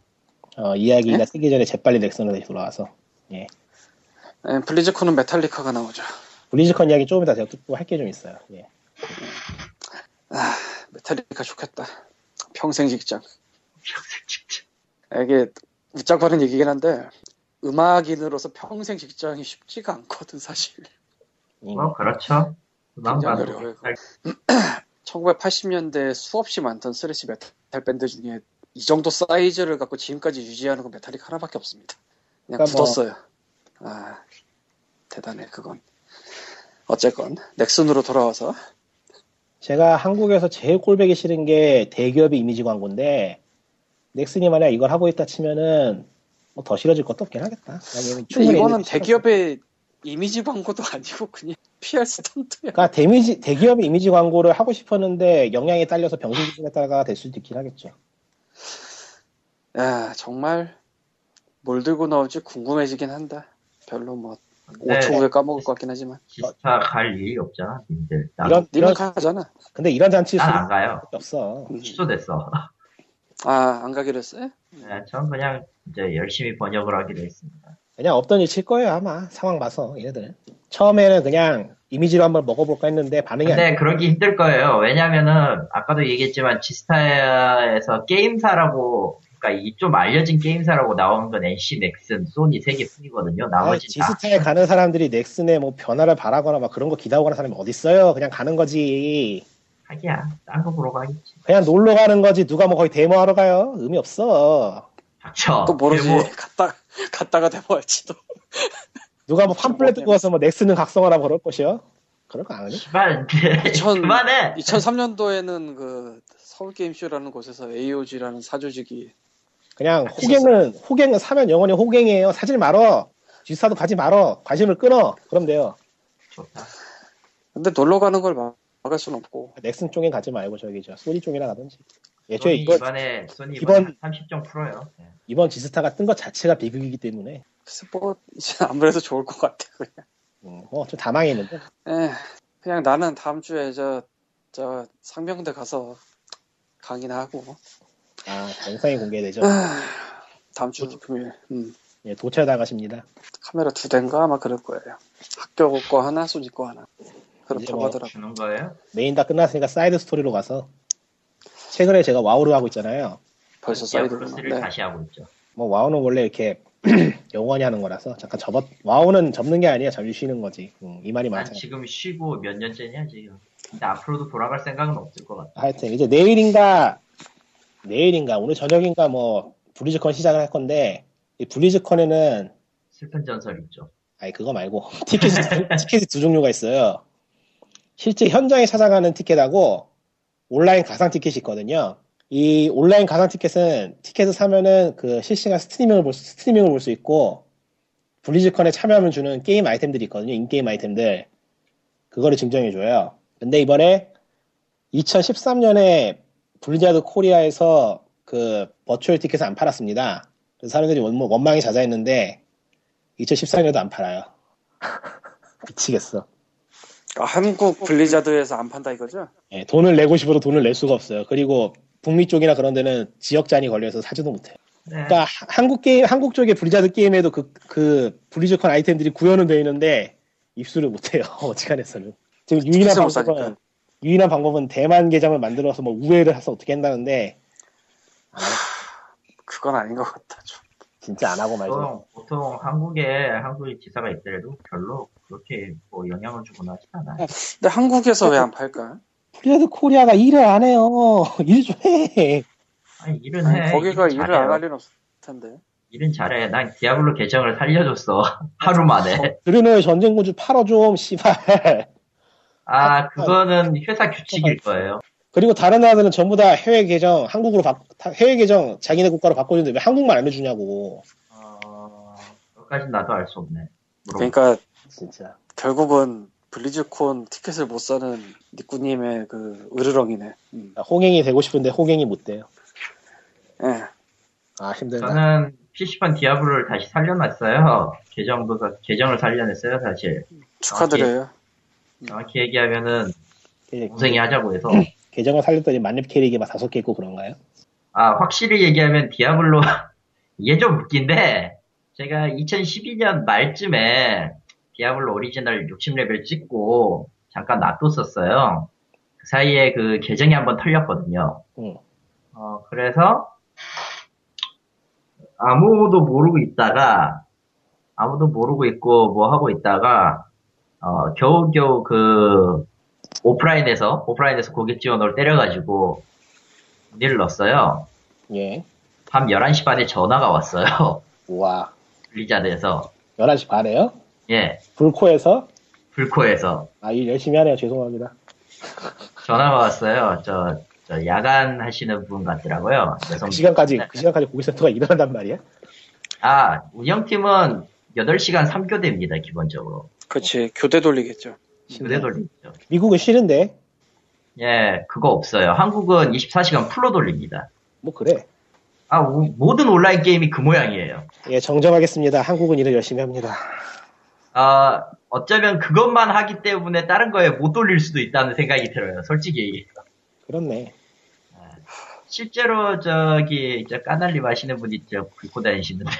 Speaker 3: 어, 이야기가
Speaker 1: 네?
Speaker 3: 뜨기 전에 재빨리 넥슨으로 다시 돌아와서 예.
Speaker 1: 에, 블리즈콘은 메탈리카가 나오죠.
Speaker 3: 블리즈컨 이야기 조금 이따 제가 또할게 좀 있어요. 예.
Speaker 1: 아, 메탈리카 좋겠다. 평생 직장. 이게 웃자고 하는 얘기긴 한데 음악인으로서 평생 직장이 쉽지가 않거든 사실.
Speaker 3: 음,
Speaker 2: 뭐 그렇죠. 음악
Speaker 1: 굉장히
Speaker 2: 만들고
Speaker 1: 어려워요,
Speaker 2: 할
Speaker 1: 1980년대 수없이 많던 스레시 메탈 밴드 중에 이 정도 사이즈를 갖고 지금까지 유지하는 건 메탈릭 하나밖에 없습니다. 그냥
Speaker 3: 그러니까 뭐-
Speaker 1: 굳었어요. 아 대단해 그건. 어쨌건 넥슨으로 돌아와서
Speaker 3: 제가 한국에서 제일 꼴배기 싫은 게 대기업의 이미지 광고인데 넥슨이 만약 이걸 하고 있다 치면은 뭐더 싫어질 것도 없긴 하겠다. 왜냐면 충분히
Speaker 1: 이거는
Speaker 3: 얘네들이 싫어.
Speaker 1: 대기업의 이미지 광고도 아니고 그냥 PR 스턴트야.
Speaker 3: 그러니까 데미지, 대기업의 이미지 광고를 하고 싶었는데 영향에 딸려서 병신 기술에다가 될 수도 있긴 하겠죠.
Speaker 1: 야, 정말 뭘 들고 나올지 궁금해지긴 한다. 별로 뭐
Speaker 2: 네.
Speaker 1: 5초 후에 까먹을 것 같긴 하지만
Speaker 2: 기타 갈 일이 없잖아, 님들. 나도
Speaker 3: 이런, 이런
Speaker 1: 니는 가잖아.
Speaker 3: 근데 이런 잔치 수밖에
Speaker 2: 난안 가요.
Speaker 3: 없어.
Speaker 1: 음.
Speaker 2: 취소됐어.
Speaker 1: 아 안 가기로 했어요?
Speaker 2: 네, 전 그냥 이제 열심히 번역을 하기로 했습니다.
Speaker 3: 그냥 없던 일칠 거예요 아마 상황 봐서 얘네들 처음에는 그냥 이미지로 한번 먹어볼까 했는데 반응이 안
Speaker 2: 근데 그러기 힘들 거예요. 왜냐면은 아까도 얘기했지만 지스타에서 게임사라고 그러니까 이 좀 알려진 게임사라고 나오는 건 NC, 넥슨, 소니 세 개뿐이거든요.
Speaker 3: 아니,
Speaker 2: 나머지 다
Speaker 3: 지스타에 가는 사람들이 넥슨에 뭐 변화를 바라거나 막 그런 거 기다리거나 사람이 어딨어요 그냥 가는 거지
Speaker 2: 하기야. 딴 거 보러 가겠지.
Speaker 3: 그냥 놀러 가는 거지 누가 뭐 거의 데모하러 가요 의미 없어
Speaker 2: 닥쳐.
Speaker 4: 또 모르지.
Speaker 2: 아, 데모,
Speaker 4: 갔다, 갔다가 데모할지도.
Speaker 3: 누가 뭐
Speaker 2: 그렇죠.
Speaker 3: 팜플렛 들고 와서 뭐 넥슨은 각성하라 그럴 것이요 그럴 거 아니야
Speaker 2: 씨발,
Speaker 4: 이천-
Speaker 2: 그만해.
Speaker 4: 2003년도에는 그 서울게임쇼라는 곳에서 AOG라는 사조직이
Speaker 3: 그냥
Speaker 2: 아,
Speaker 3: 호갱은 호갱은 사면 영원히 호갱이에요 사지 말어 뒷사도 가지 말어 관심을 끊어 그럼 돼요
Speaker 2: 좋다.
Speaker 4: 근데 놀러 가는 걸 막- 막을 순 없고
Speaker 3: 넥슨 쪽엔 가지 말고 저기 저 소니 쪽이나 가든지 예초에
Speaker 2: 소니
Speaker 3: 이번,
Speaker 2: 이번에 소니
Speaker 3: 이번-
Speaker 2: 이번 30점 풀어요. 네.
Speaker 3: 이번 지스타가 뜬 것 자체가 비극이기 때문에
Speaker 4: 그래서 뭐 이제 아무래도 좋을 것 같아 그냥
Speaker 3: 음, 뭐좀 다 망했는데
Speaker 4: 에, 그냥 나는 다음 주에 저, 저 상명대 가서 강의나 하고
Speaker 3: 아 영상이 공개되죠
Speaker 4: 다음 주 금요일 음,
Speaker 3: 예, 도착당하십니다
Speaker 4: 카메라 두 대인가 아마 그럴 거예요 학교 거 하나 소니 거 하나
Speaker 3: 이제
Speaker 4: 그렇다고
Speaker 3: 뭐
Speaker 4: 하더라고
Speaker 2: 주는 거예요?
Speaker 3: 메인 다 끝났으니까 사이드 스토리로 가서 최근에 제가 와우를 하고 있잖아요
Speaker 4: 벌써
Speaker 2: 디아블로3를
Speaker 4: 사이드구나 네.
Speaker 2: 다시 하고 있죠.
Speaker 3: 뭐 와우는 원래 이렇게 영원히 하는 거라서 잠깐 접었 와우는 접는 게 아니라 잠시 쉬는 거지 음, 이 말이
Speaker 2: 난
Speaker 3: 맞아요
Speaker 2: 지금 쉬고 몇 년째냐 지금. 근데 앞으로도 돌아갈 생각은 없을 것 같아.
Speaker 3: 하여튼 이제 내일인가 내일인가 오늘 저녁인가 뭐 블리즈컨 시작을 할 건데 이 블리즈컨에는
Speaker 2: 슬픈 전설 있죠.
Speaker 3: 아니 그거 말고 티켓이 두- 티켓이 두 종류가 있어요. 실제 현장에 찾아가는 티켓하고 온라인 가상 티켓이 있거든요. 이 온라인 가상 티켓은 티켓을 사면은 그 실시간 스트리밍을 볼 수, 스트리밍을 볼 수 있고 블리즈컨에 참여하면 주는 게임 아이템들이 있거든요. 인게임 아이템들 그거를 증정해 줘요. 근데 이번에 2013년에 블리자드 코리아에서 그 버추얼 티켓을 안 팔았습니다. 그래서 사람들이 원- 원망이 자자했는데 2014년에도 안 팔아요. 미치겠어.
Speaker 4: 아, 한국 블리자드에서 안 판다 이거죠?
Speaker 3: 예, 돈을 내고 싶어도 돈을 낼 수가 없어요. 그리고 북미 쪽이나 그런 데는 지역 잔이 걸려서 사지도 못해. 요
Speaker 2: 네.
Speaker 3: 그러니까 하- 한국 게임, 한국 쪽의 블리자드 게임에도 그, 그 블리즈컨 아이템들이 구현은 돼 있는데 입수를 못해요. 어지간해서는. 지금 유일한
Speaker 4: 티켓을 못
Speaker 3: 방법은
Speaker 4: 사니까.
Speaker 3: 유일한 방법은 대만 계장을 만들어서 뭐 우회를 해서 어떻게 한다는데
Speaker 4: 그건 아닌 것 같다 좀
Speaker 3: 진짜 안 하고 말죠.
Speaker 2: 보통, 보통 한국에 한국의 지사가 있더라도 별로 그렇게 뭐 영향을 주거나 하지 않아요.
Speaker 4: 근데 한국에서 왜 안
Speaker 1: 네.
Speaker 4: 팔까?
Speaker 3: 블리자드 코리아가 일을 안 해요. 일 좀 해.
Speaker 2: 아니
Speaker 1: 네,
Speaker 2: 일은
Speaker 4: 아니,
Speaker 2: 해.
Speaker 4: 거기가
Speaker 2: 일은
Speaker 4: 일을 안
Speaker 2: 잘해요.
Speaker 4: 할 리는 없을 텐데
Speaker 2: 일은 잘해. 난 디아블로 계정을 살려줬어. 하루 만에.
Speaker 3: 드르노의 전쟁군주 팔어 좀 씨발.
Speaker 2: 아, 그거는 회사 규칙일 거예요.
Speaker 3: 그리고 다른 나라들은 전부 다 해외 계정 한국으로 바, 다- 해외 계정 자기네 국가로 바꿔주는데 왜 한국만 안 해주냐고
Speaker 2: 어, 그것까진 나도 알 수 없네. 물어보-
Speaker 4: 그러니까
Speaker 3: 진짜
Speaker 4: 결국은 블리즈콘 티켓을 못 사는 니꾸님의 그 으르렁이네. 음.
Speaker 3: 아, 호갱이 되고 싶은데 호갱이 못 돼요
Speaker 4: 예.
Speaker 3: 아 힘들다
Speaker 2: 저는 PC판 디아블로를 다시 살려놨어요. 계정도, 다- 계정을 살려냈어요, 사실.
Speaker 1: 아,
Speaker 4: 축하드려요.
Speaker 1: 예.
Speaker 2: 정확히 얘기하면은,
Speaker 3: 계-
Speaker 2: 동생이 하자고 해서.
Speaker 3: 계정을 살렸더니 만렙 캐릭이 막 다섯 개 있고 그런가요?
Speaker 2: 아, 확실히 얘기하면 디아블로, 이게 좀 웃긴데, 제가 2012년 말쯤에 디아블로 오리지널 60레벨 찍고, 잠깐 놔뒀었어요. 그 사이에 그 계정이 한번 털렸거든요.
Speaker 3: 응.
Speaker 2: 어, 그래서, 아무도 모르고 있다가, 아무도 모르고 있고, 뭐 하고 있다가, 어, 겨우겨우 그, 오프라인에서, 오프라인에서 고객 지원으로 때려가지고, 문의를 넣었어요.
Speaker 3: 예
Speaker 2: 밤 11시 반에 전화가 왔어요.
Speaker 3: 우와
Speaker 2: 블리자드에서.
Speaker 3: 11시 반에요?
Speaker 2: 예,
Speaker 3: 불코에서?
Speaker 2: 불코에서.
Speaker 3: 아 일 열심히 하네요 죄송합니다 그
Speaker 2: 전화가 왔어요. 저, 저 야간 하시는 분 같더라고요. 여성
Speaker 3: 그 시간까지
Speaker 2: 네.
Speaker 3: 그 시간까지 고객센터가 일어난단 말이야?
Speaker 2: 아, 운영팀은 8시간 3교대입니다, 기본적으로.
Speaker 4: 그렇지. 교대 돌리겠죠.
Speaker 2: 교대 돌리죠.
Speaker 3: 미국은 쉬는데
Speaker 2: 그렇죠. 예, 그거 없어요. 한국은 24시간 풀로 돌립니다.
Speaker 3: 뭐 그래
Speaker 2: 아, 우- 모든 온라인 게임이 그 모양이에요.
Speaker 3: 예 정정하겠습니다 한국은 일을 열심히 합니다
Speaker 2: 아, 어쩌면 그것만 하기 때문에 다른 거에 못 돌릴 수도 있다는 생각이 들어요. 솔직히 얘기해서.
Speaker 3: 그렇네
Speaker 2: 실제로 저기 저 까날리 마시는 분이 저 긁고 다니시는데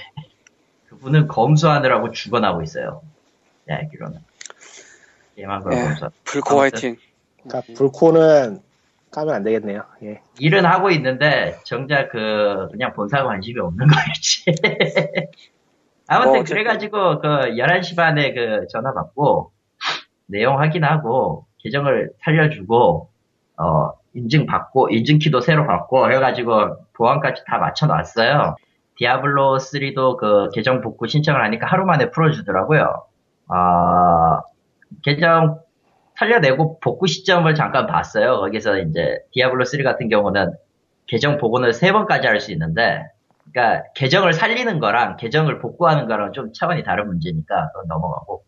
Speaker 2: 그분은 검수하느라고 죽어나고 있어요. 네 알기로는 게임한 걸
Speaker 4: 예.
Speaker 2: 검수.
Speaker 4: 불코 화이팅.
Speaker 3: 그러니까 불코는 까면 안 되겠네요 예
Speaker 2: 일은 하고 있는데 정작 그 그냥 본사 관심이 없는 거였지. 아무튼
Speaker 4: 어, 어쨌든.
Speaker 2: 그래가지고 그 11시 반에 그 전화 받고 내용 확인하고 계정을 살려주고 어, 인증받고, 인증키도 새로 받고, 해가지고, 보안까지 다 맞춰놨어요. 디아블로 3도 그 계정 복구 신청을 하니까 하루 만에 풀어주더라고요. 아, 계정 살려내고 복구 시점을 잠깐 봤어요. 거기서 이제 디아블로 3 같은 경우는 계정 복원을 세 번까지 할 수 있는데, 그러니까 계정을 살리는 거랑 계정을 복구하는 거랑 좀 차원이 다른 문제니까 그건 넘어가고,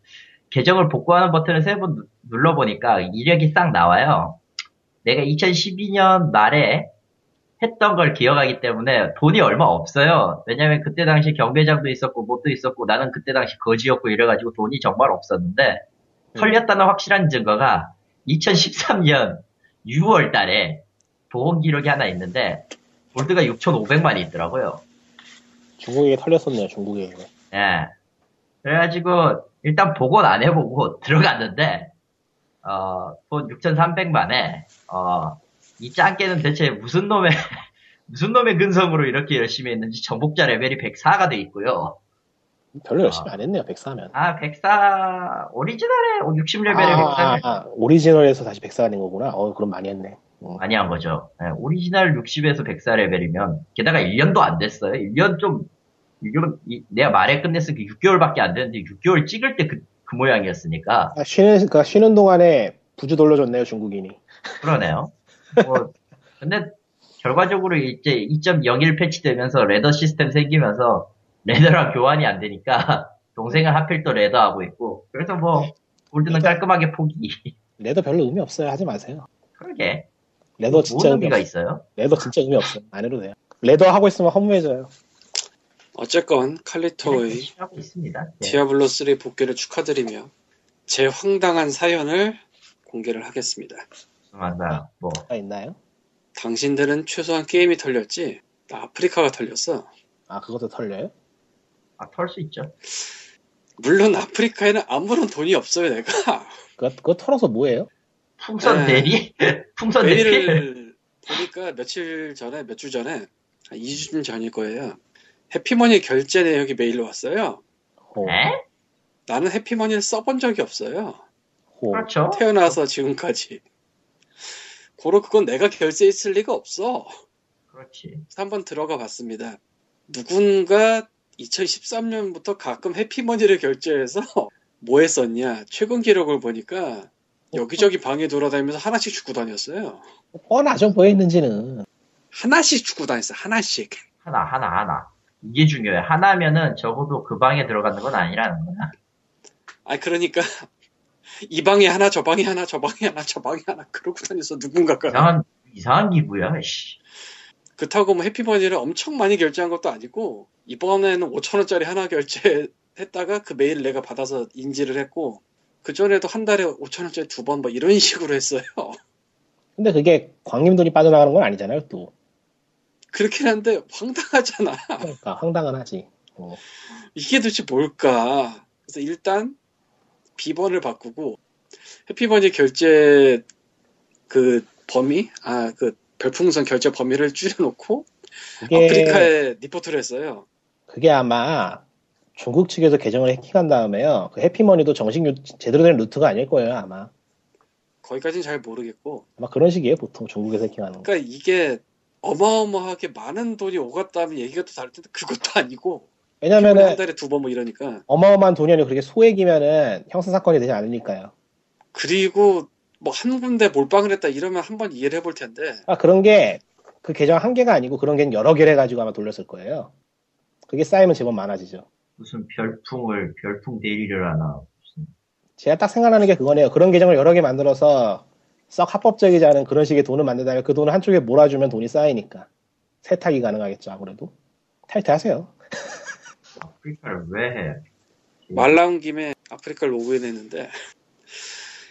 Speaker 2: 계정을 복구하는 버튼을 세 번 눌러보니까 이력이 싹 나와요. 내가 2012년 말에 했던 걸 기억하기 때문에 돈이 얼마 없어요. 왜냐면 그때 당시 경매장도 있었고 뭣도 있었고 나는 그때 당시 거지였고 이래가지고 돈이 정말 없었는데 털렸다는 확실한 증거가 2013년 6월 달에 보험 기록이 하나 있는데 볼드가 6,500만이 있더라고요.
Speaker 3: 중국에 털렸었네요, 중국에.
Speaker 2: 예. 그래가지고 일단 복원 안 해보고 들어갔는데 어, 돈 6,300만에 어, 이 짱깨는 대체 무슨 놈의, 무슨 놈의 근성으로 이렇게 열심히 했는지 전복자 레벨이 104가 돼 있고요.
Speaker 3: 별로 열심히 안 했네요, 104면.
Speaker 2: 아, 104, 오리지널에 60레벨에 104를
Speaker 3: 아, 오리지널에서 다시 104가 된 거구나. 어, 그럼 많이 했네. 음.
Speaker 2: 많이 한 거죠. 네, 오리지널 60에서 104레벨이면, 게다가 1년도 안 됐어요. 1년 좀, 1년, 이- 내가 말에 끝냈으니까 6개월밖에 안 됐는데, 6개월 찍을 때 그, 그 모양이었으니까,
Speaker 3: 아, 쉬는, 그러니까 쉬는 동안에 부주 돌려줬네요, 중국인이.
Speaker 2: 그러네요. 뭐, 근데, 결과적으로 이제 2.01 패치되면서 레더 시스템 생기면서, 레더랑 교환이 안 되니까, 동생은 하필 또 레더하고 있고, 그래서 뭐, 골드는
Speaker 3: 그러니까
Speaker 2: 깔끔하게 포기.
Speaker 3: 레더 별로 의미 없어요. 하지 마세요.
Speaker 2: 그러게.
Speaker 3: 레더 뭐 진짜
Speaker 2: 뭔
Speaker 3: 의미
Speaker 2: 의미가
Speaker 3: 없어요.
Speaker 2: 있어요?
Speaker 3: 레더 진짜 의미 없어요. 안 해도 돼요. 레더 하고 있으면 허무해져요.
Speaker 1: 어쨌건 칼리토의
Speaker 2: 하고 있습니다. 네.
Speaker 1: 디아블로 3 복귀를 축하드리며 제 황당한 사연을 공개를 하겠습니다.
Speaker 2: 맞아. 뭐,
Speaker 3: 아, 있나요?
Speaker 1: 당신들은 최소한 게임이 털렸지 나 아프리카가 털렸어.
Speaker 3: 아, 그것도 털려요?
Speaker 2: 아, 털 수 있죠.
Speaker 1: 물론 아프리카에는 아무런 돈이 없어요 내가
Speaker 3: 그거, 그거 털어서 뭐예요?
Speaker 1: 네.
Speaker 2: 풍선 대리? 풍선 대리?
Speaker 1: 메일을 보니까 며칠 전에 몇 주 전에 한 2주 전일 거예요 해피머니 결제 내역이 메일로 왔어요
Speaker 3: 호,
Speaker 2: 에?
Speaker 1: 나는 해피머니를 써본 적이 없어요
Speaker 3: 호.
Speaker 2: 그렇죠.
Speaker 1: 태어나서 지금까지 고로 그건 내가 결제했을 리가 없어
Speaker 2: 그렇지.
Speaker 1: 그래서 한번 들어가 봤습니다 누군가 2013년부터 가끔 해피머니를 결제해서 뭐 했었냐 최근 기록을 보니까 여기저기 방에 돌아다니면서 하나씩 주고 다녔어요
Speaker 3: 뻔하죠, 뭐 했는지는.
Speaker 1: 하나씩 주고 다녔어 하나씩
Speaker 2: 하나, 하나, 하나. 이게 중요해. 하나면은 적어도 그 방에 들어가는 건 아니라는 거야.
Speaker 1: 아 그러니까 이 방에 하나 저 방에 하나 저 방에 하나 저 방에 하나 그러고 다녔어 누군가가
Speaker 2: 이상한, 이상한 기구야, 씨.
Speaker 1: 그렇다고 뭐 해피머니를 엄청 많이 결제한 것도 아니고 이번에는 5천원짜리 하나 결제했다가 그 메일 내가 받아서 인지를 했고 그전에도 한 달에 5천원짜리 두 번 뭐 이런 식으로 했어요
Speaker 3: 근데 그게 광림 돈이 빠져나가는 건 아니잖아요, 또.
Speaker 1: 그렇긴 한데 황당하잖아
Speaker 3: 그러니까 황당은 하지. 어.
Speaker 1: 이게 도대체 뭘까? 그래서 일단 비번을 바꾸고 해피머니 결제 그 범위, 아 그 별풍선 결제 범위를 줄여놓고
Speaker 3: 그게,
Speaker 1: 아프리카에 리포트를 했어요.
Speaker 3: 그게 아마 중국 측에서 계정을 해킹한 다음에요. 그 해피머니도 정식 유- 제대로 된 루트가 아닐 거예요, 아마.
Speaker 1: 거기까지는 잘 모르겠고,
Speaker 3: 아마 그런 식이에요, 보통 중국에서 해킹하는 거.
Speaker 1: 그러니까 이게 어마어마하게 많은 돈이 오갔다면 얘기가 또 다를 텐데 그것도 아니고 한
Speaker 3: 왜냐면은
Speaker 1: 달에 두 번 뭐 이러니까
Speaker 3: 어마어마한 돈이 아니고 그게 소액이면은 형사 사건이 되지 않으니까요.
Speaker 1: 그리고 뭐 한 군데 몰빵을 했다 이러면 한 번 이해를 해볼 텐데
Speaker 3: 아, 그런 게 그 계정 한 개가 아니고 그런 게 여러 개를 해가지고 아마 돌렸을 거예요. 그게 쌓이면 제법 많아지죠.
Speaker 2: 무슨 별풍을, 별풍 대리를 하나.
Speaker 3: 제가 딱 생각나는 게 그거네요. 그런 계정을 여러 개 만들어서 썩 합법적이지 않은 그런 식의 돈을 만들다가 그 돈을 한쪽에 몰아주면 돈이 쌓이니까 세탁이 가능하겠죠, 아무래도. 탈퇴하세요.
Speaker 2: 아프리카를 왜 해?
Speaker 1: 말 나온 김에 아프리카 로그인했는데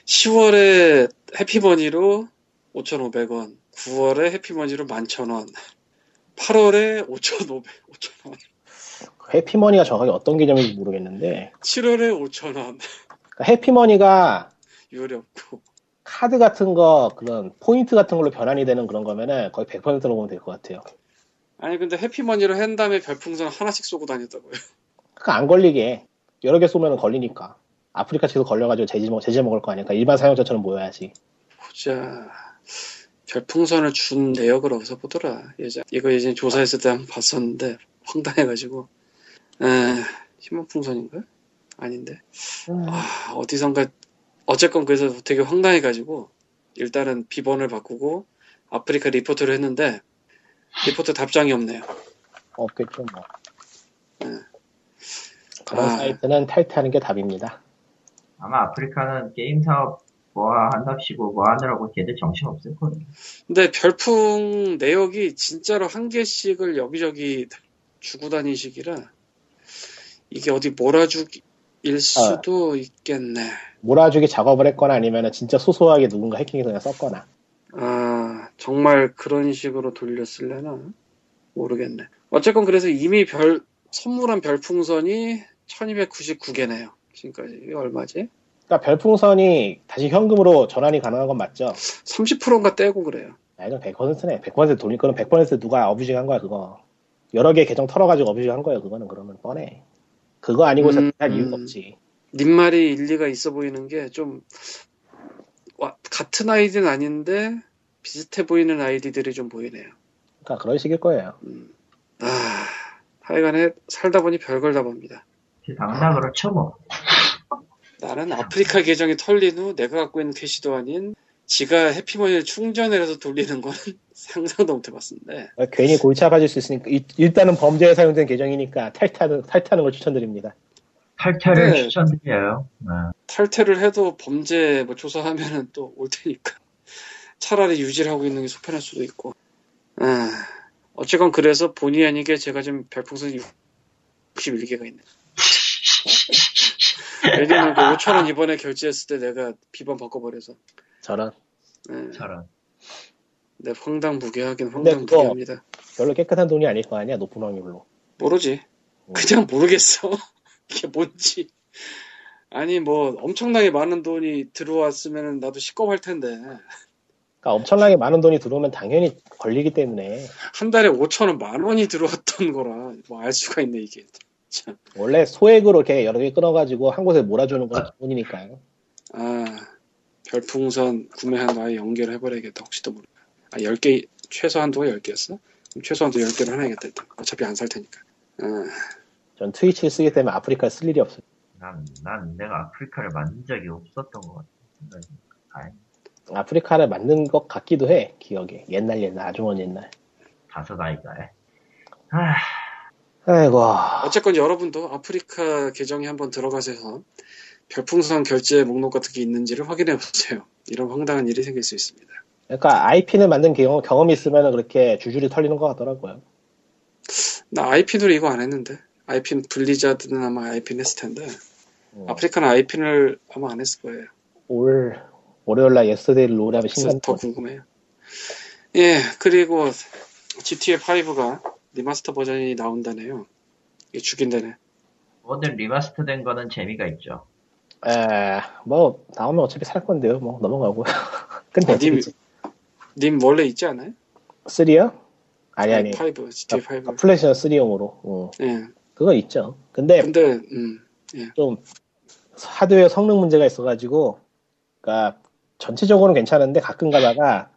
Speaker 1: 10월에 해피머니로 5,500원, 9월에 해피머니로 11,000원, 8월에 5,500, 5,000원,
Speaker 3: 그 해피머니가 정확하게 어떤 개념인지 모르겠는데
Speaker 1: 7월에 5,000원
Speaker 3: 그러니까 해피머니가
Speaker 1: 요리 없고
Speaker 3: 카드 같은 거 그런 포인트 같은 걸로 변환이 되는 그런 거면은 거의 100%로 보면 될 것 같아요.
Speaker 1: 아니 근데 해피머니로 한 다음에 별풍선 하나씩 쏘고 다녔다고요.
Speaker 3: 그러니까 안 걸리게 여러 개 쏘면 걸리니까 아프리카 측에서 걸려가지고 제지, 먹- 제재 먹을 거 아니니까 일반 사용자처럼 모여야지
Speaker 1: 보자. 별풍선을 준 내역을 어디서 보더라. 예전, 이거 예전에 조사했을 때 한번 봤었는데, 황당해가지고. 에, 희망풍선인가? 아닌데. 아, 어디선가, 어쨌건 그래서 되게 황당해가지고, 일단은 비번을 바꾸고, 아프리카 리포트를 했는데, 리포트 답장이 없네요.
Speaker 3: 없겠죠 뭐. 그런
Speaker 1: 아,
Speaker 3: 사이트는 탈퇴하는 게 답입니다.
Speaker 2: 아마 아프리카는 게임 사업 뭐 한답시고 뭐 하느라고 걔들 정신 없을 거예요.
Speaker 1: 근데 별풍 내역이 진짜로 한 개씩을 여기저기 주고 다니시기라 이게 어디 몰아주기일 수도 있겠네.
Speaker 3: 몰아주기 작업을 했거나 아니면 진짜 소소하게 누군가 해킹해서 그냥 썼거나.
Speaker 1: 아 정말 그런 식으로 돌렸을래나 모르겠네. 어쨌건 그래서 이미 별 선물한 별풍선이 1299개네요. 지금까지 이게 얼마지?
Speaker 3: 그러니까 별풍선이 다시 현금으로 전환이 가능한 건 맞죠?
Speaker 1: 30%인가 떼고 그래요.
Speaker 3: 아, 이건 100%네. 100% 돈이 그건 100% 누가 어뷰징 한 거야 그거. 여러 개 계정 털어가지고 어뷰징 한 거야 그거는 그러면 뻔해. 그거 아니고서
Speaker 1: 음,
Speaker 3: 할
Speaker 1: 음.
Speaker 3: 이유가 없지.
Speaker 1: 님 말이 일리가 있어 보이는 게 좀 같은 아이디는 아닌데 비슷해 보이는 아이디들이 좀 보이네요.
Speaker 3: 그러니까 그런 식일 거예요.
Speaker 1: 아, 하여간에 살다 보니 별걸 다 봅니다.
Speaker 2: 당나 그렇죠 뭐.
Speaker 1: 나는 아프리카 계정이 털린 후 내가 갖고 있는 캐시도 아닌 지가 해피머니를 충전을 해서 돌리는 건 상상도 못 네. 해봤는데
Speaker 3: 그러니까 괜히 골치 아파질 수 있으니까 일- 일단은 범죄에 사용된 계정이니까 탈퇴하는, 탈퇴하는 걸 추천드립니다.
Speaker 2: 탈퇴를
Speaker 1: 네.
Speaker 2: 추천드려요. 네.
Speaker 1: 탈퇴를 해도 범죄 뭐 조사하면은 또 올 테니까 차라리 유지를 하고 있는 게 속편할 수도 있고 아, 어쨌건 그래서 본의 아니게 제가 지금 별풍선 61개가 있네 왜냐면 그 5천원 이번에 결제했을 때 내가 비번 바꿔버려서
Speaker 3: 저런
Speaker 1: 예.
Speaker 2: 저런.
Speaker 1: 네, 황당무계하긴
Speaker 3: 근데 네, 그거-
Speaker 1: 황당무계합니다.
Speaker 3: 별로 깨끗한 돈이 아닐 거 아니야 높은 확률로.
Speaker 1: 모르지. 그냥 모르겠어. 이게 뭔지. 아니, 뭐, 엄청나게 많은 돈이 들어왔으면 나도 시꺼할 텐데.
Speaker 3: 그러니까 엄청나게 많은 돈이 들어오면 당연히 걸리기 때문에
Speaker 1: 한 달에 5천원, 만 원이 들어왔던 거라, 뭐, 알 수가 있네, 이게. 참.
Speaker 3: 원래 소액으로 이렇게 여러 개 끊어가지고 한 곳에 몰아주는 건 기본이니까요.
Speaker 1: 아, 별풍선 구매한 나에 연결해버려야겠다. 혹시도 모르 아, 10개, 최소 한도가 10개였어? 그럼 최소 한도 10개를 하나야겠다, 일단. 어차피 안 살 테니까. 아.
Speaker 3: 전 트위치를 쓰기 때문에 아프리카를 쓸 일이 없어요.
Speaker 2: 난, 난 내가 아프리카를 만든 적이 없었던 것 같아.
Speaker 3: 아프리카를 만든 것 같기도 해 기억에 옛날 옛날 아주 먼 옛날.
Speaker 2: 다섯 아이가. 아,
Speaker 3: 아이고
Speaker 1: 어쨌건 여러분도 아프리카 계정에 한번 들어가셔서 별풍선 결제 목록 같은 게 있는지를 확인해 보세요. 이런 황당한 일이 생길 수 있습니다.
Speaker 3: 그러니까 IP는 만든 경험, 경험이 있으면 그렇게 줄줄이 털리는 것 같더라고요.
Speaker 1: 나 IP도 이거 안 했는데. IP는 블리자드는 아마 IP는 했을 텐데.
Speaker 3: 음.
Speaker 1: 아프리카는 IP를 아마 안 했을 거예요.
Speaker 3: 올 월요일날 예스데이를 오라면
Speaker 1: 그래서
Speaker 3: 신간
Speaker 1: 더 궁금해요. 예, 그리고 GTA 5가 리마스터 버전이 나온다네요. 이게 죽인다네.
Speaker 2: 뭐든 리마스터 된 거는 재미가 있죠.
Speaker 3: 예, 에뭐 나오면 어차피 살 건데요. 뭐 넘어가고 근데
Speaker 1: 어디-
Speaker 3: 어디
Speaker 1: 님 원래 있지 않아요?
Speaker 3: 3요? 아니 아니
Speaker 1: 5, GTA 5.
Speaker 3: 플래시는 3용으로 어,
Speaker 1: 예.
Speaker 3: 그건 있죠. 근데
Speaker 1: 근데 음.
Speaker 3: 좀 하드웨어 성능 문제가 있어가지고, 그러니까 전체적으로는 괜찮은데 가끔 가다가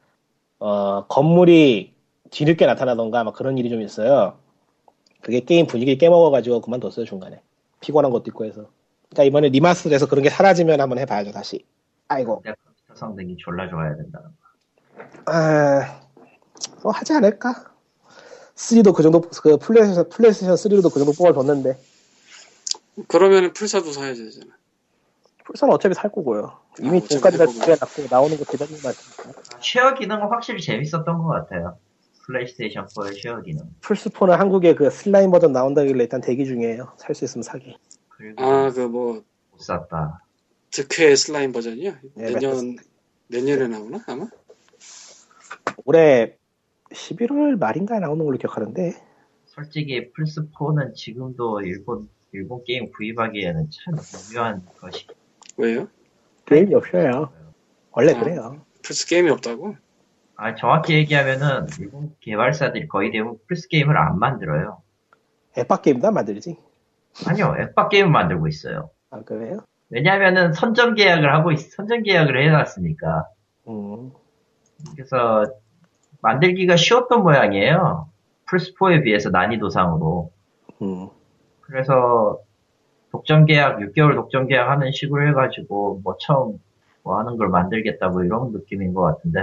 Speaker 3: 어, 건물이 뒤늦게 나타나던가 막 그런 일이 좀 있어요. 그게 게임 분위기 깨먹어가지고 그만뒀어요 중간에 피곤한 것도 있고 해서. 그러니까 이번에 리마스터에서 그런 게 사라지면 한번 해봐야죠 다시. 아이고,
Speaker 2: 내 컴퓨터 성능이 졸라 좋아야 된다는 거.
Speaker 3: 아, 뭐 하지 않을까? 3도 그 정도 그 플레이스테이션 플레이스테이션 3로도 그 정도 뽑아줬는데
Speaker 1: 그러면 풀사도 사야 되잖아.
Speaker 3: 풀선 어차피 살 거고요.
Speaker 1: 아,
Speaker 3: 이미
Speaker 1: 어차피
Speaker 3: 돈까지 다
Speaker 1: 살 거구나.
Speaker 3: 준비해놨고 나오는 거 기다리는 거 같으니까.
Speaker 2: 쉐어 기능은 확실히 재밌었던 것 같아요. 플레이스테이션 4의 쉐어 기능.
Speaker 3: 플스포는 한국에 그 슬라임 버전 나온다길래 일단 대기 중이에요. 살 수 있으면 사기.
Speaker 2: 그리고
Speaker 1: 아 그 뭐
Speaker 2: 못 샀다.
Speaker 1: 득회 슬라임 버전이요?
Speaker 3: 네,
Speaker 1: 내년 내년에 나오나 아마?
Speaker 3: 올해 11월 말인가에 나오는 걸로 기억하는데
Speaker 2: 솔직히 플스4는 지금도 일본, 일본 게임 구입하기에는 참 미묘한 것이.
Speaker 1: 왜요?
Speaker 3: 게임이 없어요. 원래
Speaker 1: 아.
Speaker 3: 그래요.
Speaker 1: 플스 게임이 없다고?
Speaker 2: 아, 정확히 얘기하면은 일본 개발사들이 거의 대부분 플스 게임을 안 만들어요.
Speaker 3: 앱박 게임도 안 만들지.
Speaker 2: 아니요, 앱박 게임 만들고 있어요.
Speaker 3: 아 그래요?
Speaker 2: 왜냐하면은 선전 계약을 하고 있, 선전 계약을 해놨으니까
Speaker 3: 음.
Speaker 2: 그래서 만들기가 쉬웠던 모양이에요. 플스4에 비해서 난이도상으로.
Speaker 5: 음.
Speaker 2: 그래서 독점 계약, 6개월 독점 계약 하는 식으로 해가지고 뭐 처음 뭐 하는 걸 만들겠다고 뭐 이런 느낌인 것 같은데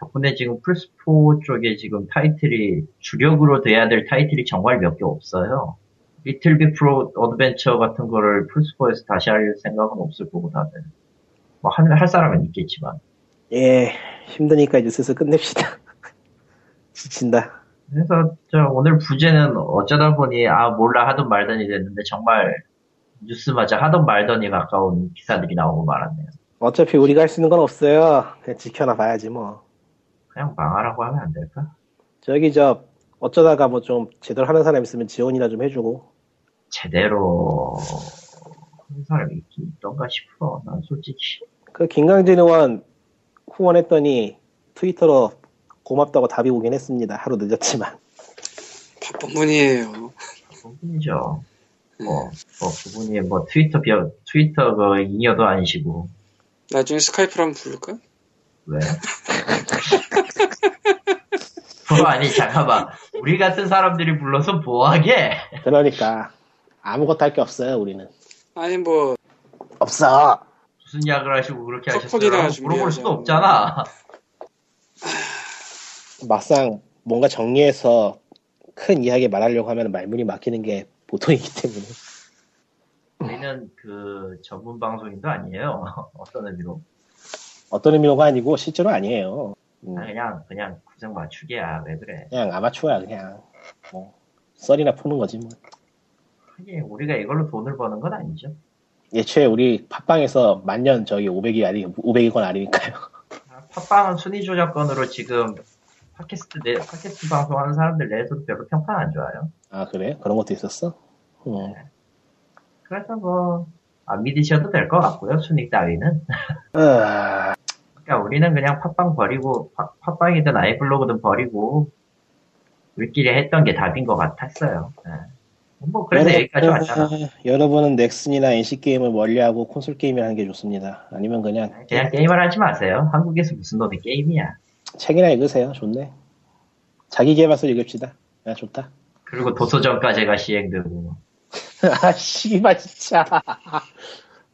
Speaker 2: 덕분에 지금 플스4 쪽에 지금 타이틀이 주력으로 돼야 될 타이틀이 정말 몇 개 없어요. 리틀 빅 프로 어드벤처 같은 거를 플스4에서 다시 할 생각은 없을 거고 다들. 뭐 할, 할 사람은 있겠지만.
Speaker 3: 예, 힘드니까 이제 슬슬 끝냅시다. 지친다.
Speaker 2: 그래서 저 오늘 부제는 어쩌다 보니 아 몰라 하던 말더니 됐는데 정말 뉴스마저 하던 말더니 가까운 기사들이 나오고 말았네요.
Speaker 3: 어차피 우리가 할 수 있는 건 없어요. 그냥 지켜나 봐야지 뭐.
Speaker 2: 그냥 망하라고 하면 안 될까?
Speaker 3: 저기 저 어쩌다가 뭐 좀 제대로 하는 사람 있으면 지원이나 좀 해주고.
Speaker 2: 제대로 하는 사람이 있긴 있던가 싶어. 난 솔직히
Speaker 3: 그 김강진 의원 후원했더니 트위터로 고맙다고 답이 오긴 했습니다. 하루 늦었지만.
Speaker 1: 바쁜 분이에요.
Speaker 2: 그분이죠. 뭐, 뭐 그분이 뭐 트위터 비어 트위터 그 인여도 아니시고
Speaker 1: 나중에 스카이프로 한번 부를까?
Speaker 2: 왜? 뭐, 아니 잠깐만 우리 같은 사람들이 불러서 뭐하게?
Speaker 3: 그러니까 아무것도 할 게 없어요. 우리는.
Speaker 1: 아니 뭐
Speaker 3: 없어.
Speaker 2: 무슨 약을 하시고 그렇게
Speaker 1: 턱걸이나
Speaker 2: 하셨어요?
Speaker 1: 준비해야죠.
Speaker 2: 물어볼 수도 없잖아.
Speaker 3: 막상 뭔가 정리해서 큰 이야기 말하려고 하면 말문이 막히는 게 보통이기 때문에.
Speaker 2: 우리는 그 전문 방송인도 아니에요. 어떤 의미로?
Speaker 3: 어떤 의미로가 아니고 실제로 아니에요. 음,
Speaker 2: 아, 그냥 그냥 구성 맞추기야. 왜 그래?
Speaker 3: 그냥 아마추어야 그냥. 뭐 썰이나 푸는 거지 뭐.
Speaker 2: 하긴 우리가 이걸로 돈을 버는 건 아니죠.
Speaker 3: 예초에 우리 팟빵에서 만년 저기 500이 아니 500이건 아니니까요.
Speaker 2: 아, 팟빵은 순위 조작권으로 지금 팟캐스트 내 팟캐스트 방송하는 사람들 내에서도 별로 평판 안 좋아요.
Speaker 3: 아 그래? 그런 것도 있었어? 음.
Speaker 2: 그래서 뭐, 안 믿으셔도 될 것 같고요, 순익 따위는.
Speaker 3: 아,
Speaker 2: 그러니까 우리는 그냥 팟빵 버리고, 팟- 팟빵이든 아이블로그든 버리고, 우리끼리 했던 게 답인 것 같았어요. 예. 뭐, 그래서
Speaker 3: 여러분,
Speaker 2: 여기까지 왔잖아.
Speaker 3: 여러분은 넥슨이나 NC 게임을 멀리하고 콘솔 게임을 하는 게 좋습니다. 아니면 그냥
Speaker 2: 그냥 게임을 하지 마세요. 한국에서 무슨 놈의 게임이야.
Speaker 3: 책이나 읽으세요. 좋네. 자기 개발서 읽읍시다. 아 좋다.
Speaker 2: 그리고 도서전까지가 시행되고,
Speaker 3: 아 씨발 진짜.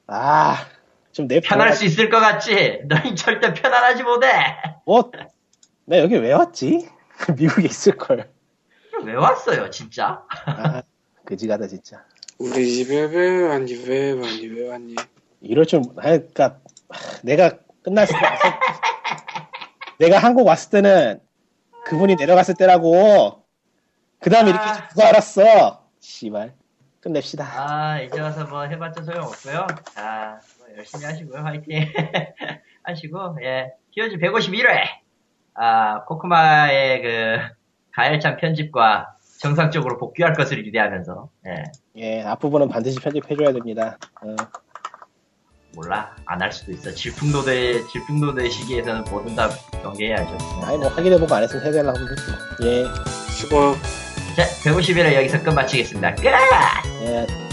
Speaker 3: 아. 좀내
Speaker 2: 편할 수 있을 것 같지? 너희 절대 편안하지 못해!
Speaker 3: 어? 나 여기 왜 왔지? 미국에 있을걸.
Speaker 2: 왜 왔어요, 진짜?
Speaker 3: 아, 그지가다, 진짜.
Speaker 1: 우리 집에 왜 왔니 왜 왔니 왜 왔니
Speaker 3: 이럴 줄, 아니, 그니까, 내가 끝났을 때, 왔을- 내가 한국 왔을 때는 그분이 내려갔을 때라고, 그 다음에 이렇게
Speaker 2: 아.
Speaker 3: 누가 알았어? 씨발. 끝냅시다.
Speaker 2: 아, 이제 와서 뭐 해봤자 소용없고요. 자, 뭐 열심히 하시고요. 화이팅 하시고, 예. 키워즈 151회! 아, 코코마의 그, 가열찬 편집과 정상적으로 복귀할 것을 기대하면서, 예.
Speaker 3: 예, 앞부분은 반드시 편집해줘야 됩니다. 어,
Speaker 2: 몰라. 안 할 수도 있어. 질풍노도의, 질풍노도의 시기에서는 뭐든 다 경계해야죠.
Speaker 3: 아니, 뭐, 확인해보고 안 했으면 해달라고 하면 되지. 예,
Speaker 1: 슈퍼
Speaker 2: 자, 151회 여기서 끝 마치겠습니다. 끝!
Speaker 3: 예,